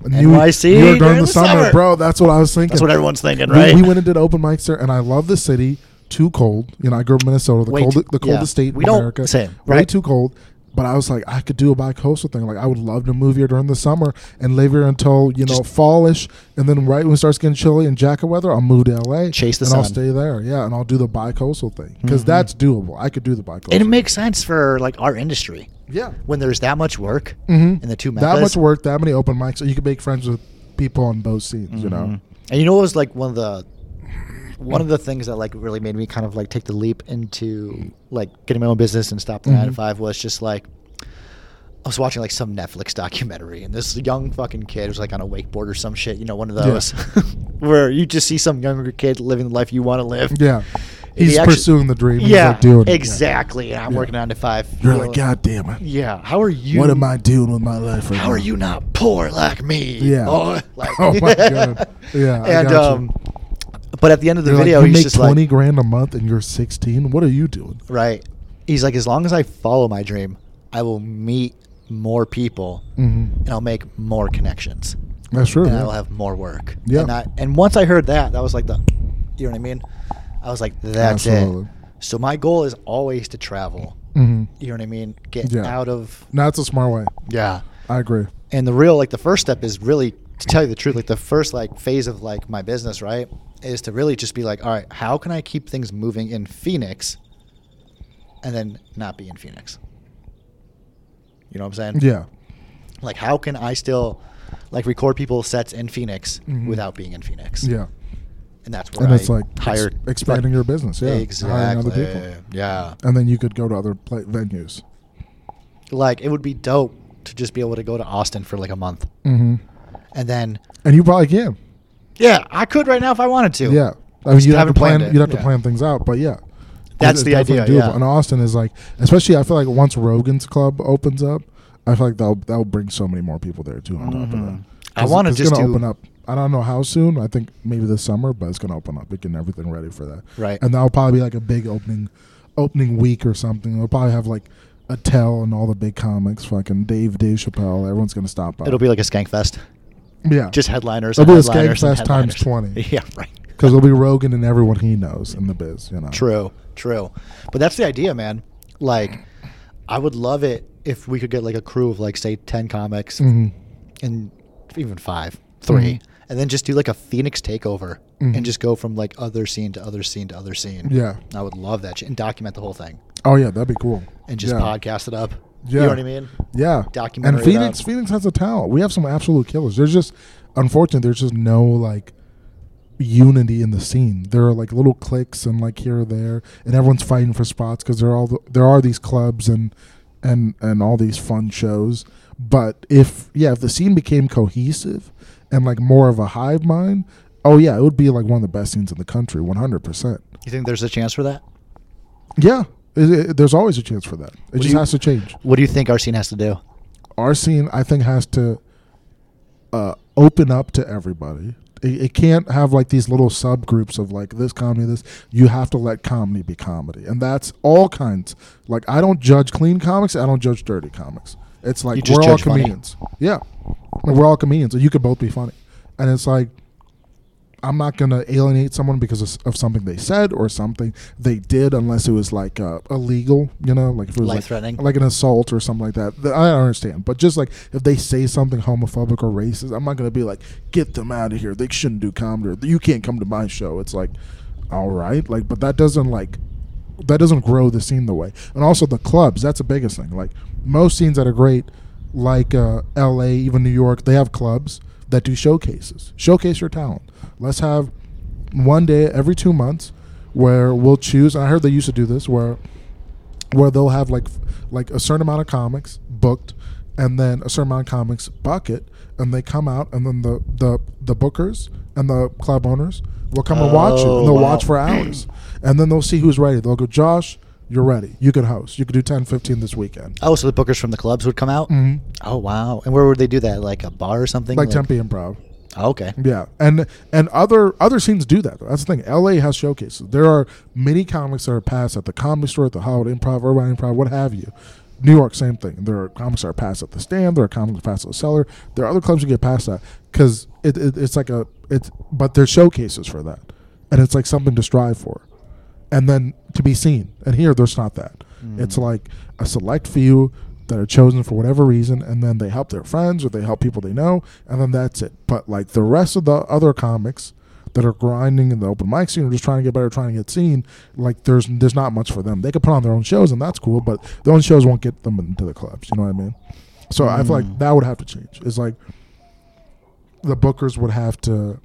[SPEAKER 1] NYC
[SPEAKER 2] NYC
[SPEAKER 1] you, during,
[SPEAKER 2] during
[SPEAKER 1] the,
[SPEAKER 2] the
[SPEAKER 1] summer,
[SPEAKER 2] summer.
[SPEAKER 1] bro. That's what I was thinking.
[SPEAKER 2] That's what everyone's thinking,
[SPEAKER 1] We-
[SPEAKER 2] right?
[SPEAKER 1] We, went and did open mics there, and I love the city. Too cold. You know, I grew up in Minnesota, the,
[SPEAKER 2] Way
[SPEAKER 1] cold,
[SPEAKER 2] too-
[SPEAKER 1] the
[SPEAKER 2] yeah.
[SPEAKER 1] coldest state
[SPEAKER 2] We
[SPEAKER 1] in
[SPEAKER 2] don't-
[SPEAKER 1] America.
[SPEAKER 2] same,
[SPEAKER 1] Way
[SPEAKER 2] right.
[SPEAKER 1] too cold. But I was like, I could do a bi-coastal thing. Like, I would love to move here during the summer and live here until you know
[SPEAKER 2] Just-
[SPEAKER 1] fallish, and then right when it starts getting chilly and jacket weather, I'll move to LA.
[SPEAKER 2] Chase the
[SPEAKER 1] and I'll
[SPEAKER 2] sun. Mm-hmm.
[SPEAKER 1] stay there. Yeah, and I'll do the bi-coastal thing because that's doable. I could do the bi-coastal.
[SPEAKER 2] And it makes sense for like our industry
[SPEAKER 1] yeah,
[SPEAKER 2] when there's that much work
[SPEAKER 1] Mhm.
[SPEAKER 2] and the two
[SPEAKER 1] that
[SPEAKER 2] methods.
[SPEAKER 1] much work, that many open mics, so you can make friends with people on both scenes. You know,
[SPEAKER 2] Mm-hmm. And you know what was like one of the one of the things that like really made me kind of like take the leap into like getting my own business and stop the nine to
[SPEAKER 1] Mhm.
[SPEAKER 2] five was just like I was watching like some Netflix documentary and this young fucking kid was like on a wakeboard or some shit, you know, one of
[SPEAKER 1] Yeah.
[SPEAKER 2] those where you just see some younger kid living the life you want to live.
[SPEAKER 1] yeah,
[SPEAKER 2] And he
[SPEAKER 1] he's
[SPEAKER 2] actually-
[SPEAKER 1] pursuing the dream. he's
[SPEAKER 2] Yeah,
[SPEAKER 1] like doing it. Yeah.
[SPEAKER 2] exactly. And I'm
[SPEAKER 1] Yeah.
[SPEAKER 2] working nine to five.
[SPEAKER 1] You're
[SPEAKER 2] feeling-
[SPEAKER 1] like, God damn it.
[SPEAKER 2] Yeah. How are you?
[SPEAKER 1] what am I doing with my life right
[SPEAKER 2] how
[SPEAKER 1] now?
[SPEAKER 2] are you not poor like me?
[SPEAKER 1] Yeah.
[SPEAKER 2] Oh, like,
[SPEAKER 1] Oh my God. Yeah, I
[SPEAKER 2] and
[SPEAKER 1] gotcha.
[SPEAKER 2] um, but at the end of the
[SPEAKER 1] You're like,
[SPEAKER 2] video,
[SPEAKER 1] you
[SPEAKER 2] he's
[SPEAKER 1] make
[SPEAKER 2] just
[SPEAKER 1] twenty
[SPEAKER 2] like,
[SPEAKER 1] grand a month and you're sixteen. What are you doing?
[SPEAKER 2] right. He's like, as long as I follow my dream, I will meet more people
[SPEAKER 1] Mm-hmm.
[SPEAKER 2] and I'll make more connections
[SPEAKER 1] That's true.
[SPEAKER 2] and
[SPEAKER 1] yeah.
[SPEAKER 2] I'll have more work.
[SPEAKER 1] Yeah.
[SPEAKER 2] And, I, and once I heard that, that was like the, you know what I mean? I was like, that's
[SPEAKER 1] Absolutely.
[SPEAKER 2] it. So my goal is always to travel.
[SPEAKER 1] Mhm.
[SPEAKER 2] You know what I mean? Get
[SPEAKER 1] Yeah.
[SPEAKER 2] out of
[SPEAKER 1] No, that's a smart way.
[SPEAKER 2] yeah.
[SPEAKER 1] I agree.
[SPEAKER 2] and the real like the first step is really to tell you the truth like the first like phase of like my business right is to really just be like all right how can i keep things moving in phoenix and then not be in phoenix you know what i'm saying
[SPEAKER 1] Yeah.
[SPEAKER 2] like how can i still like record people's sets in phoenix
[SPEAKER 1] Mhm.
[SPEAKER 2] without being in phoenix
[SPEAKER 1] Yeah.
[SPEAKER 2] and that's where
[SPEAKER 1] And it's
[SPEAKER 2] I
[SPEAKER 1] like ex-
[SPEAKER 2] hired
[SPEAKER 1] expanding your business. Yeah. Hiring other
[SPEAKER 2] exactly
[SPEAKER 1] people.
[SPEAKER 2] yeah
[SPEAKER 1] And then you could go to other pla venues.
[SPEAKER 2] like it would be dope to just be able to go to austin for like a month
[SPEAKER 1] Mm-hmm.
[SPEAKER 2] and then
[SPEAKER 1] And you probably can.
[SPEAKER 2] yeah i could right now if i wanted to
[SPEAKER 1] Yeah. I mean,
[SPEAKER 2] Just
[SPEAKER 1] you'd have to
[SPEAKER 2] haven't
[SPEAKER 1] plan.
[SPEAKER 2] planned
[SPEAKER 1] You'd
[SPEAKER 2] it.
[SPEAKER 1] have to
[SPEAKER 2] Yeah.
[SPEAKER 1] plan things out, but yeah,
[SPEAKER 2] That's
[SPEAKER 1] It's
[SPEAKER 2] the
[SPEAKER 1] definitely
[SPEAKER 2] idea, yeah.
[SPEAKER 1] And Austin is like, especially I feel like once Rogan's Club opens up, I feel like that'll that'll bring so many more people there too. On top of that,
[SPEAKER 2] Mhm. I
[SPEAKER 1] 'Cause
[SPEAKER 2] wanna
[SPEAKER 1] it's
[SPEAKER 2] just
[SPEAKER 1] gonna
[SPEAKER 2] do-
[SPEAKER 1] open up. I don't know how soon. I think maybe this summer, but it's gonna open up. We're getting everything ready for that.
[SPEAKER 2] Right.
[SPEAKER 1] and that'll probably be like a big opening, opening week or something. We'll probably have like. Attell and all the big comics, fucking Dave, Dave Chappelle, everyone's gonna stop by.
[SPEAKER 2] It'll be like a skank fest.
[SPEAKER 1] yeah,
[SPEAKER 2] Just headliners.
[SPEAKER 1] It'll be a
[SPEAKER 2] and headliners and
[SPEAKER 1] Skankfest times
[SPEAKER 2] headliners.
[SPEAKER 1] 20.
[SPEAKER 2] Yeah, right.
[SPEAKER 1] because it'll be Rogan and everyone he knows in the biz, you know.
[SPEAKER 2] True, true. But that's the idea, man. Like, I would love it if we could get like a crew of like say ten comics
[SPEAKER 1] Mm-hmm.
[SPEAKER 2] and even five, 3
[SPEAKER 1] Mhm.
[SPEAKER 2] and then just do like a Phoenix takeover
[SPEAKER 1] Mhm.
[SPEAKER 2] and just go from like other scene to other scene to other scene.
[SPEAKER 1] Yeah.
[SPEAKER 2] I would love that shit and document the whole thing
[SPEAKER 1] Oh yeah, that'd be cool.
[SPEAKER 2] and just
[SPEAKER 1] yeah.
[SPEAKER 2] podcast it up. You
[SPEAKER 1] Yeah.
[SPEAKER 2] know what I mean?
[SPEAKER 1] Yeah.
[SPEAKER 2] documentary
[SPEAKER 1] And Phoenix,
[SPEAKER 2] about-
[SPEAKER 1] Phoenix has a talent. We have some absolute killers. There's just, unfortunately, there's just no like unity in the scene. There are like little cliques and like here or there, and everyone's fighting for spots because there are all the, there are these clubs and and and all these fun shows. But if yeah, if the scene became cohesive and like more of a hive mind, oh yeah, it would be like one of the best scenes in the country, 100. percent
[SPEAKER 2] You think there's a chance for that?
[SPEAKER 1] Yeah, it, it, there's always a chance for that. It
[SPEAKER 2] do
[SPEAKER 1] just
[SPEAKER 2] you-
[SPEAKER 1] has to change.
[SPEAKER 2] What do you think our scene has to do?
[SPEAKER 1] our scene I think has to uh, open up to everybody. It, it can't have like these little subgroups of like this comedy, this. You have to let comedy be comedy, and that's all kinds. Like I don't judge clean comics. I don't judge dirty comics. It's like
[SPEAKER 2] You just
[SPEAKER 1] we're all
[SPEAKER 2] judge funny.
[SPEAKER 1] comedians. Yeah, Like, we're all comedians. and You could both be funny, and it's like I'm not gonna alienate someone because of, of something they said or something they did, unless it was like uh, illegal, you know, like if it was like,
[SPEAKER 2] Life-threatening.
[SPEAKER 1] like an assault or something like that. Th- I don't understand, but just like if they say something homophobic or racist, I'm not gonna be like, get them out of here. They shouldn't do comedy. Or, you can't come to my show. It's like, all right, like, but that doesn't like that doesn't grow the scene the way. And also the clubs, that's the biggest thing. Like most scenes that are great, like uh, LA, even New York, they have clubs that do showcases. Showcase your talent. Let's have one day every two months where we'll choose. And I heard they used to do this where where they'll have like f- like a certain amount of comics booked and then a certain amount of comics bucket and they come out and then the the, the bookers and the club owners will come and watch it
[SPEAKER 2] Oh,
[SPEAKER 1] and they'll
[SPEAKER 2] wow.
[SPEAKER 1] watch for hours and then they'll see who's ready they'll go josh you're ready you could host you could do 10 15 this weekend
[SPEAKER 2] Oh, so the bookers from the clubs would come out?
[SPEAKER 1] Mhm.
[SPEAKER 2] Oh wow! And where would they do that? Like a bar or something?
[SPEAKER 1] like tempe improv
[SPEAKER 2] Okay.
[SPEAKER 1] Yeah, and and other other scenes do that. That's the thing. L.A. has showcases. There are many comics that are passed at the Comedy Store, at the Hollywood Improv, Urban Improv, what have you. New York, same thing. There are comics that are passed at the Stand. There are comics that are passed at the Cellar. There are other clubs that get past that because it, it, it's like a it's but there's showcases for that, and it's like something to strive for, and then to be seen. And here, there's not that. It's like a select few that are chosen for whatever reason, and then they help their friends or they help people they know, and then that's it. But like the rest of the other comics that are grinding in the open mic scene or just trying to get better, trying to get seen, like there's there's not much for them. They could put on their own shows, and that's cool, but their own shows won't get them into the clubs. You know what I mean? So I feel like that would have to change. It's like the bookers would have to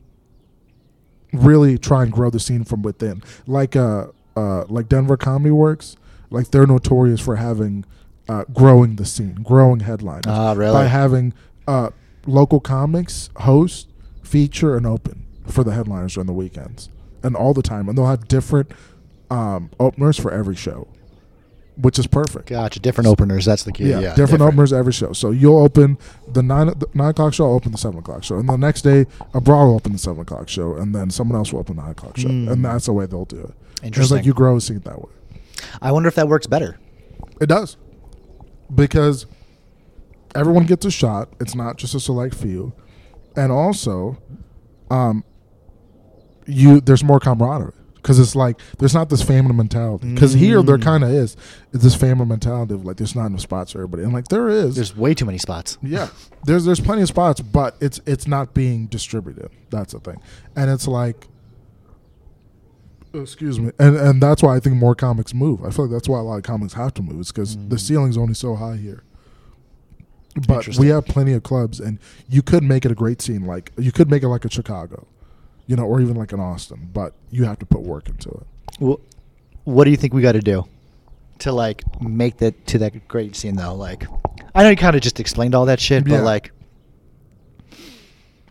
[SPEAKER 1] really try and grow the scene from within. Like uh, uh like Denver Comedy Works, like they're notorious for having uh, growing the scene, growing headliners.
[SPEAKER 2] Ah, really?
[SPEAKER 1] By having uh, local comics host, feature, and open for the headliners during the weekends and all the time, and they'll have different um, openers for every show, which is perfect.
[SPEAKER 2] Gotcha. Different openers. That's the key.
[SPEAKER 1] Yeah, different, openers every show. So you'll open the nine the nine o'clock show, I'll open the seven o'clock show, and the next day a bra will open the seven o'clock show, and then someone else will open the nine o'clock show,
[SPEAKER 2] Mm.
[SPEAKER 1] and that's the way they'll do it. And It's
[SPEAKER 2] Interesting.
[SPEAKER 1] like you grow a scene that way.
[SPEAKER 2] I wonder if that works better.
[SPEAKER 1] It does because everyone gets a shot. It's not just a select few, and also, um, you there's more camaraderie because it's like there's not this family mentality. Because here there
[SPEAKER 2] Mm.
[SPEAKER 1] kind of is it's this family mentality of like there's not enough spots for everybody, and like there is.
[SPEAKER 2] There's way too many spots.
[SPEAKER 1] Yeah, there's there's plenty of spots, but it's it's not being distributed. That's the thing, and it's like, excuse me, and and that's why I think more comics move. I feel like that's why a lot of comics have to move. It's because the ceiling's only so high here. But
[SPEAKER 2] Interesting.
[SPEAKER 1] we have plenty of clubs, and you could make it a great scene. Like you could make it like a Chicago, you know, or even like an Austin. But you have to put work into it.
[SPEAKER 2] Well, what do you think we got to do to like make that to that great scene though? Like, I know you kind of just explained all that shit,
[SPEAKER 1] Yeah.
[SPEAKER 2] but like,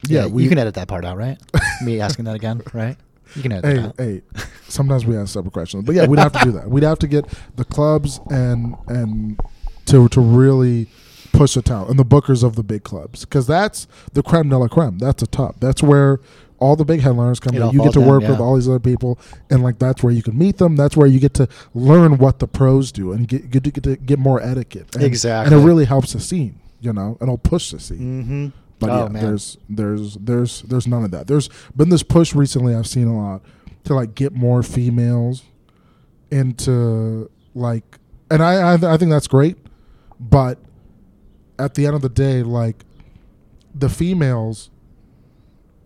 [SPEAKER 1] Yeah, we-
[SPEAKER 2] you can edit that part out, right? Me asking that again, right? You can edit that
[SPEAKER 1] hey,
[SPEAKER 2] out.
[SPEAKER 1] hey. Sometimes we ask separate questions, but yeah, we'd have to do that. We'd have to get the clubs and and to to really push the talent and the bookers of the big clubs because that's the creme de la creme. That's the top. That's where all the big headliners come
[SPEAKER 2] It
[SPEAKER 1] in.
[SPEAKER 2] all
[SPEAKER 1] You get
[SPEAKER 2] falls
[SPEAKER 1] to
[SPEAKER 2] down,
[SPEAKER 1] work with
[SPEAKER 2] yeah.
[SPEAKER 1] all these other people, and like that's where you can meet them. That's where you get to learn what the pros do and get get to get, to get more etiquette. And,
[SPEAKER 2] Exactly.
[SPEAKER 1] and it really helps the scene, you know, and it'll push the scene.
[SPEAKER 2] Mm-hmm.
[SPEAKER 1] But
[SPEAKER 2] oh
[SPEAKER 1] yeah,
[SPEAKER 2] man,
[SPEAKER 1] there's there's there's there's none of that. There's been this push recently I've seen a lot to like get more females into like and I I, I think that's great, but at the end of the day like the females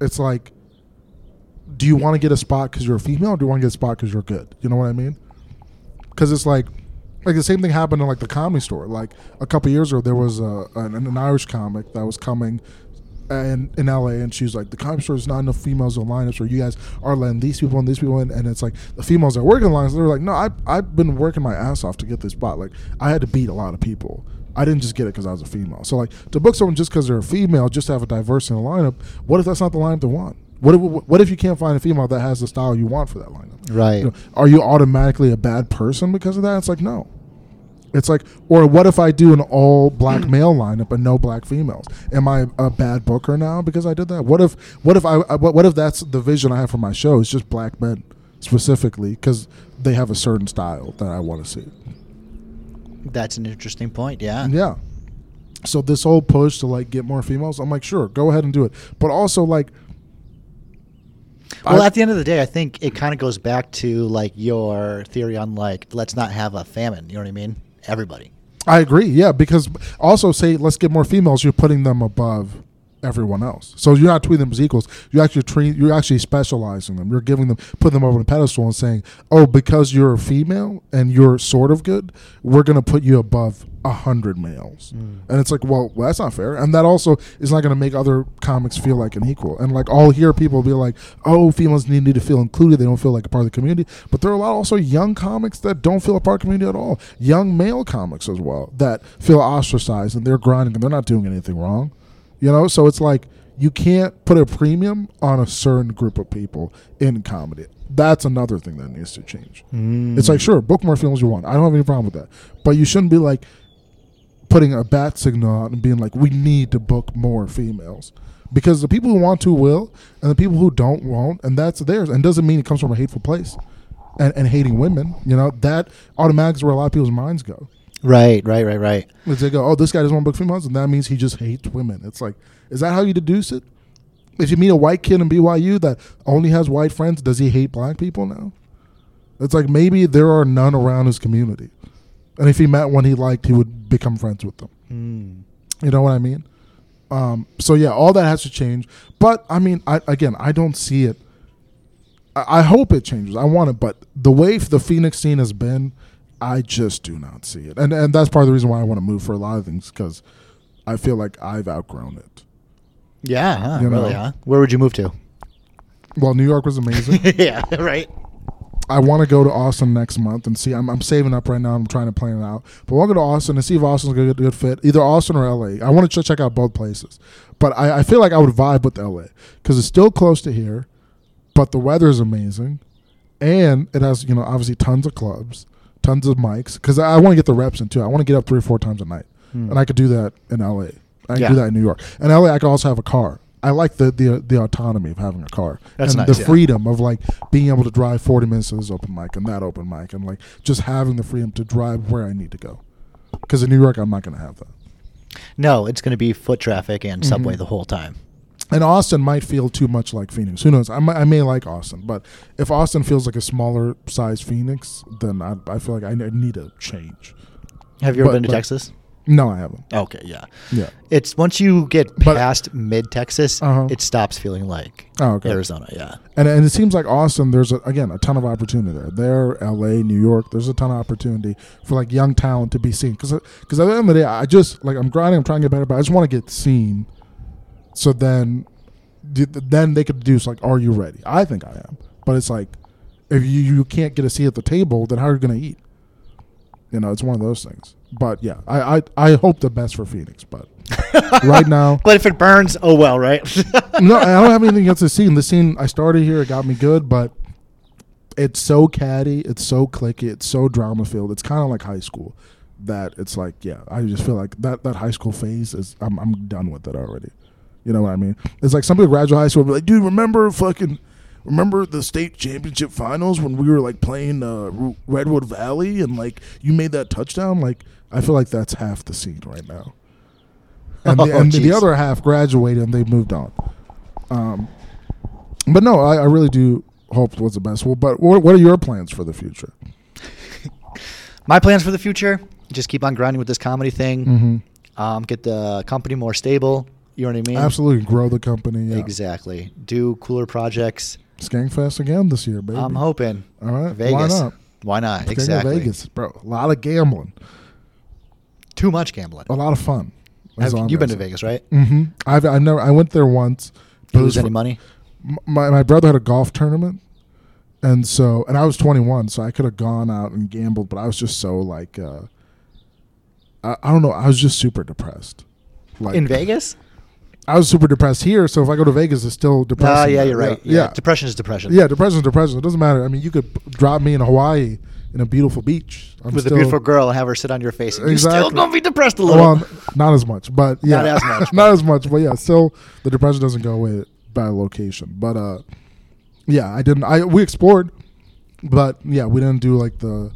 [SPEAKER 1] it's like do you want to get a spot cuz you're a female or do you want to get a spot cuz you're good? You know what I mean? because it's like like the same thing happened in like the comedy store like a couple years ago there was a an, an irish comic that was coming and in la and she's like the comedy store is not enough females in lineups or you guys are letting these people and these people in and it's like the females that work in lines they're like no I, i've been working my ass off to get this spot like i had to beat a lot of people i didn't just get it because i was a female so like to book someone just because they're a female just to have a diverse in the lineup what if that's not the lineup they want what if, what if you can't find a female that has the style you want for that lineup
[SPEAKER 2] right?
[SPEAKER 1] you know, are you automatically a bad person because of that? It's like no. It's like, or what if I do an all black male lineup and no black females? Am I a bad booker now because I did that? What if, what if I, I- what, what if that's the vision I have for my show? It's just black men specifically because they have a certain style that I want to see.
[SPEAKER 2] That's an interesting point. Yeah.
[SPEAKER 1] Yeah. So this whole push to like get more females, I'm like, sure, go ahead and do it. But also like,
[SPEAKER 2] Well,
[SPEAKER 1] I-
[SPEAKER 2] at the end of the day, I think it kind of goes back to like your theory on like let's not have a famine. You know what I mean? Everybody.
[SPEAKER 1] I agree. Yeah, because also say let's get more females. You're putting them above everyone else. So you're not treating them as equals. You actually treat, you're actually specializing them. You're giving them putting them over the pedestal and saying, oh, because you're a female and you're sort of good, we're gonna put you above a hundred males. And it's like, well, well, that's not fair. And that also is not gonna make other comics feel like an equal. And like all here, people be like, oh, females need, need to feel included. They don't feel like a part of the community. But there are a lot also young comics that don't feel a part of the community at all. Young male comics as well that feel ostracized and they're grinding and they're not doing anything wrong. You know, so it's like you can't put a premium on a certain group of people in comedy. That's another thing that needs to change. It's like, sure, book more films you want. I don't have any problem with that. But you shouldn't be like putting a bat signal out and being like, we need to book more females. because the people who want to will, and the people who don't won't, and that's theirs. And doesn't mean it comes from a hateful place, and and hating women. You know that automatically is where a lot of people's minds go.
[SPEAKER 2] Right, right, right, right.
[SPEAKER 1] Is they go, oh, this guy doesn't want to book females, and that means he just hates women. It's like, is that how you deduce it? If you meet a white kid in BYU that only has white friends, does he hate black people now? It's like maybe there are none around his community, and if he met one he liked, he would become friends with them.
[SPEAKER 2] Mm.
[SPEAKER 1] You know what I mean? Um, so yeah, all that has to change. But I mean, I, again, I don't see it. I, I hope it changes. I want it, but the way the Phoenix scene has been, I just do not see it, and and that's part of the reason why I want to move for a lot of things because I feel like I've outgrown it.
[SPEAKER 2] Yeah, huh,
[SPEAKER 1] You
[SPEAKER 2] really,
[SPEAKER 1] know.
[SPEAKER 2] huh? Where would you move to?
[SPEAKER 1] Well, New York was amazing.
[SPEAKER 2] yeah, right.
[SPEAKER 1] I want to go to Austin next month and see. I'm, I'm saving up right now. I'm trying to plan it out. But I want to go to Austin and see if Austin's going to get a good fit, either Austin or LA. I want to ch- check out both places. But I, I feel like I would vibe with LA because it's still close to here, but the weather is amazing. And it has, you know, obviously tons of clubs, tons of mics. Because I, want to get the reps in too. I want to get up three or four times a night. And I could do that in LA. I can
[SPEAKER 2] Yeah.
[SPEAKER 1] do that in New York. In LA, I could also have a car. I like the, the the autonomy of having a car
[SPEAKER 2] That's
[SPEAKER 1] and
[SPEAKER 2] nice,
[SPEAKER 1] the
[SPEAKER 2] yeah.
[SPEAKER 1] freedom of like being able to drive 40 minutes to this open mic and that open mic and like just having the freedom to drive where I need to go. Because in New York, I'm not going to have that.
[SPEAKER 2] No, it's going to be foot traffic and subway
[SPEAKER 1] Mhm.
[SPEAKER 2] the whole time.
[SPEAKER 1] And Austin might feel too much like Phoenix. Who knows? I, might, I may like Austin, but if Austin feels like a smaller size Phoenix, then I, I feel like I ne- need a change.
[SPEAKER 2] Have you ever
[SPEAKER 1] But-
[SPEAKER 2] been to
[SPEAKER 1] but-
[SPEAKER 2] Texas?
[SPEAKER 1] No, I haven't.
[SPEAKER 2] Okay, yeah.
[SPEAKER 1] Yeah.
[SPEAKER 2] It's once you get
[SPEAKER 1] But-
[SPEAKER 2] past mid Texas,
[SPEAKER 1] Uh-huh.
[SPEAKER 2] it stops feeling like
[SPEAKER 1] Oh, okay.
[SPEAKER 2] Arizona. Yeah.
[SPEAKER 1] And, and it seems like Austin, there's a, again a ton of opportunity there. There, L.A., New York, there's a ton of opportunity for like young talent to be seen. Because because at the end of the day, I just like I'm grinding, I'm trying to get better, but I just want to get seen. So then, th- then they could deduce like, are you ready? I think I am, but it's like if you you can't get a seat at the table, then how are you gonna eat? You know, it's one of those things. But yeah, I I, I hope the best for Phoenix, but right now
[SPEAKER 2] But if it burns, oh well, right?
[SPEAKER 1] no, I don't have anything against the scene. The scene I started here, it got me good, but it's so catty, it's so clicky, it's so drama filled. It's kind of like high school. That it's like, yeah, I just feel like that that high school phase is. I'm I'm done with it already. You know what I mean? It's like some people graduate high school, and be like, dude, remember fucking. Remember the state championship finals when we were like playing uh, Ru- Redwood Valley and like you made that touchdown? Like I feel like that's half the scene right now, and, the,
[SPEAKER 2] Oh,
[SPEAKER 1] and the
[SPEAKER 2] jeez.
[SPEAKER 1] other half graduated and they moved on. Um, but no, I, I really do hope was the best. Well, but what, what are your plans for the future?
[SPEAKER 2] My plans for the future: just keep on grinding with this comedy thing.
[SPEAKER 1] Mm-hmm.
[SPEAKER 2] Um, get the company more stable. You know what I mean?
[SPEAKER 1] Absolutely grow the company. Yeah.
[SPEAKER 2] Exactly. Do cooler projects.
[SPEAKER 1] Skankfest again this year, baby.
[SPEAKER 2] I'm hoping.
[SPEAKER 1] All right,
[SPEAKER 2] Vegas.
[SPEAKER 1] why not?
[SPEAKER 2] Why not?
[SPEAKER 1] Let's go to
[SPEAKER 2] Exactly.
[SPEAKER 1] Vegas, bro. A lot of gambling,
[SPEAKER 2] Too much gambling.
[SPEAKER 1] a lot of fun.
[SPEAKER 2] Have, you've been to Vegas, right?
[SPEAKER 1] Mm-hmm. I've I've never. I went there once. but it was
[SPEAKER 2] Lose any
[SPEAKER 1] for-
[SPEAKER 2] money?
[SPEAKER 1] m- my, my brother had a golf tournament and so and i was 21 so i could have gone out and gambled but i was just so like uh i, I don't know i was just super depressed like
[SPEAKER 2] In Vegas?
[SPEAKER 1] i was super depressed here so if i go to vegas it's still
[SPEAKER 2] Ah,
[SPEAKER 1] depressing
[SPEAKER 2] yeah,
[SPEAKER 1] there.
[SPEAKER 2] you're right.
[SPEAKER 1] yeah, yeah.
[SPEAKER 2] Depression is depression.
[SPEAKER 1] Yeah, depression's depression. It doesn't matter. I mean, you could p- drop me in Hawaii in a beautiful beach. I'm
[SPEAKER 2] With
[SPEAKER 1] still-
[SPEAKER 2] a beautiful girl and have her sit on your face. and You're
[SPEAKER 1] Exactly.
[SPEAKER 2] still gonna be depressed a little.
[SPEAKER 1] Well, n- not as much, but yeah,
[SPEAKER 2] Not as much,
[SPEAKER 1] not
[SPEAKER 2] but-
[SPEAKER 1] as much, but yeah, still the depression doesn't go away by location. But uh, yeah, I didn't. I we explored, but yeah, we didn't do like the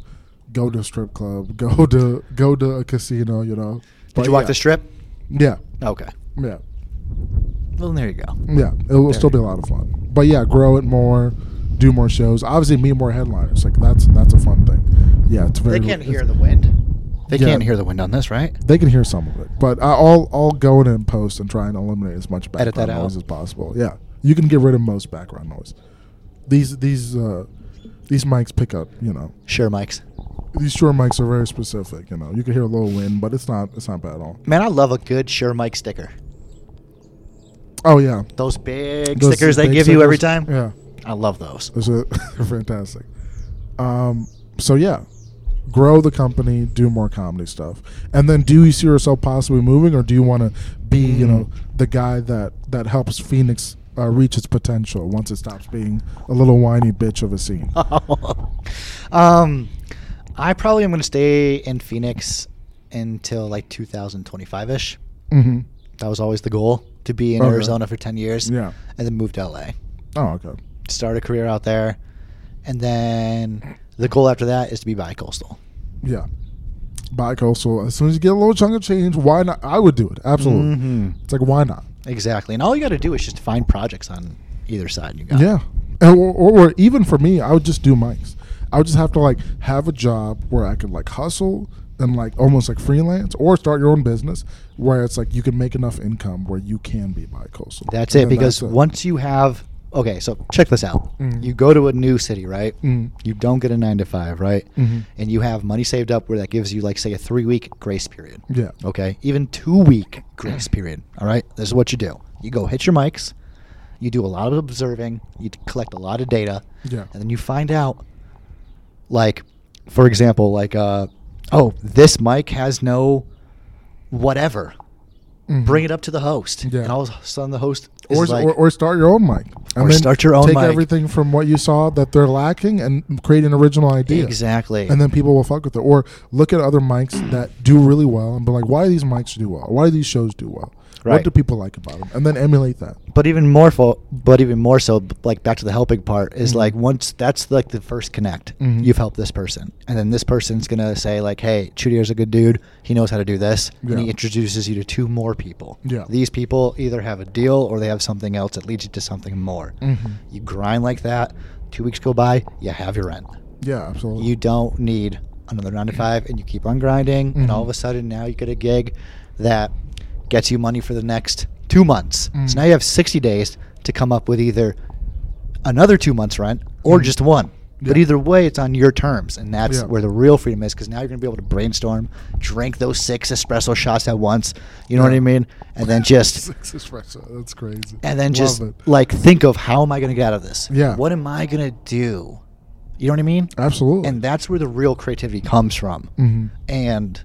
[SPEAKER 1] go to strip club, go to go to a casino. You know,
[SPEAKER 2] Did
[SPEAKER 1] But
[SPEAKER 2] you walk
[SPEAKER 1] yeah.
[SPEAKER 2] the strip?
[SPEAKER 1] Yeah,
[SPEAKER 2] Okay.
[SPEAKER 1] yeah,
[SPEAKER 2] Well, there you go.
[SPEAKER 1] yeah. It will
[SPEAKER 2] There
[SPEAKER 1] still be a
[SPEAKER 2] you
[SPEAKER 1] lot of fun. But yeah, grow it more, do more shows. Obviously, meet more headliners. Like that's that's a fun thing. Yeah, it's very.
[SPEAKER 2] They can't
[SPEAKER 1] it's-
[SPEAKER 2] hear the wind. They
[SPEAKER 1] Yeah.
[SPEAKER 2] can't hear the wind on this, right?
[SPEAKER 1] They can hear some of it, but I- I'll I'll go in and post and try and eliminate as much
[SPEAKER 2] Edit that
[SPEAKER 1] background noise
[SPEAKER 2] out.
[SPEAKER 1] as possible. Yeah, you can get rid of most background noise. These these uh, these mics pick up. You know,
[SPEAKER 2] Sure, mics.
[SPEAKER 1] these Shure mics are very specific. You know, you can hear a little wind, but it's not it's not bad at all.
[SPEAKER 2] Man, I love a good Sure mic sticker.
[SPEAKER 1] Oh yeah,
[SPEAKER 2] Those big
[SPEAKER 1] Those
[SPEAKER 2] stickers they
[SPEAKER 1] big
[SPEAKER 2] give you every
[SPEAKER 1] stickers.
[SPEAKER 2] time.
[SPEAKER 1] Yeah,
[SPEAKER 2] I love those.
[SPEAKER 1] those are fantastic. Um, so yeah, grow the company, do more comedy stuff, and then do you see yourself possibly moving, or do you want to be, you know, the guy that that helps Phoenix uh, reach its potential once it stops being a little whiny bitch of a scene?
[SPEAKER 2] um, I probably am going to stay in Phoenix until like 2025 ish.
[SPEAKER 1] hmm
[SPEAKER 2] That was always the goal. to be in
[SPEAKER 1] Okay.
[SPEAKER 2] Arizona for 10 years.
[SPEAKER 1] Yeah.
[SPEAKER 2] And then moved to LA.
[SPEAKER 1] Oh, okay.
[SPEAKER 2] Start a career out there. And then the goal after that is to be bi coastal.
[SPEAKER 1] Yeah. Bi-coastal. As soon as you get a little chunk of change, why not? I would do it. Absolutely.
[SPEAKER 2] Mhm.
[SPEAKER 1] It's like why not?
[SPEAKER 2] Exactly. And all you got to do is just find projects on either side. You got
[SPEAKER 1] Yeah. And or, or, or even for me, I would just do mics. I would just have to like have a job where I could like hustle and like almost like freelance or start your own business where it's like you can make enough income where you can be bi-coastal.
[SPEAKER 2] That's
[SPEAKER 1] And
[SPEAKER 2] it.
[SPEAKER 1] then
[SPEAKER 2] Because
[SPEAKER 1] that's it.
[SPEAKER 2] once you have, okay, so check this out.
[SPEAKER 1] Mm.
[SPEAKER 2] You go to a new city, right?
[SPEAKER 1] Mm.
[SPEAKER 2] You don't get a nine to five, right?
[SPEAKER 1] Mhm.
[SPEAKER 2] And you have money saved up where that gives you, like, say, a three week grace period.
[SPEAKER 1] Yeah.
[SPEAKER 2] Okay. Even two week grace period. All right. This is what you do you go hit your mics, you do a lot of observing, you collect a lot of data,
[SPEAKER 1] Yeah.
[SPEAKER 2] and then you find out, like, for example, like, uh, oh, this mic has no whatever.
[SPEAKER 1] Mhm.
[SPEAKER 2] Bring it up to the host,
[SPEAKER 1] Yeah.
[SPEAKER 2] and all of a sudden the host is
[SPEAKER 1] or,
[SPEAKER 2] like,
[SPEAKER 1] or, or start your own mic.
[SPEAKER 2] Or start your own
[SPEAKER 1] take
[SPEAKER 2] mic.
[SPEAKER 1] everything from what you saw that they're lacking and create an original idea.
[SPEAKER 2] Exactly.
[SPEAKER 1] And then people will fuck with it. Or look at other mics that do really well and be like, why do these mics do well? Why do these shows do well? What
[SPEAKER 2] Right.
[SPEAKER 1] do people like about them? And then emulate that.
[SPEAKER 2] but even more fo- but even more so b- like back to the helping part is
[SPEAKER 1] Mhm.
[SPEAKER 2] like once that's like the first connect
[SPEAKER 1] Mhm.
[SPEAKER 2] you've helped this person and then this person's gonna say like hey chudier's a good dude he knows how to do this and
[SPEAKER 1] Yeah.
[SPEAKER 2] he introduces you to two more people
[SPEAKER 1] Yeah.
[SPEAKER 2] these people either have a deal or they have something else that leads you to something more
[SPEAKER 1] Mhm.
[SPEAKER 2] you grind like that two weeks go by you have your end
[SPEAKER 1] Yeah, absolutely.
[SPEAKER 2] you don't need another nine to five and you keep on grinding and all of
[SPEAKER 1] Mhm.
[SPEAKER 2] a sudden now you get a gig that gets you money for the next two months
[SPEAKER 1] Mm.
[SPEAKER 2] so now you have 60 days to come up with either another two months rent or
[SPEAKER 1] Mhm.
[SPEAKER 2] just one but
[SPEAKER 1] Yeah.
[SPEAKER 2] either way it's on your terms and that's
[SPEAKER 1] Yeah.
[SPEAKER 2] where the real freedom is because now you're going to be able to brainstorm drink those six espresso shots at once you know what
[SPEAKER 1] Yeah.
[SPEAKER 2] i mean and then just
[SPEAKER 1] Six espresso. That's crazy.
[SPEAKER 2] and then
[SPEAKER 1] Love
[SPEAKER 2] just
[SPEAKER 1] it.
[SPEAKER 2] like think of how am i going to get out of this
[SPEAKER 1] Yeah.
[SPEAKER 2] what am i going to do you know what i mean
[SPEAKER 1] Absolutely.
[SPEAKER 2] and that's where the real creativity comes from.
[SPEAKER 1] Mhm.
[SPEAKER 2] And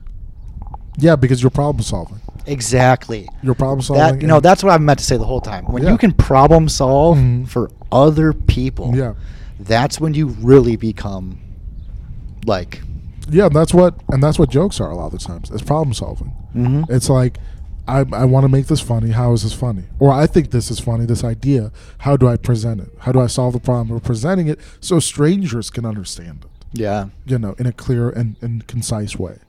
[SPEAKER 1] Yeah, because you're problem solving.
[SPEAKER 2] exactly,
[SPEAKER 1] You're problem solving.
[SPEAKER 2] that you know
[SPEAKER 1] and-
[SPEAKER 2] that's what I've meant to say the whole time. When
[SPEAKER 1] Yeah.
[SPEAKER 2] you can problem solve
[SPEAKER 1] Mhm.
[SPEAKER 2] for other people,
[SPEAKER 1] Yeah.
[SPEAKER 2] that's when you really become like
[SPEAKER 1] Yeah, that's what and that's what jokes are a lot of the times. It's problem solving.
[SPEAKER 2] Mhm.
[SPEAKER 1] It's like I, I want to make this funny. How is this funny? Or I think this is funny. This idea. How do I present it? How do I solve the problem of presenting it so strangers can understand it?
[SPEAKER 2] yeah,
[SPEAKER 1] You know, in a clear and, and concise way.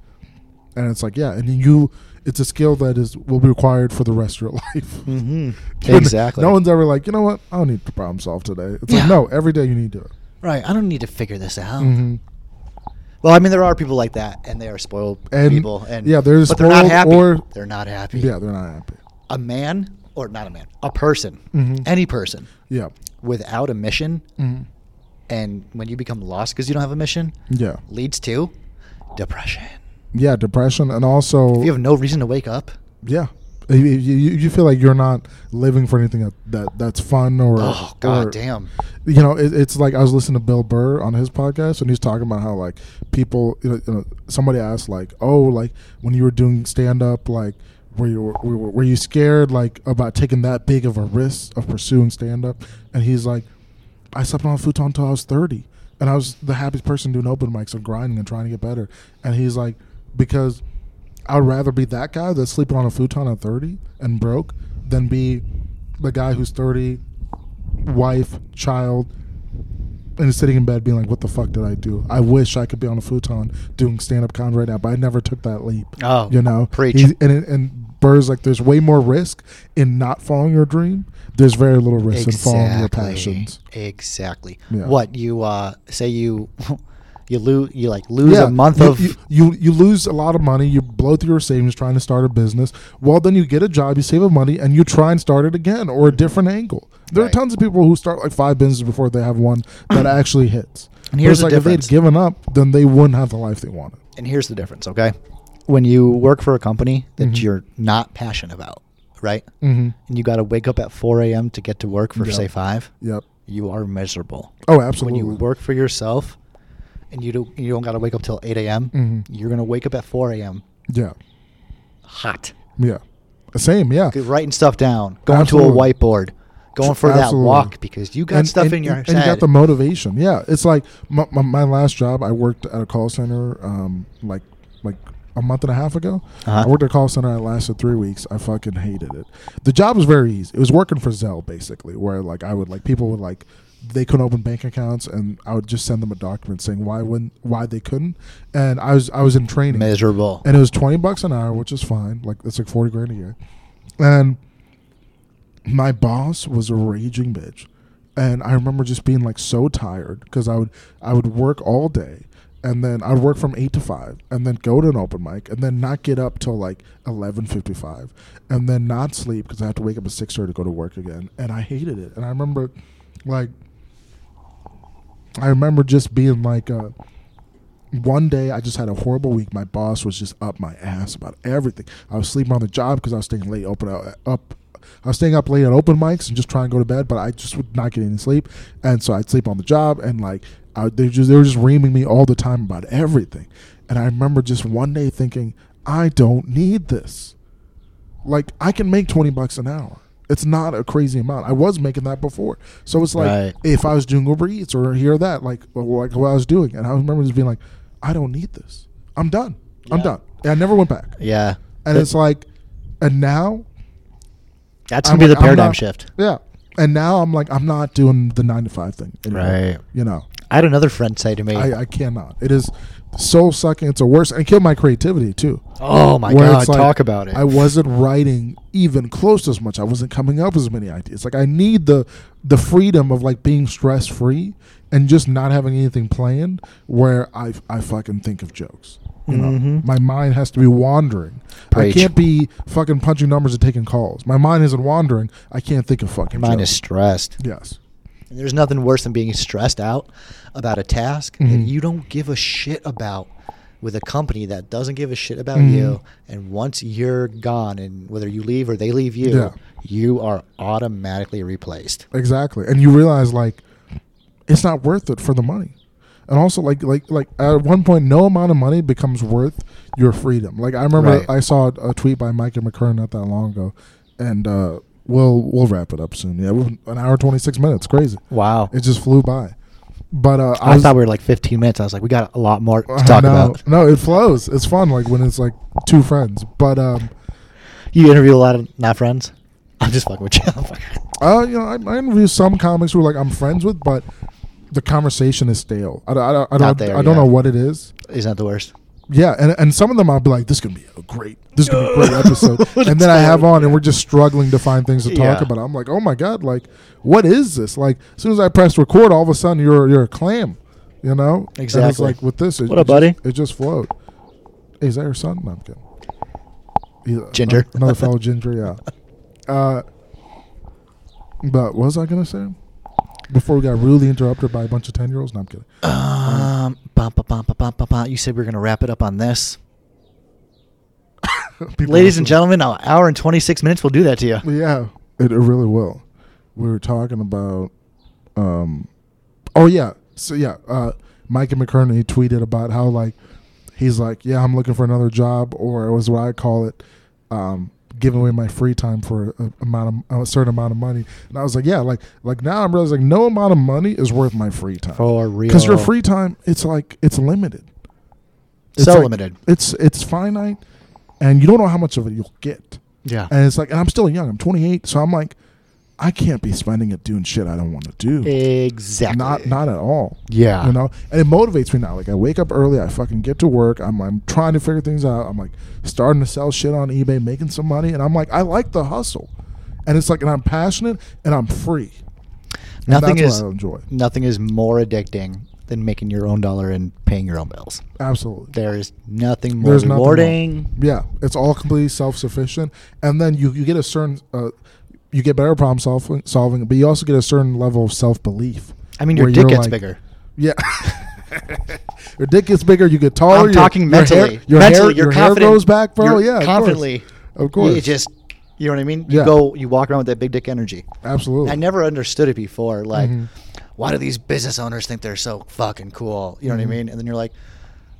[SPEAKER 1] And it's like, yeah, and you. It's a skill that is will be required for the rest of your life.
[SPEAKER 2] hmm
[SPEAKER 1] You know,
[SPEAKER 2] exactly.
[SPEAKER 1] No one's ever like, you know what? I don't need to problem solve today. It's like,
[SPEAKER 2] Yeah.
[SPEAKER 1] no, every day you need to do it.
[SPEAKER 2] right. I don't need to figure this out.
[SPEAKER 1] hmm
[SPEAKER 2] Well, I mean, there are people like that, and they are spoiled
[SPEAKER 1] And-
[SPEAKER 2] people, and
[SPEAKER 1] yeah, they're
[SPEAKER 2] but they're not
[SPEAKER 1] spoiled
[SPEAKER 2] happy.
[SPEAKER 1] or-
[SPEAKER 2] they're not happy.
[SPEAKER 1] Yeah, they're not happy.
[SPEAKER 2] a man or not a man, a person,
[SPEAKER 1] Mhm.
[SPEAKER 2] any person
[SPEAKER 1] Yeah.
[SPEAKER 2] without a mission
[SPEAKER 1] Mhm.
[SPEAKER 2] and when you become lost because you don't have a mission
[SPEAKER 1] Yeah.
[SPEAKER 2] leads to depression
[SPEAKER 1] Yeah, depression and also
[SPEAKER 2] if you have no reason to wake up
[SPEAKER 1] Yeah. You, you, you you feel like you're not living for anything that, that that's fun or
[SPEAKER 2] oh god
[SPEAKER 1] or-
[SPEAKER 2] damn
[SPEAKER 1] You know, it, it's like I was listening to Bill Burr on his podcast, and he's talking about how like people, you know, you know somebody asked like, oh, like when you were doing stand up, like were you were, were you scared like about taking that big of a risk of pursuing stand up? And he's like, I slept on a futon until I was 30. And I was the happiest person doing open mics and grinding and trying to get better. And he's like, because I would rather be that guy that's sleeping on a futon at 30 and broke than be the guy who's 30, wife, child, and is sitting in bed being like, what the fuck did I do? I wish I could be on a futon doing stand up comedy right now, but I never took that leap.
[SPEAKER 2] Oh,
[SPEAKER 1] you know?
[SPEAKER 2] preach.
[SPEAKER 1] He's- and, it- and Burr's like, there's way more risk in not following your dream. There's very little risk in following your passions.
[SPEAKER 2] exactly
[SPEAKER 1] Yeah.
[SPEAKER 2] what you uh say you you lose you like lose a month
[SPEAKER 1] you,
[SPEAKER 2] of
[SPEAKER 1] you, you you lose a lot of money. You blow through your savings trying to start a business. Well, then you get a job, you save up money, and you try and start it again or a different angle. There
[SPEAKER 2] Mm-hmm. Right.
[SPEAKER 1] are tons of people who start like five businesses before they have one that actually hits.
[SPEAKER 2] And
[SPEAKER 1] But
[SPEAKER 2] here's
[SPEAKER 1] it's
[SPEAKER 2] the
[SPEAKER 1] like
[SPEAKER 2] difference.
[SPEAKER 1] if they'd given up, then they wouldn't have the life they wanted.
[SPEAKER 2] and here's the difference okay when you work for a company that you're not passionate about right
[SPEAKER 1] Mm-hmm.
[SPEAKER 2] and you got to wake up at 4 a.m to get to work for
[SPEAKER 1] Yeah.
[SPEAKER 2] say 5
[SPEAKER 1] Yep.
[SPEAKER 2] you are miserable
[SPEAKER 1] Oh, absolutely.
[SPEAKER 2] when you work for yourself and you don't you don't got to wake up till 8 a.m
[SPEAKER 1] Mhm.
[SPEAKER 2] you're gonna wake up at 4 a.m
[SPEAKER 1] Yeah.
[SPEAKER 2] hot
[SPEAKER 1] Yeah. Same. Yeah.
[SPEAKER 2] Good, writing stuff down going to a
[SPEAKER 1] Absolutely.
[SPEAKER 2] whiteboard going for
[SPEAKER 1] Absolutely.
[SPEAKER 2] that walk because you got
[SPEAKER 1] And-
[SPEAKER 2] stuff
[SPEAKER 1] and-
[SPEAKER 2] in your
[SPEAKER 1] and,
[SPEAKER 2] head
[SPEAKER 1] you got the motivation. Yeah, it's like my, my, my last job. I worked at a call center, um, like like a month and a half ago.
[SPEAKER 2] Uh-huh.
[SPEAKER 1] I worked at a call center. I lasted three weeks. I fucking hated it. The job was very easy. It was working for Zelle basically, where like I would like people would like they couldn't open bank accounts, and I would just send them a document saying why wouldn't why they couldn't. And I was I was in training
[SPEAKER 2] Miserable.
[SPEAKER 1] and it was twenty bucks an hour, which is fine. Like it's like forty grand a year. And my boss was a raging bitch, and I remember just being like so tired because I would I would work all day, and then I'd work from eight to five, and then go to an open mic, and then not get up till like eleven fifty five, and then not sleep because I have to wake up at six thirty to go to work again, and I hated it. And I remember, like, I remember just being like. Uh, one day I just had a horrible week. My boss was just up my ass about everything. I was sleeping on the job because I was staying late open uh, up. I was staying up late at open mics and just trying to go to bed, but I just would not get any sleep, and so I'd sleep on the job and like I, they just they were just reaming me all the time about everything, and I remember just one day thinking I don't need this. Like I can make twenty bucks an hour. It's not a crazy amount. I was making that before, so it's like
[SPEAKER 2] Right.
[SPEAKER 1] if I was doing Uber Eats or here or that, like or like what I was doing, and I remember just being like, I don't need this. I'm done. I'm
[SPEAKER 2] Yeah.
[SPEAKER 1] done. And I never went back.
[SPEAKER 2] yeah.
[SPEAKER 1] And it's like, and now
[SPEAKER 2] That's
[SPEAKER 1] I'm
[SPEAKER 2] gonna be
[SPEAKER 1] like,
[SPEAKER 2] the
[SPEAKER 1] I'm
[SPEAKER 2] paradigm
[SPEAKER 1] not-
[SPEAKER 2] shift.
[SPEAKER 1] Yeah. And now I'm like, I'm not doing the nine to five thing. anymore.
[SPEAKER 2] Right.
[SPEAKER 1] You know,
[SPEAKER 2] I had another friend say to me,
[SPEAKER 1] I, I cannot. It is soul sucking. It's a worse, and it killed my creativity too.
[SPEAKER 2] "Oh my
[SPEAKER 1] Where
[SPEAKER 2] god,
[SPEAKER 1] it's like,
[SPEAKER 2] talk about it."
[SPEAKER 1] I wasn't writing even close to as much. I wasn't coming up with as many ideas. Like I need the the freedom of like being stress free and just not having anything planned where I I fucking think of jokes. You know,
[SPEAKER 2] Mhm.
[SPEAKER 1] my mind has to be wandering.
[SPEAKER 2] Preach.
[SPEAKER 1] I can't be fucking punching numbers and taking calls. My mind isn't wandering. I can't think of fucking.
[SPEAKER 2] Your mind
[SPEAKER 1] jokes.
[SPEAKER 2] is stressed.
[SPEAKER 1] yes.
[SPEAKER 2] And there's nothing worse than being stressed out about a task
[SPEAKER 1] Mhm.
[SPEAKER 2] that you don't give a shit about with a company that doesn't give a shit about
[SPEAKER 1] Mhm.
[SPEAKER 2] you. And once you're gone, and whether you leave or they leave you,
[SPEAKER 1] Yeah.
[SPEAKER 2] you are automatically replaced.
[SPEAKER 1] Exactly. And you realize like it's not worth it for the money. And also like like like at one point no amount of money becomes worth your freedom. Like I remember
[SPEAKER 2] Right.
[SPEAKER 1] I saw a tweet by Micah McCurran not that long ago and uh we'll we'll wrap it up soon. Yeah, we're an hour 26 minutes. Crazy.
[SPEAKER 2] Wow.
[SPEAKER 1] It just flew by. But uh
[SPEAKER 2] I, thought we were like 15 minutes. I was like, we got a lot more to
[SPEAKER 1] I
[SPEAKER 2] talk
[SPEAKER 1] know.
[SPEAKER 2] about.
[SPEAKER 1] No, it flows. It's fun like when it's like two friends. But um
[SPEAKER 2] You interview a lot of not friends. I'm just fucking with you. I'm fucking-
[SPEAKER 1] Uh, you know, I, I interview some comics who like I'm friends with, but the conversation is stale. I, don't- I, don't- I
[SPEAKER 2] Not
[SPEAKER 1] don't,
[SPEAKER 2] there
[SPEAKER 1] I don't
[SPEAKER 2] yet.
[SPEAKER 1] know what it is.
[SPEAKER 2] Isn't that the worst?
[SPEAKER 1] Yeah, and, and some of them I'll be like, this is gonna be a great, this is gonna be a great episode, and then I have on, and we're just struggling to find things to talk
[SPEAKER 2] Yeah.
[SPEAKER 1] about. I'm like, oh my god, like, what is this? Like, as soon as I press record, all of a sudden you're you're a clam, you know? And it's
[SPEAKER 2] Exactly.
[SPEAKER 1] like with this, it,
[SPEAKER 2] What up,
[SPEAKER 1] it
[SPEAKER 2] buddy?
[SPEAKER 1] Just, it just flowed. Hey, is that your son? No, I'm kidding. He's-
[SPEAKER 2] Ginger.
[SPEAKER 1] another fellow ginger, yeah. Uh, but what was I gonna say? Before we got rudely interrupted by a bunch of ten year olds. No, I'm kidding.
[SPEAKER 2] Um, bah, bah, bah, bah, bah, bah, bah. You said we were going to wrap it up on this.
[SPEAKER 1] People
[SPEAKER 2] Ladies
[SPEAKER 1] also-
[SPEAKER 2] and gentlemen, an hour and 26 minutes will do that to you.
[SPEAKER 1] Yeah, it, it really will. We were talking about, um, oh yeah, so yeah, uh, Mike and McCurney tweeted about how like he's like, yeah, I'm looking for another job, or it was what I call it, um, giving away my free time for a, amount of, a certain amount of money, and I was like, yeah, like like now I'm realizing no amount of money is worth my free time
[SPEAKER 2] For real.
[SPEAKER 1] because your free time it's like it's limited, It's
[SPEAKER 2] So
[SPEAKER 1] like-
[SPEAKER 2] limited.
[SPEAKER 1] it's it's finite, and you don't know how much of it you'll get.
[SPEAKER 2] Yeah.
[SPEAKER 1] And it's like, and I'm still young. I'm 28, so I'm like, I can't be spending it doing shit I don't want to do.
[SPEAKER 2] Exactly.
[SPEAKER 1] Not, not at all.
[SPEAKER 2] Yeah.
[SPEAKER 1] you know. And it motivates me now. Like I wake up early. I fucking get to work. I'm, I'm trying to figure things out. I'm like starting to sell shit on eBay, making some money, and I'm like, I like the hustle. And it's like, and I'm passionate, and I'm free. And
[SPEAKER 2] Nothing
[SPEAKER 1] that's
[SPEAKER 2] is
[SPEAKER 1] what I enjoy.
[SPEAKER 2] nothing is more addicting than making your own dollar and paying your own bills.
[SPEAKER 1] Absolutely.
[SPEAKER 2] There is nothing more
[SPEAKER 1] Uh, There's nothing wrong.
[SPEAKER 2] rewarding.
[SPEAKER 1] Yeah, it's all completely self-sufficient, and then you you get a certain uh, you get better problem solving, solving, but you also get a certain level of self-belief.
[SPEAKER 2] I mean, your
[SPEAKER 1] where
[SPEAKER 2] dick
[SPEAKER 1] you're
[SPEAKER 2] gets
[SPEAKER 1] like-
[SPEAKER 2] bigger.
[SPEAKER 1] Yeah. your dick gets bigger, you get taller.
[SPEAKER 2] I'm
[SPEAKER 1] Oh, your-
[SPEAKER 2] talking
[SPEAKER 1] your
[SPEAKER 2] mentally.
[SPEAKER 1] hair- Your
[SPEAKER 2] mentally,
[SPEAKER 1] hair,
[SPEAKER 2] you're
[SPEAKER 1] your hair
[SPEAKER 2] confident.
[SPEAKER 1] grows back, bro.
[SPEAKER 2] You're
[SPEAKER 1] yeah, of course.
[SPEAKER 2] confidently.
[SPEAKER 1] Of course.
[SPEAKER 2] You just, you know what I mean? You
[SPEAKER 1] Yeah.
[SPEAKER 2] go, you walk around with that big dick energy.
[SPEAKER 1] absolutely.
[SPEAKER 2] I never understood it before. Like,
[SPEAKER 1] Mhm.
[SPEAKER 2] why do these business owners think they're so fucking cool? You know
[SPEAKER 1] Mhm.
[SPEAKER 2] what I mean? And then you're like,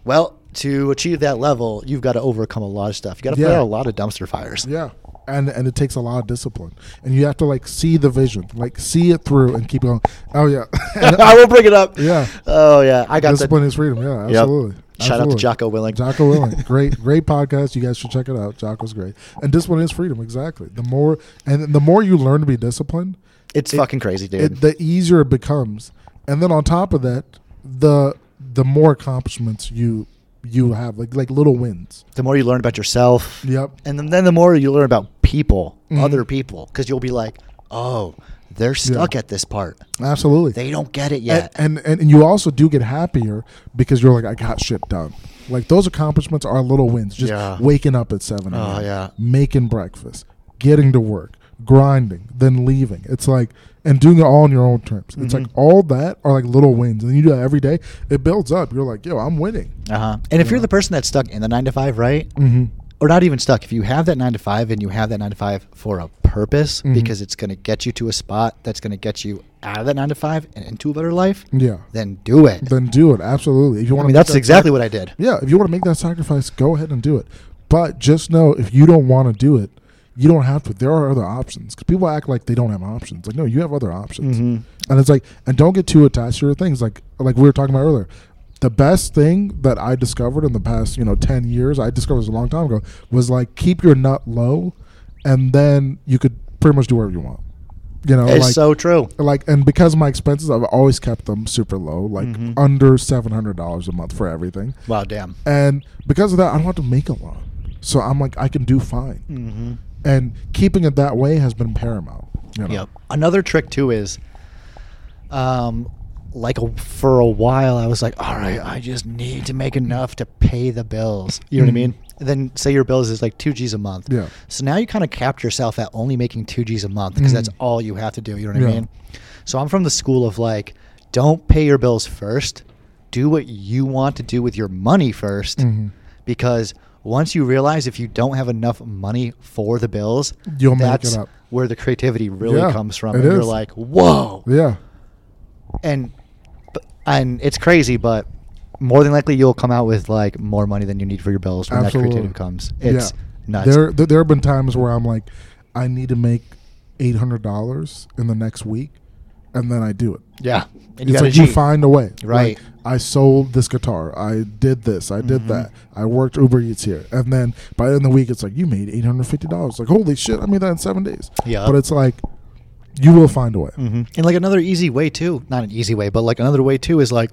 [SPEAKER 2] well, to achieve that level, you've got to overcome a lot of stuff. You got to put
[SPEAKER 1] Yeah.
[SPEAKER 2] out a lot of dumpster fires.
[SPEAKER 1] Yeah, and and it takes a lot of discipline, and you have to like see the vision, like see it through, and keep going. Oh yeah,
[SPEAKER 2] I will bring it up.
[SPEAKER 1] Yeah.
[SPEAKER 2] Oh yeah, I got
[SPEAKER 1] discipline
[SPEAKER 2] the.
[SPEAKER 1] is freedom. Yeah,
[SPEAKER 2] Yep.
[SPEAKER 1] absolutely.
[SPEAKER 2] Shout out to
[SPEAKER 1] Absolutely.
[SPEAKER 2] Jocko Willing.
[SPEAKER 1] Jocko Willing, great, great podcast. You guys should check it out. Jocko's great, and discipline is freedom. Exactly. The more and the more you learn to be disciplined,
[SPEAKER 2] It's
[SPEAKER 1] It-
[SPEAKER 2] fucking crazy, dude.
[SPEAKER 1] it, the easier it becomes. And then on top of that, the the more accomplishments you you have, like like little wins.
[SPEAKER 2] the more you learn about yourself,
[SPEAKER 1] Yep.
[SPEAKER 2] and then, then the more you learn about people,
[SPEAKER 1] Mhm.
[SPEAKER 2] other people, because you'll be like, oh, they're stuck at this part.
[SPEAKER 1] Absolutely.
[SPEAKER 2] They don't get it yet.
[SPEAKER 1] And, and and you also do get happier because you're like, I got shit done. Like those accomplishments are little wins. Just
[SPEAKER 2] Yeah.
[SPEAKER 1] waking up at seven.
[SPEAKER 2] Oh,
[SPEAKER 1] a.m.,
[SPEAKER 2] yeah.
[SPEAKER 1] Making breakfast, getting to work, grinding, then leaving. It's like and doing it all on your own terms. It's
[SPEAKER 2] Mm-hmm.
[SPEAKER 1] like all that are like little wins, and you do that every day. It builds up. You're like, yo, I'm winning.
[SPEAKER 2] uh-huh. And if you're the person that's stuck in the nine to five, right?
[SPEAKER 1] Mm-hmm.
[SPEAKER 2] Or not even stuck. If you have that nine to five and you have that nine to five for a purpose,
[SPEAKER 1] Mhm.
[SPEAKER 2] because it's going to get you to a spot that's going to get you out of that nine to five and into a better life,
[SPEAKER 1] Yeah.
[SPEAKER 2] then do it.
[SPEAKER 1] Then do it. Absolutely. If you
[SPEAKER 2] I
[SPEAKER 1] want
[SPEAKER 2] mean, that's exactly what I did.
[SPEAKER 1] Yeah, if you want to make that sacrifice, go ahead and do it. But just know if you don't want to do it, you don't have to. There are other options because people act like they don't have options. Like no, you have other options,
[SPEAKER 2] Mhm.
[SPEAKER 1] and it's like and don't get too attached to your things. Like like we were talking about earlier, the best thing that I discovered in the past you know ten years, I discovered this a long time ago, was like keep your nut low, and then you could pretty much do whatever you want. You know,
[SPEAKER 2] It's
[SPEAKER 1] like,
[SPEAKER 2] so true.
[SPEAKER 1] like and because of my expenses i've always kept them super low like
[SPEAKER 2] Mhm.
[SPEAKER 1] under $700 a month for everything
[SPEAKER 2] Wow, damn.
[SPEAKER 1] and because of that i don't have to make a lot so i'm like i can do fine
[SPEAKER 2] Mm-hmm.
[SPEAKER 1] and keeping it that way has been paramount you know?
[SPEAKER 2] Yep. Another trick too is, um, like a, for a while I was like, all right, I just need to make enough to pay the bills. You know what I mean? And then say your bills is like two G's a month.
[SPEAKER 1] Mm-hmm. Yeah.
[SPEAKER 2] So now you kind of capped yourself at only making two G's a month because that's
[SPEAKER 1] Mhm.
[SPEAKER 2] all you have to do. You know what I
[SPEAKER 1] Yeah.
[SPEAKER 2] mean? So I'm from the school of like, don't pay your bills first. Do what you want to do with your money 1st
[SPEAKER 1] Mhm.
[SPEAKER 2] because once you realize if you don't have enough money for the bills,
[SPEAKER 1] You'll make it
[SPEAKER 2] that's
[SPEAKER 1] up.
[SPEAKER 2] where the creativity really
[SPEAKER 1] Yeah,
[SPEAKER 2] comes from.
[SPEAKER 1] it
[SPEAKER 2] And you're
[SPEAKER 1] is.
[SPEAKER 2] like, whoa.
[SPEAKER 1] yeah
[SPEAKER 2] And but- and it's crazy, but more than likely you'll come out with like more money than you need for your bills when
[SPEAKER 1] Absolutely.
[SPEAKER 2] that creativity comes. It's nuts.
[SPEAKER 1] There, there there have been times where i'm like i need to make $800 in the next week and then i do it
[SPEAKER 2] yeah. And
[SPEAKER 1] it's
[SPEAKER 2] gotta
[SPEAKER 1] like you
[SPEAKER 2] cheat.
[SPEAKER 1] find a way,
[SPEAKER 2] Right.
[SPEAKER 1] Like, I sold this guitar. I did this. I did
[SPEAKER 2] Mhm.
[SPEAKER 1] that. I worked Uber Eats here, and then by the end of the week, it's like you made eight hundred fifty dollars. Like holy shit, I made that in seven days.
[SPEAKER 2] Yeah.
[SPEAKER 1] but it's like you will find a way.
[SPEAKER 2] Mhm. And like another easy way too, not an easy way, but like another way too is like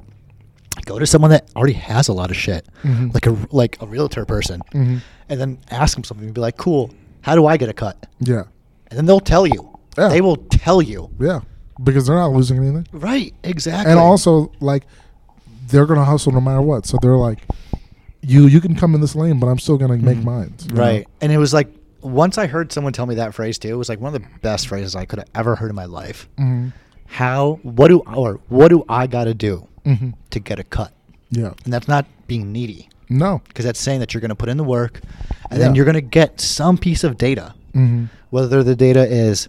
[SPEAKER 2] go to someone that already has a lot of shit,
[SPEAKER 1] Mhm.
[SPEAKER 2] like a like a realtor person,
[SPEAKER 1] Mhm.
[SPEAKER 2] and then ask them something and be like, "Cool, how do I get a cut?"
[SPEAKER 1] Yeah,
[SPEAKER 2] And then they'll tell you.
[SPEAKER 1] Yeah.
[SPEAKER 2] They will tell you.
[SPEAKER 1] yeah, because they're not losing anything,
[SPEAKER 2] Right. Exactly.
[SPEAKER 1] and also like they're gonna hustle no matter what. So they're like, you you can come in this lane, but I'm still gonna make mine. you know?
[SPEAKER 2] Mm-hmm. Right. And it was like once I heard someone tell me that phrase too, it was like one of the best phrases I could have ever heard in my life.
[SPEAKER 1] Mhm.
[SPEAKER 2] How what do or what do I got to do
[SPEAKER 1] Mhm.
[SPEAKER 2] to get a cut?
[SPEAKER 1] Yeah.
[SPEAKER 2] And that's not being needy
[SPEAKER 1] No.
[SPEAKER 2] because that's saying that you're going to put in the work
[SPEAKER 1] Mm. Yeah.
[SPEAKER 2] and then you're going to get some piece of data.
[SPEAKER 1] hmm
[SPEAKER 2] Whether the data is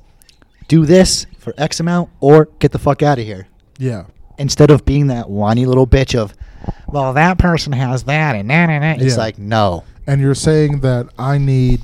[SPEAKER 2] do this for X amount or get the fuck out of here.
[SPEAKER 1] Yeah.
[SPEAKER 2] Instead of being that whiny little bitch of, well, that person has that and that and that. It's
[SPEAKER 1] Yeah.
[SPEAKER 2] like, no.
[SPEAKER 1] And you're saying that I need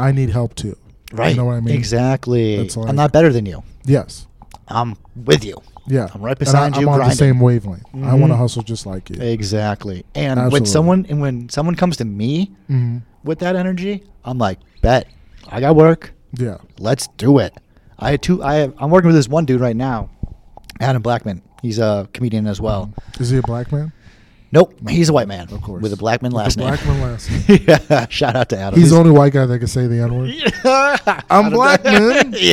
[SPEAKER 1] I need help too.
[SPEAKER 2] Right.
[SPEAKER 1] You know what I mean?
[SPEAKER 2] Exactly.
[SPEAKER 1] It's like-
[SPEAKER 2] I'm not better than you.
[SPEAKER 1] Yes.
[SPEAKER 2] I'm with you.
[SPEAKER 1] Yeah.
[SPEAKER 2] I'm right
[SPEAKER 1] And
[SPEAKER 2] beside
[SPEAKER 1] I,
[SPEAKER 2] you
[SPEAKER 1] I'm on the
[SPEAKER 2] grinding.
[SPEAKER 1] same wavelength. I
[SPEAKER 2] Mhm.
[SPEAKER 1] want to hustle just like you.
[SPEAKER 2] Exactly. And when
[SPEAKER 1] Absolutely.
[SPEAKER 2] someone and when someone comes to me
[SPEAKER 1] Mhm.
[SPEAKER 2] with that energy, I'm like, bet I got work.
[SPEAKER 1] Yeah.
[SPEAKER 2] Let's do it. I had two. I have, I'm working with this one dude right now, Adam Blackman. He's a comedian as well.
[SPEAKER 1] Is he a black man?
[SPEAKER 2] Nope, he's a white man.
[SPEAKER 1] Mm-hmm. Of course.
[SPEAKER 2] With a Blackman
[SPEAKER 1] With a
[SPEAKER 2] last name.
[SPEAKER 1] Blackman last
[SPEAKER 2] name. yeah. Shout out to Adam.
[SPEAKER 1] He's the only white guy that can say the N word.
[SPEAKER 2] I'm
[SPEAKER 1] black, man.
[SPEAKER 2] yeah.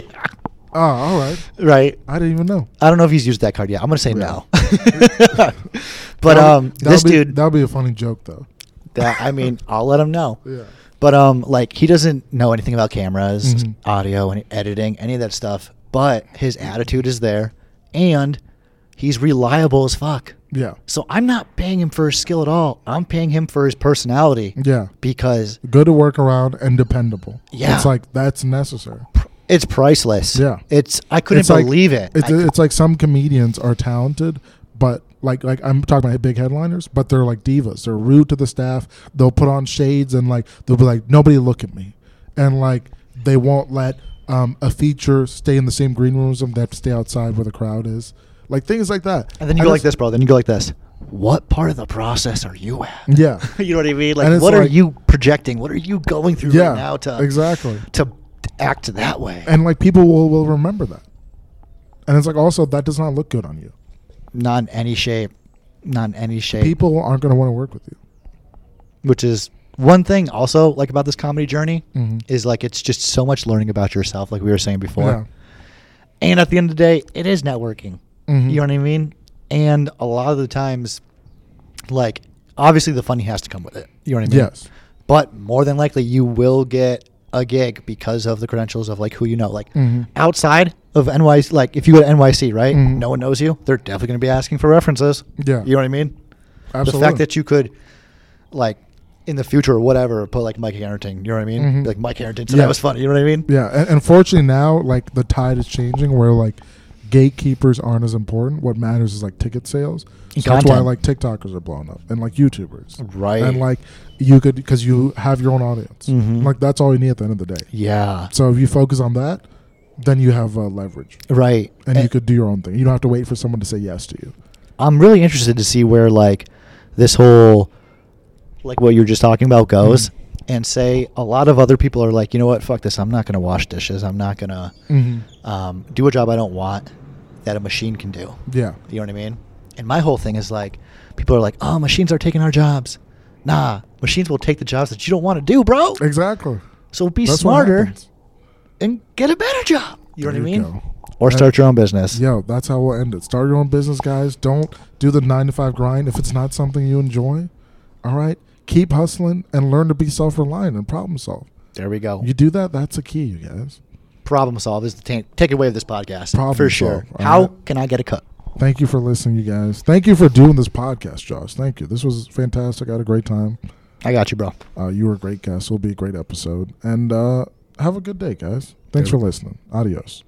[SPEAKER 1] Oh, all right.
[SPEAKER 2] Right.
[SPEAKER 1] I didn't even know.
[SPEAKER 2] I don't know if he's used that card yet. I'm gonna say
[SPEAKER 1] Yeah.
[SPEAKER 2] no. but
[SPEAKER 1] That'll-
[SPEAKER 2] um,
[SPEAKER 1] that'll
[SPEAKER 2] this
[SPEAKER 1] be,
[SPEAKER 2] dude,
[SPEAKER 1] that would be a funny joke though.
[SPEAKER 2] that I mean, I'll let him know.
[SPEAKER 1] Yeah.
[SPEAKER 2] But um, like he doesn't know anything about cameras,
[SPEAKER 1] Mhm.
[SPEAKER 2] audio, and editing, any of that stuff. But his attitude is there, and he's reliable as fuck.
[SPEAKER 1] Yeah.
[SPEAKER 2] So I'm not paying him for his skill at all. I'm paying him for his personality
[SPEAKER 1] Yeah.
[SPEAKER 2] because
[SPEAKER 1] Good to work around and dependable.
[SPEAKER 2] Yeah.
[SPEAKER 1] It's like that's necessary.
[SPEAKER 2] it's priceless.
[SPEAKER 1] Yeah.
[SPEAKER 2] it's I couldn't
[SPEAKER 1] It's like-
[SPEAKER 2] believe it.
[SPEAKER 1] It's,
[SPEAKER 2] I-
[SPEAKER 1] it's like some comedians are talented, but like like I'm talking about big headliners, but they're like divas. They're rude to the staff. They'll put on shades and like they'll be like nobody look at me, and like they won't let um, a feature stay in the same green room as them. They have to stay outside where the crowd is, like things like that.
[SPEAKER 2] and then
[SPEAKER 1] I
[SPEAKER 2] you go
[SPEAKER 1] just-
[SPEAKER 2] like this, bro. Then you go like this. what part of the process are you at?
[SPEAKER 1] Yeah.
[SPEAKER 2] you know what I mean?
[SPEAKER 1] And
[SPEAKER 2] Like,
[SPEAKER 1] it's
[SPEAKER 2] what are
[SPEAKER 1] like-
[SPEAKER 2] you projecting? What are you going through
[SPEAKER 1] yeah.
[SPEAKER 2] right now to
[SPEAKER 1] exactly.
[SPEAKER 2] to act that way?
[SPEAKER 1] And like people will, will remember that. And it's like also that does not look good on you.
[SPEAKER 2] not in any shape, not in any shape.
[SPEAKER 1] People aren't going to want to work with you.
[SPEAKER 2] which is one thing also like about this comedy journey
[SPEAKER 1] Mhm.
[SPEAKER 2] is like it's just so much learning about yourself, like we were saying before.
[SPEAKER 1] Yeah.
[SPEAKER 2] And at the end of the day, it is networking.
[SPEAKER 1] Mhm.
[SPEAKER 2] You know what I mean? And a lot of the times, like obviously the funny has to come with it. You know what I mean?
[SPEAKER 1] Yes.
[SPEAKER 2] But more than likely, you will get a gig because of the credentials of like who you know. Like
[SPEAKER 1] Mhm.
[SPEAKER 2] outside of NYC, like if you go to NYC, right?
[SPEAKER 1] Mhm.
[SPEAKER 2] No one knows you. They're definitely going to be asking for references.
[SPEAKER 1] Yeah.
[SPEAKER 2] You know what I mean?
[SPEAKER 1] Absolutely.
[SPEAKER 2] The fact that you could, like, in the future or whatever, put like Mike Harrington. You know what I mean?
[SPEAKER 1] Mhm.
[SPEAKER 2] Like Mike Harrington. So
[SPEAKER 1] Yeah.
[SPEAKER 2] that was funny. You know what I mean?
[SPEAKER 1] Yeah, and, and fortunately now, like the tide is changing, where like gatekeepers aren't as important. What matters is like ticket sales. So
[SPEAKER 2] And
[SPEAKER 1] that's why
[SPEAKER 2] content.
[SPEAKER 1] like TikTokers are blowing up, and like YouTubers,
[SPEAKER 2] Right.
[SPEAKER 1] And like you could because you have your own audience.
[SPEAKER 2] Mhm.
[SPEAKER 1] Like that's all you need at the end of the day.
[SPEAKER 2] Yeah.
[SPEAKER 1] So if you focus on that, then you have uh, leverage,
[SPEAKER 2] Right. Eh.
[SPEAKER 1] and you
[SPEAKER 2] And-
[SPEAKER 1] could do your own thing. You don't have to wait for someone to say yes to you.
[SPEAKER 2] I'm really interested to see where like this whole like what you're just talking about goes
[SPEAKER 1] Mhm.
[SPEAKER 2] and say a lot of other people are like, you know what, fuck this. I'm not gonna wash dishes. I'm not gonna
[SPEAKER 1] Mm-hmm.
[SPEAKER 2] um, do a job I don't want that a machine can do.
[SPEAKER 1] Yeah.
[SPEAKER 2] You know what I mean? And my whole thing is like people are like, Oh, machines are taking our jobs. Nah, machines will take the jobs that you don't want to do, bro.
[SPEAKER 1] Exactly.
[SPEAKER 2] So be
[SPEAKER 1] That's what
[SPEAKER 2] smarter
[SPEAKER 1] happens.
[SPEAKER 2] and get a better job. You know
[SPEAKER 1] There
[SPEAKER 2] what I
[SPEAKER 1] you
[SPEAKER 2] mean?
[SPEAKER 1] go.
[SPEAKER 2] Or
[SPEAKER 1] And-
[SPEAKER 2] start your own business.
[SPEAKER 1] Yo, that's how we'll end it. Start your own business, guys. Don't do the nine to five grind if it's not something you enjoy. All right, keep hustling and learn to be self reliant and problem solve.
[SPEAKER 2] There we go.
[SPEAKER 1] You do that, that's a key, you guys.
[SPEAKER 2] problem solve is the ta- takeaway of this podcast
[SPEAKER 1] Problem
[SPEAKER 2] for sure.
[SPEAKER 1] solve,
[SPEAKER 2] How
[SPEAKER 1] alright.
[SPEAKER 2] can I get a cut?
[SPEAKER 1] Thank you for listening, you guys. Thank you for doing this podcast, Josh. Thank you. This was fantastic. I had a great time.
[SPEAKER 2] I got you, bro.
[SPEAKER 1] Uh, you were a great guest. It'll be a great episode. And uh, have a good day, guys. Thanks for listening. Adios.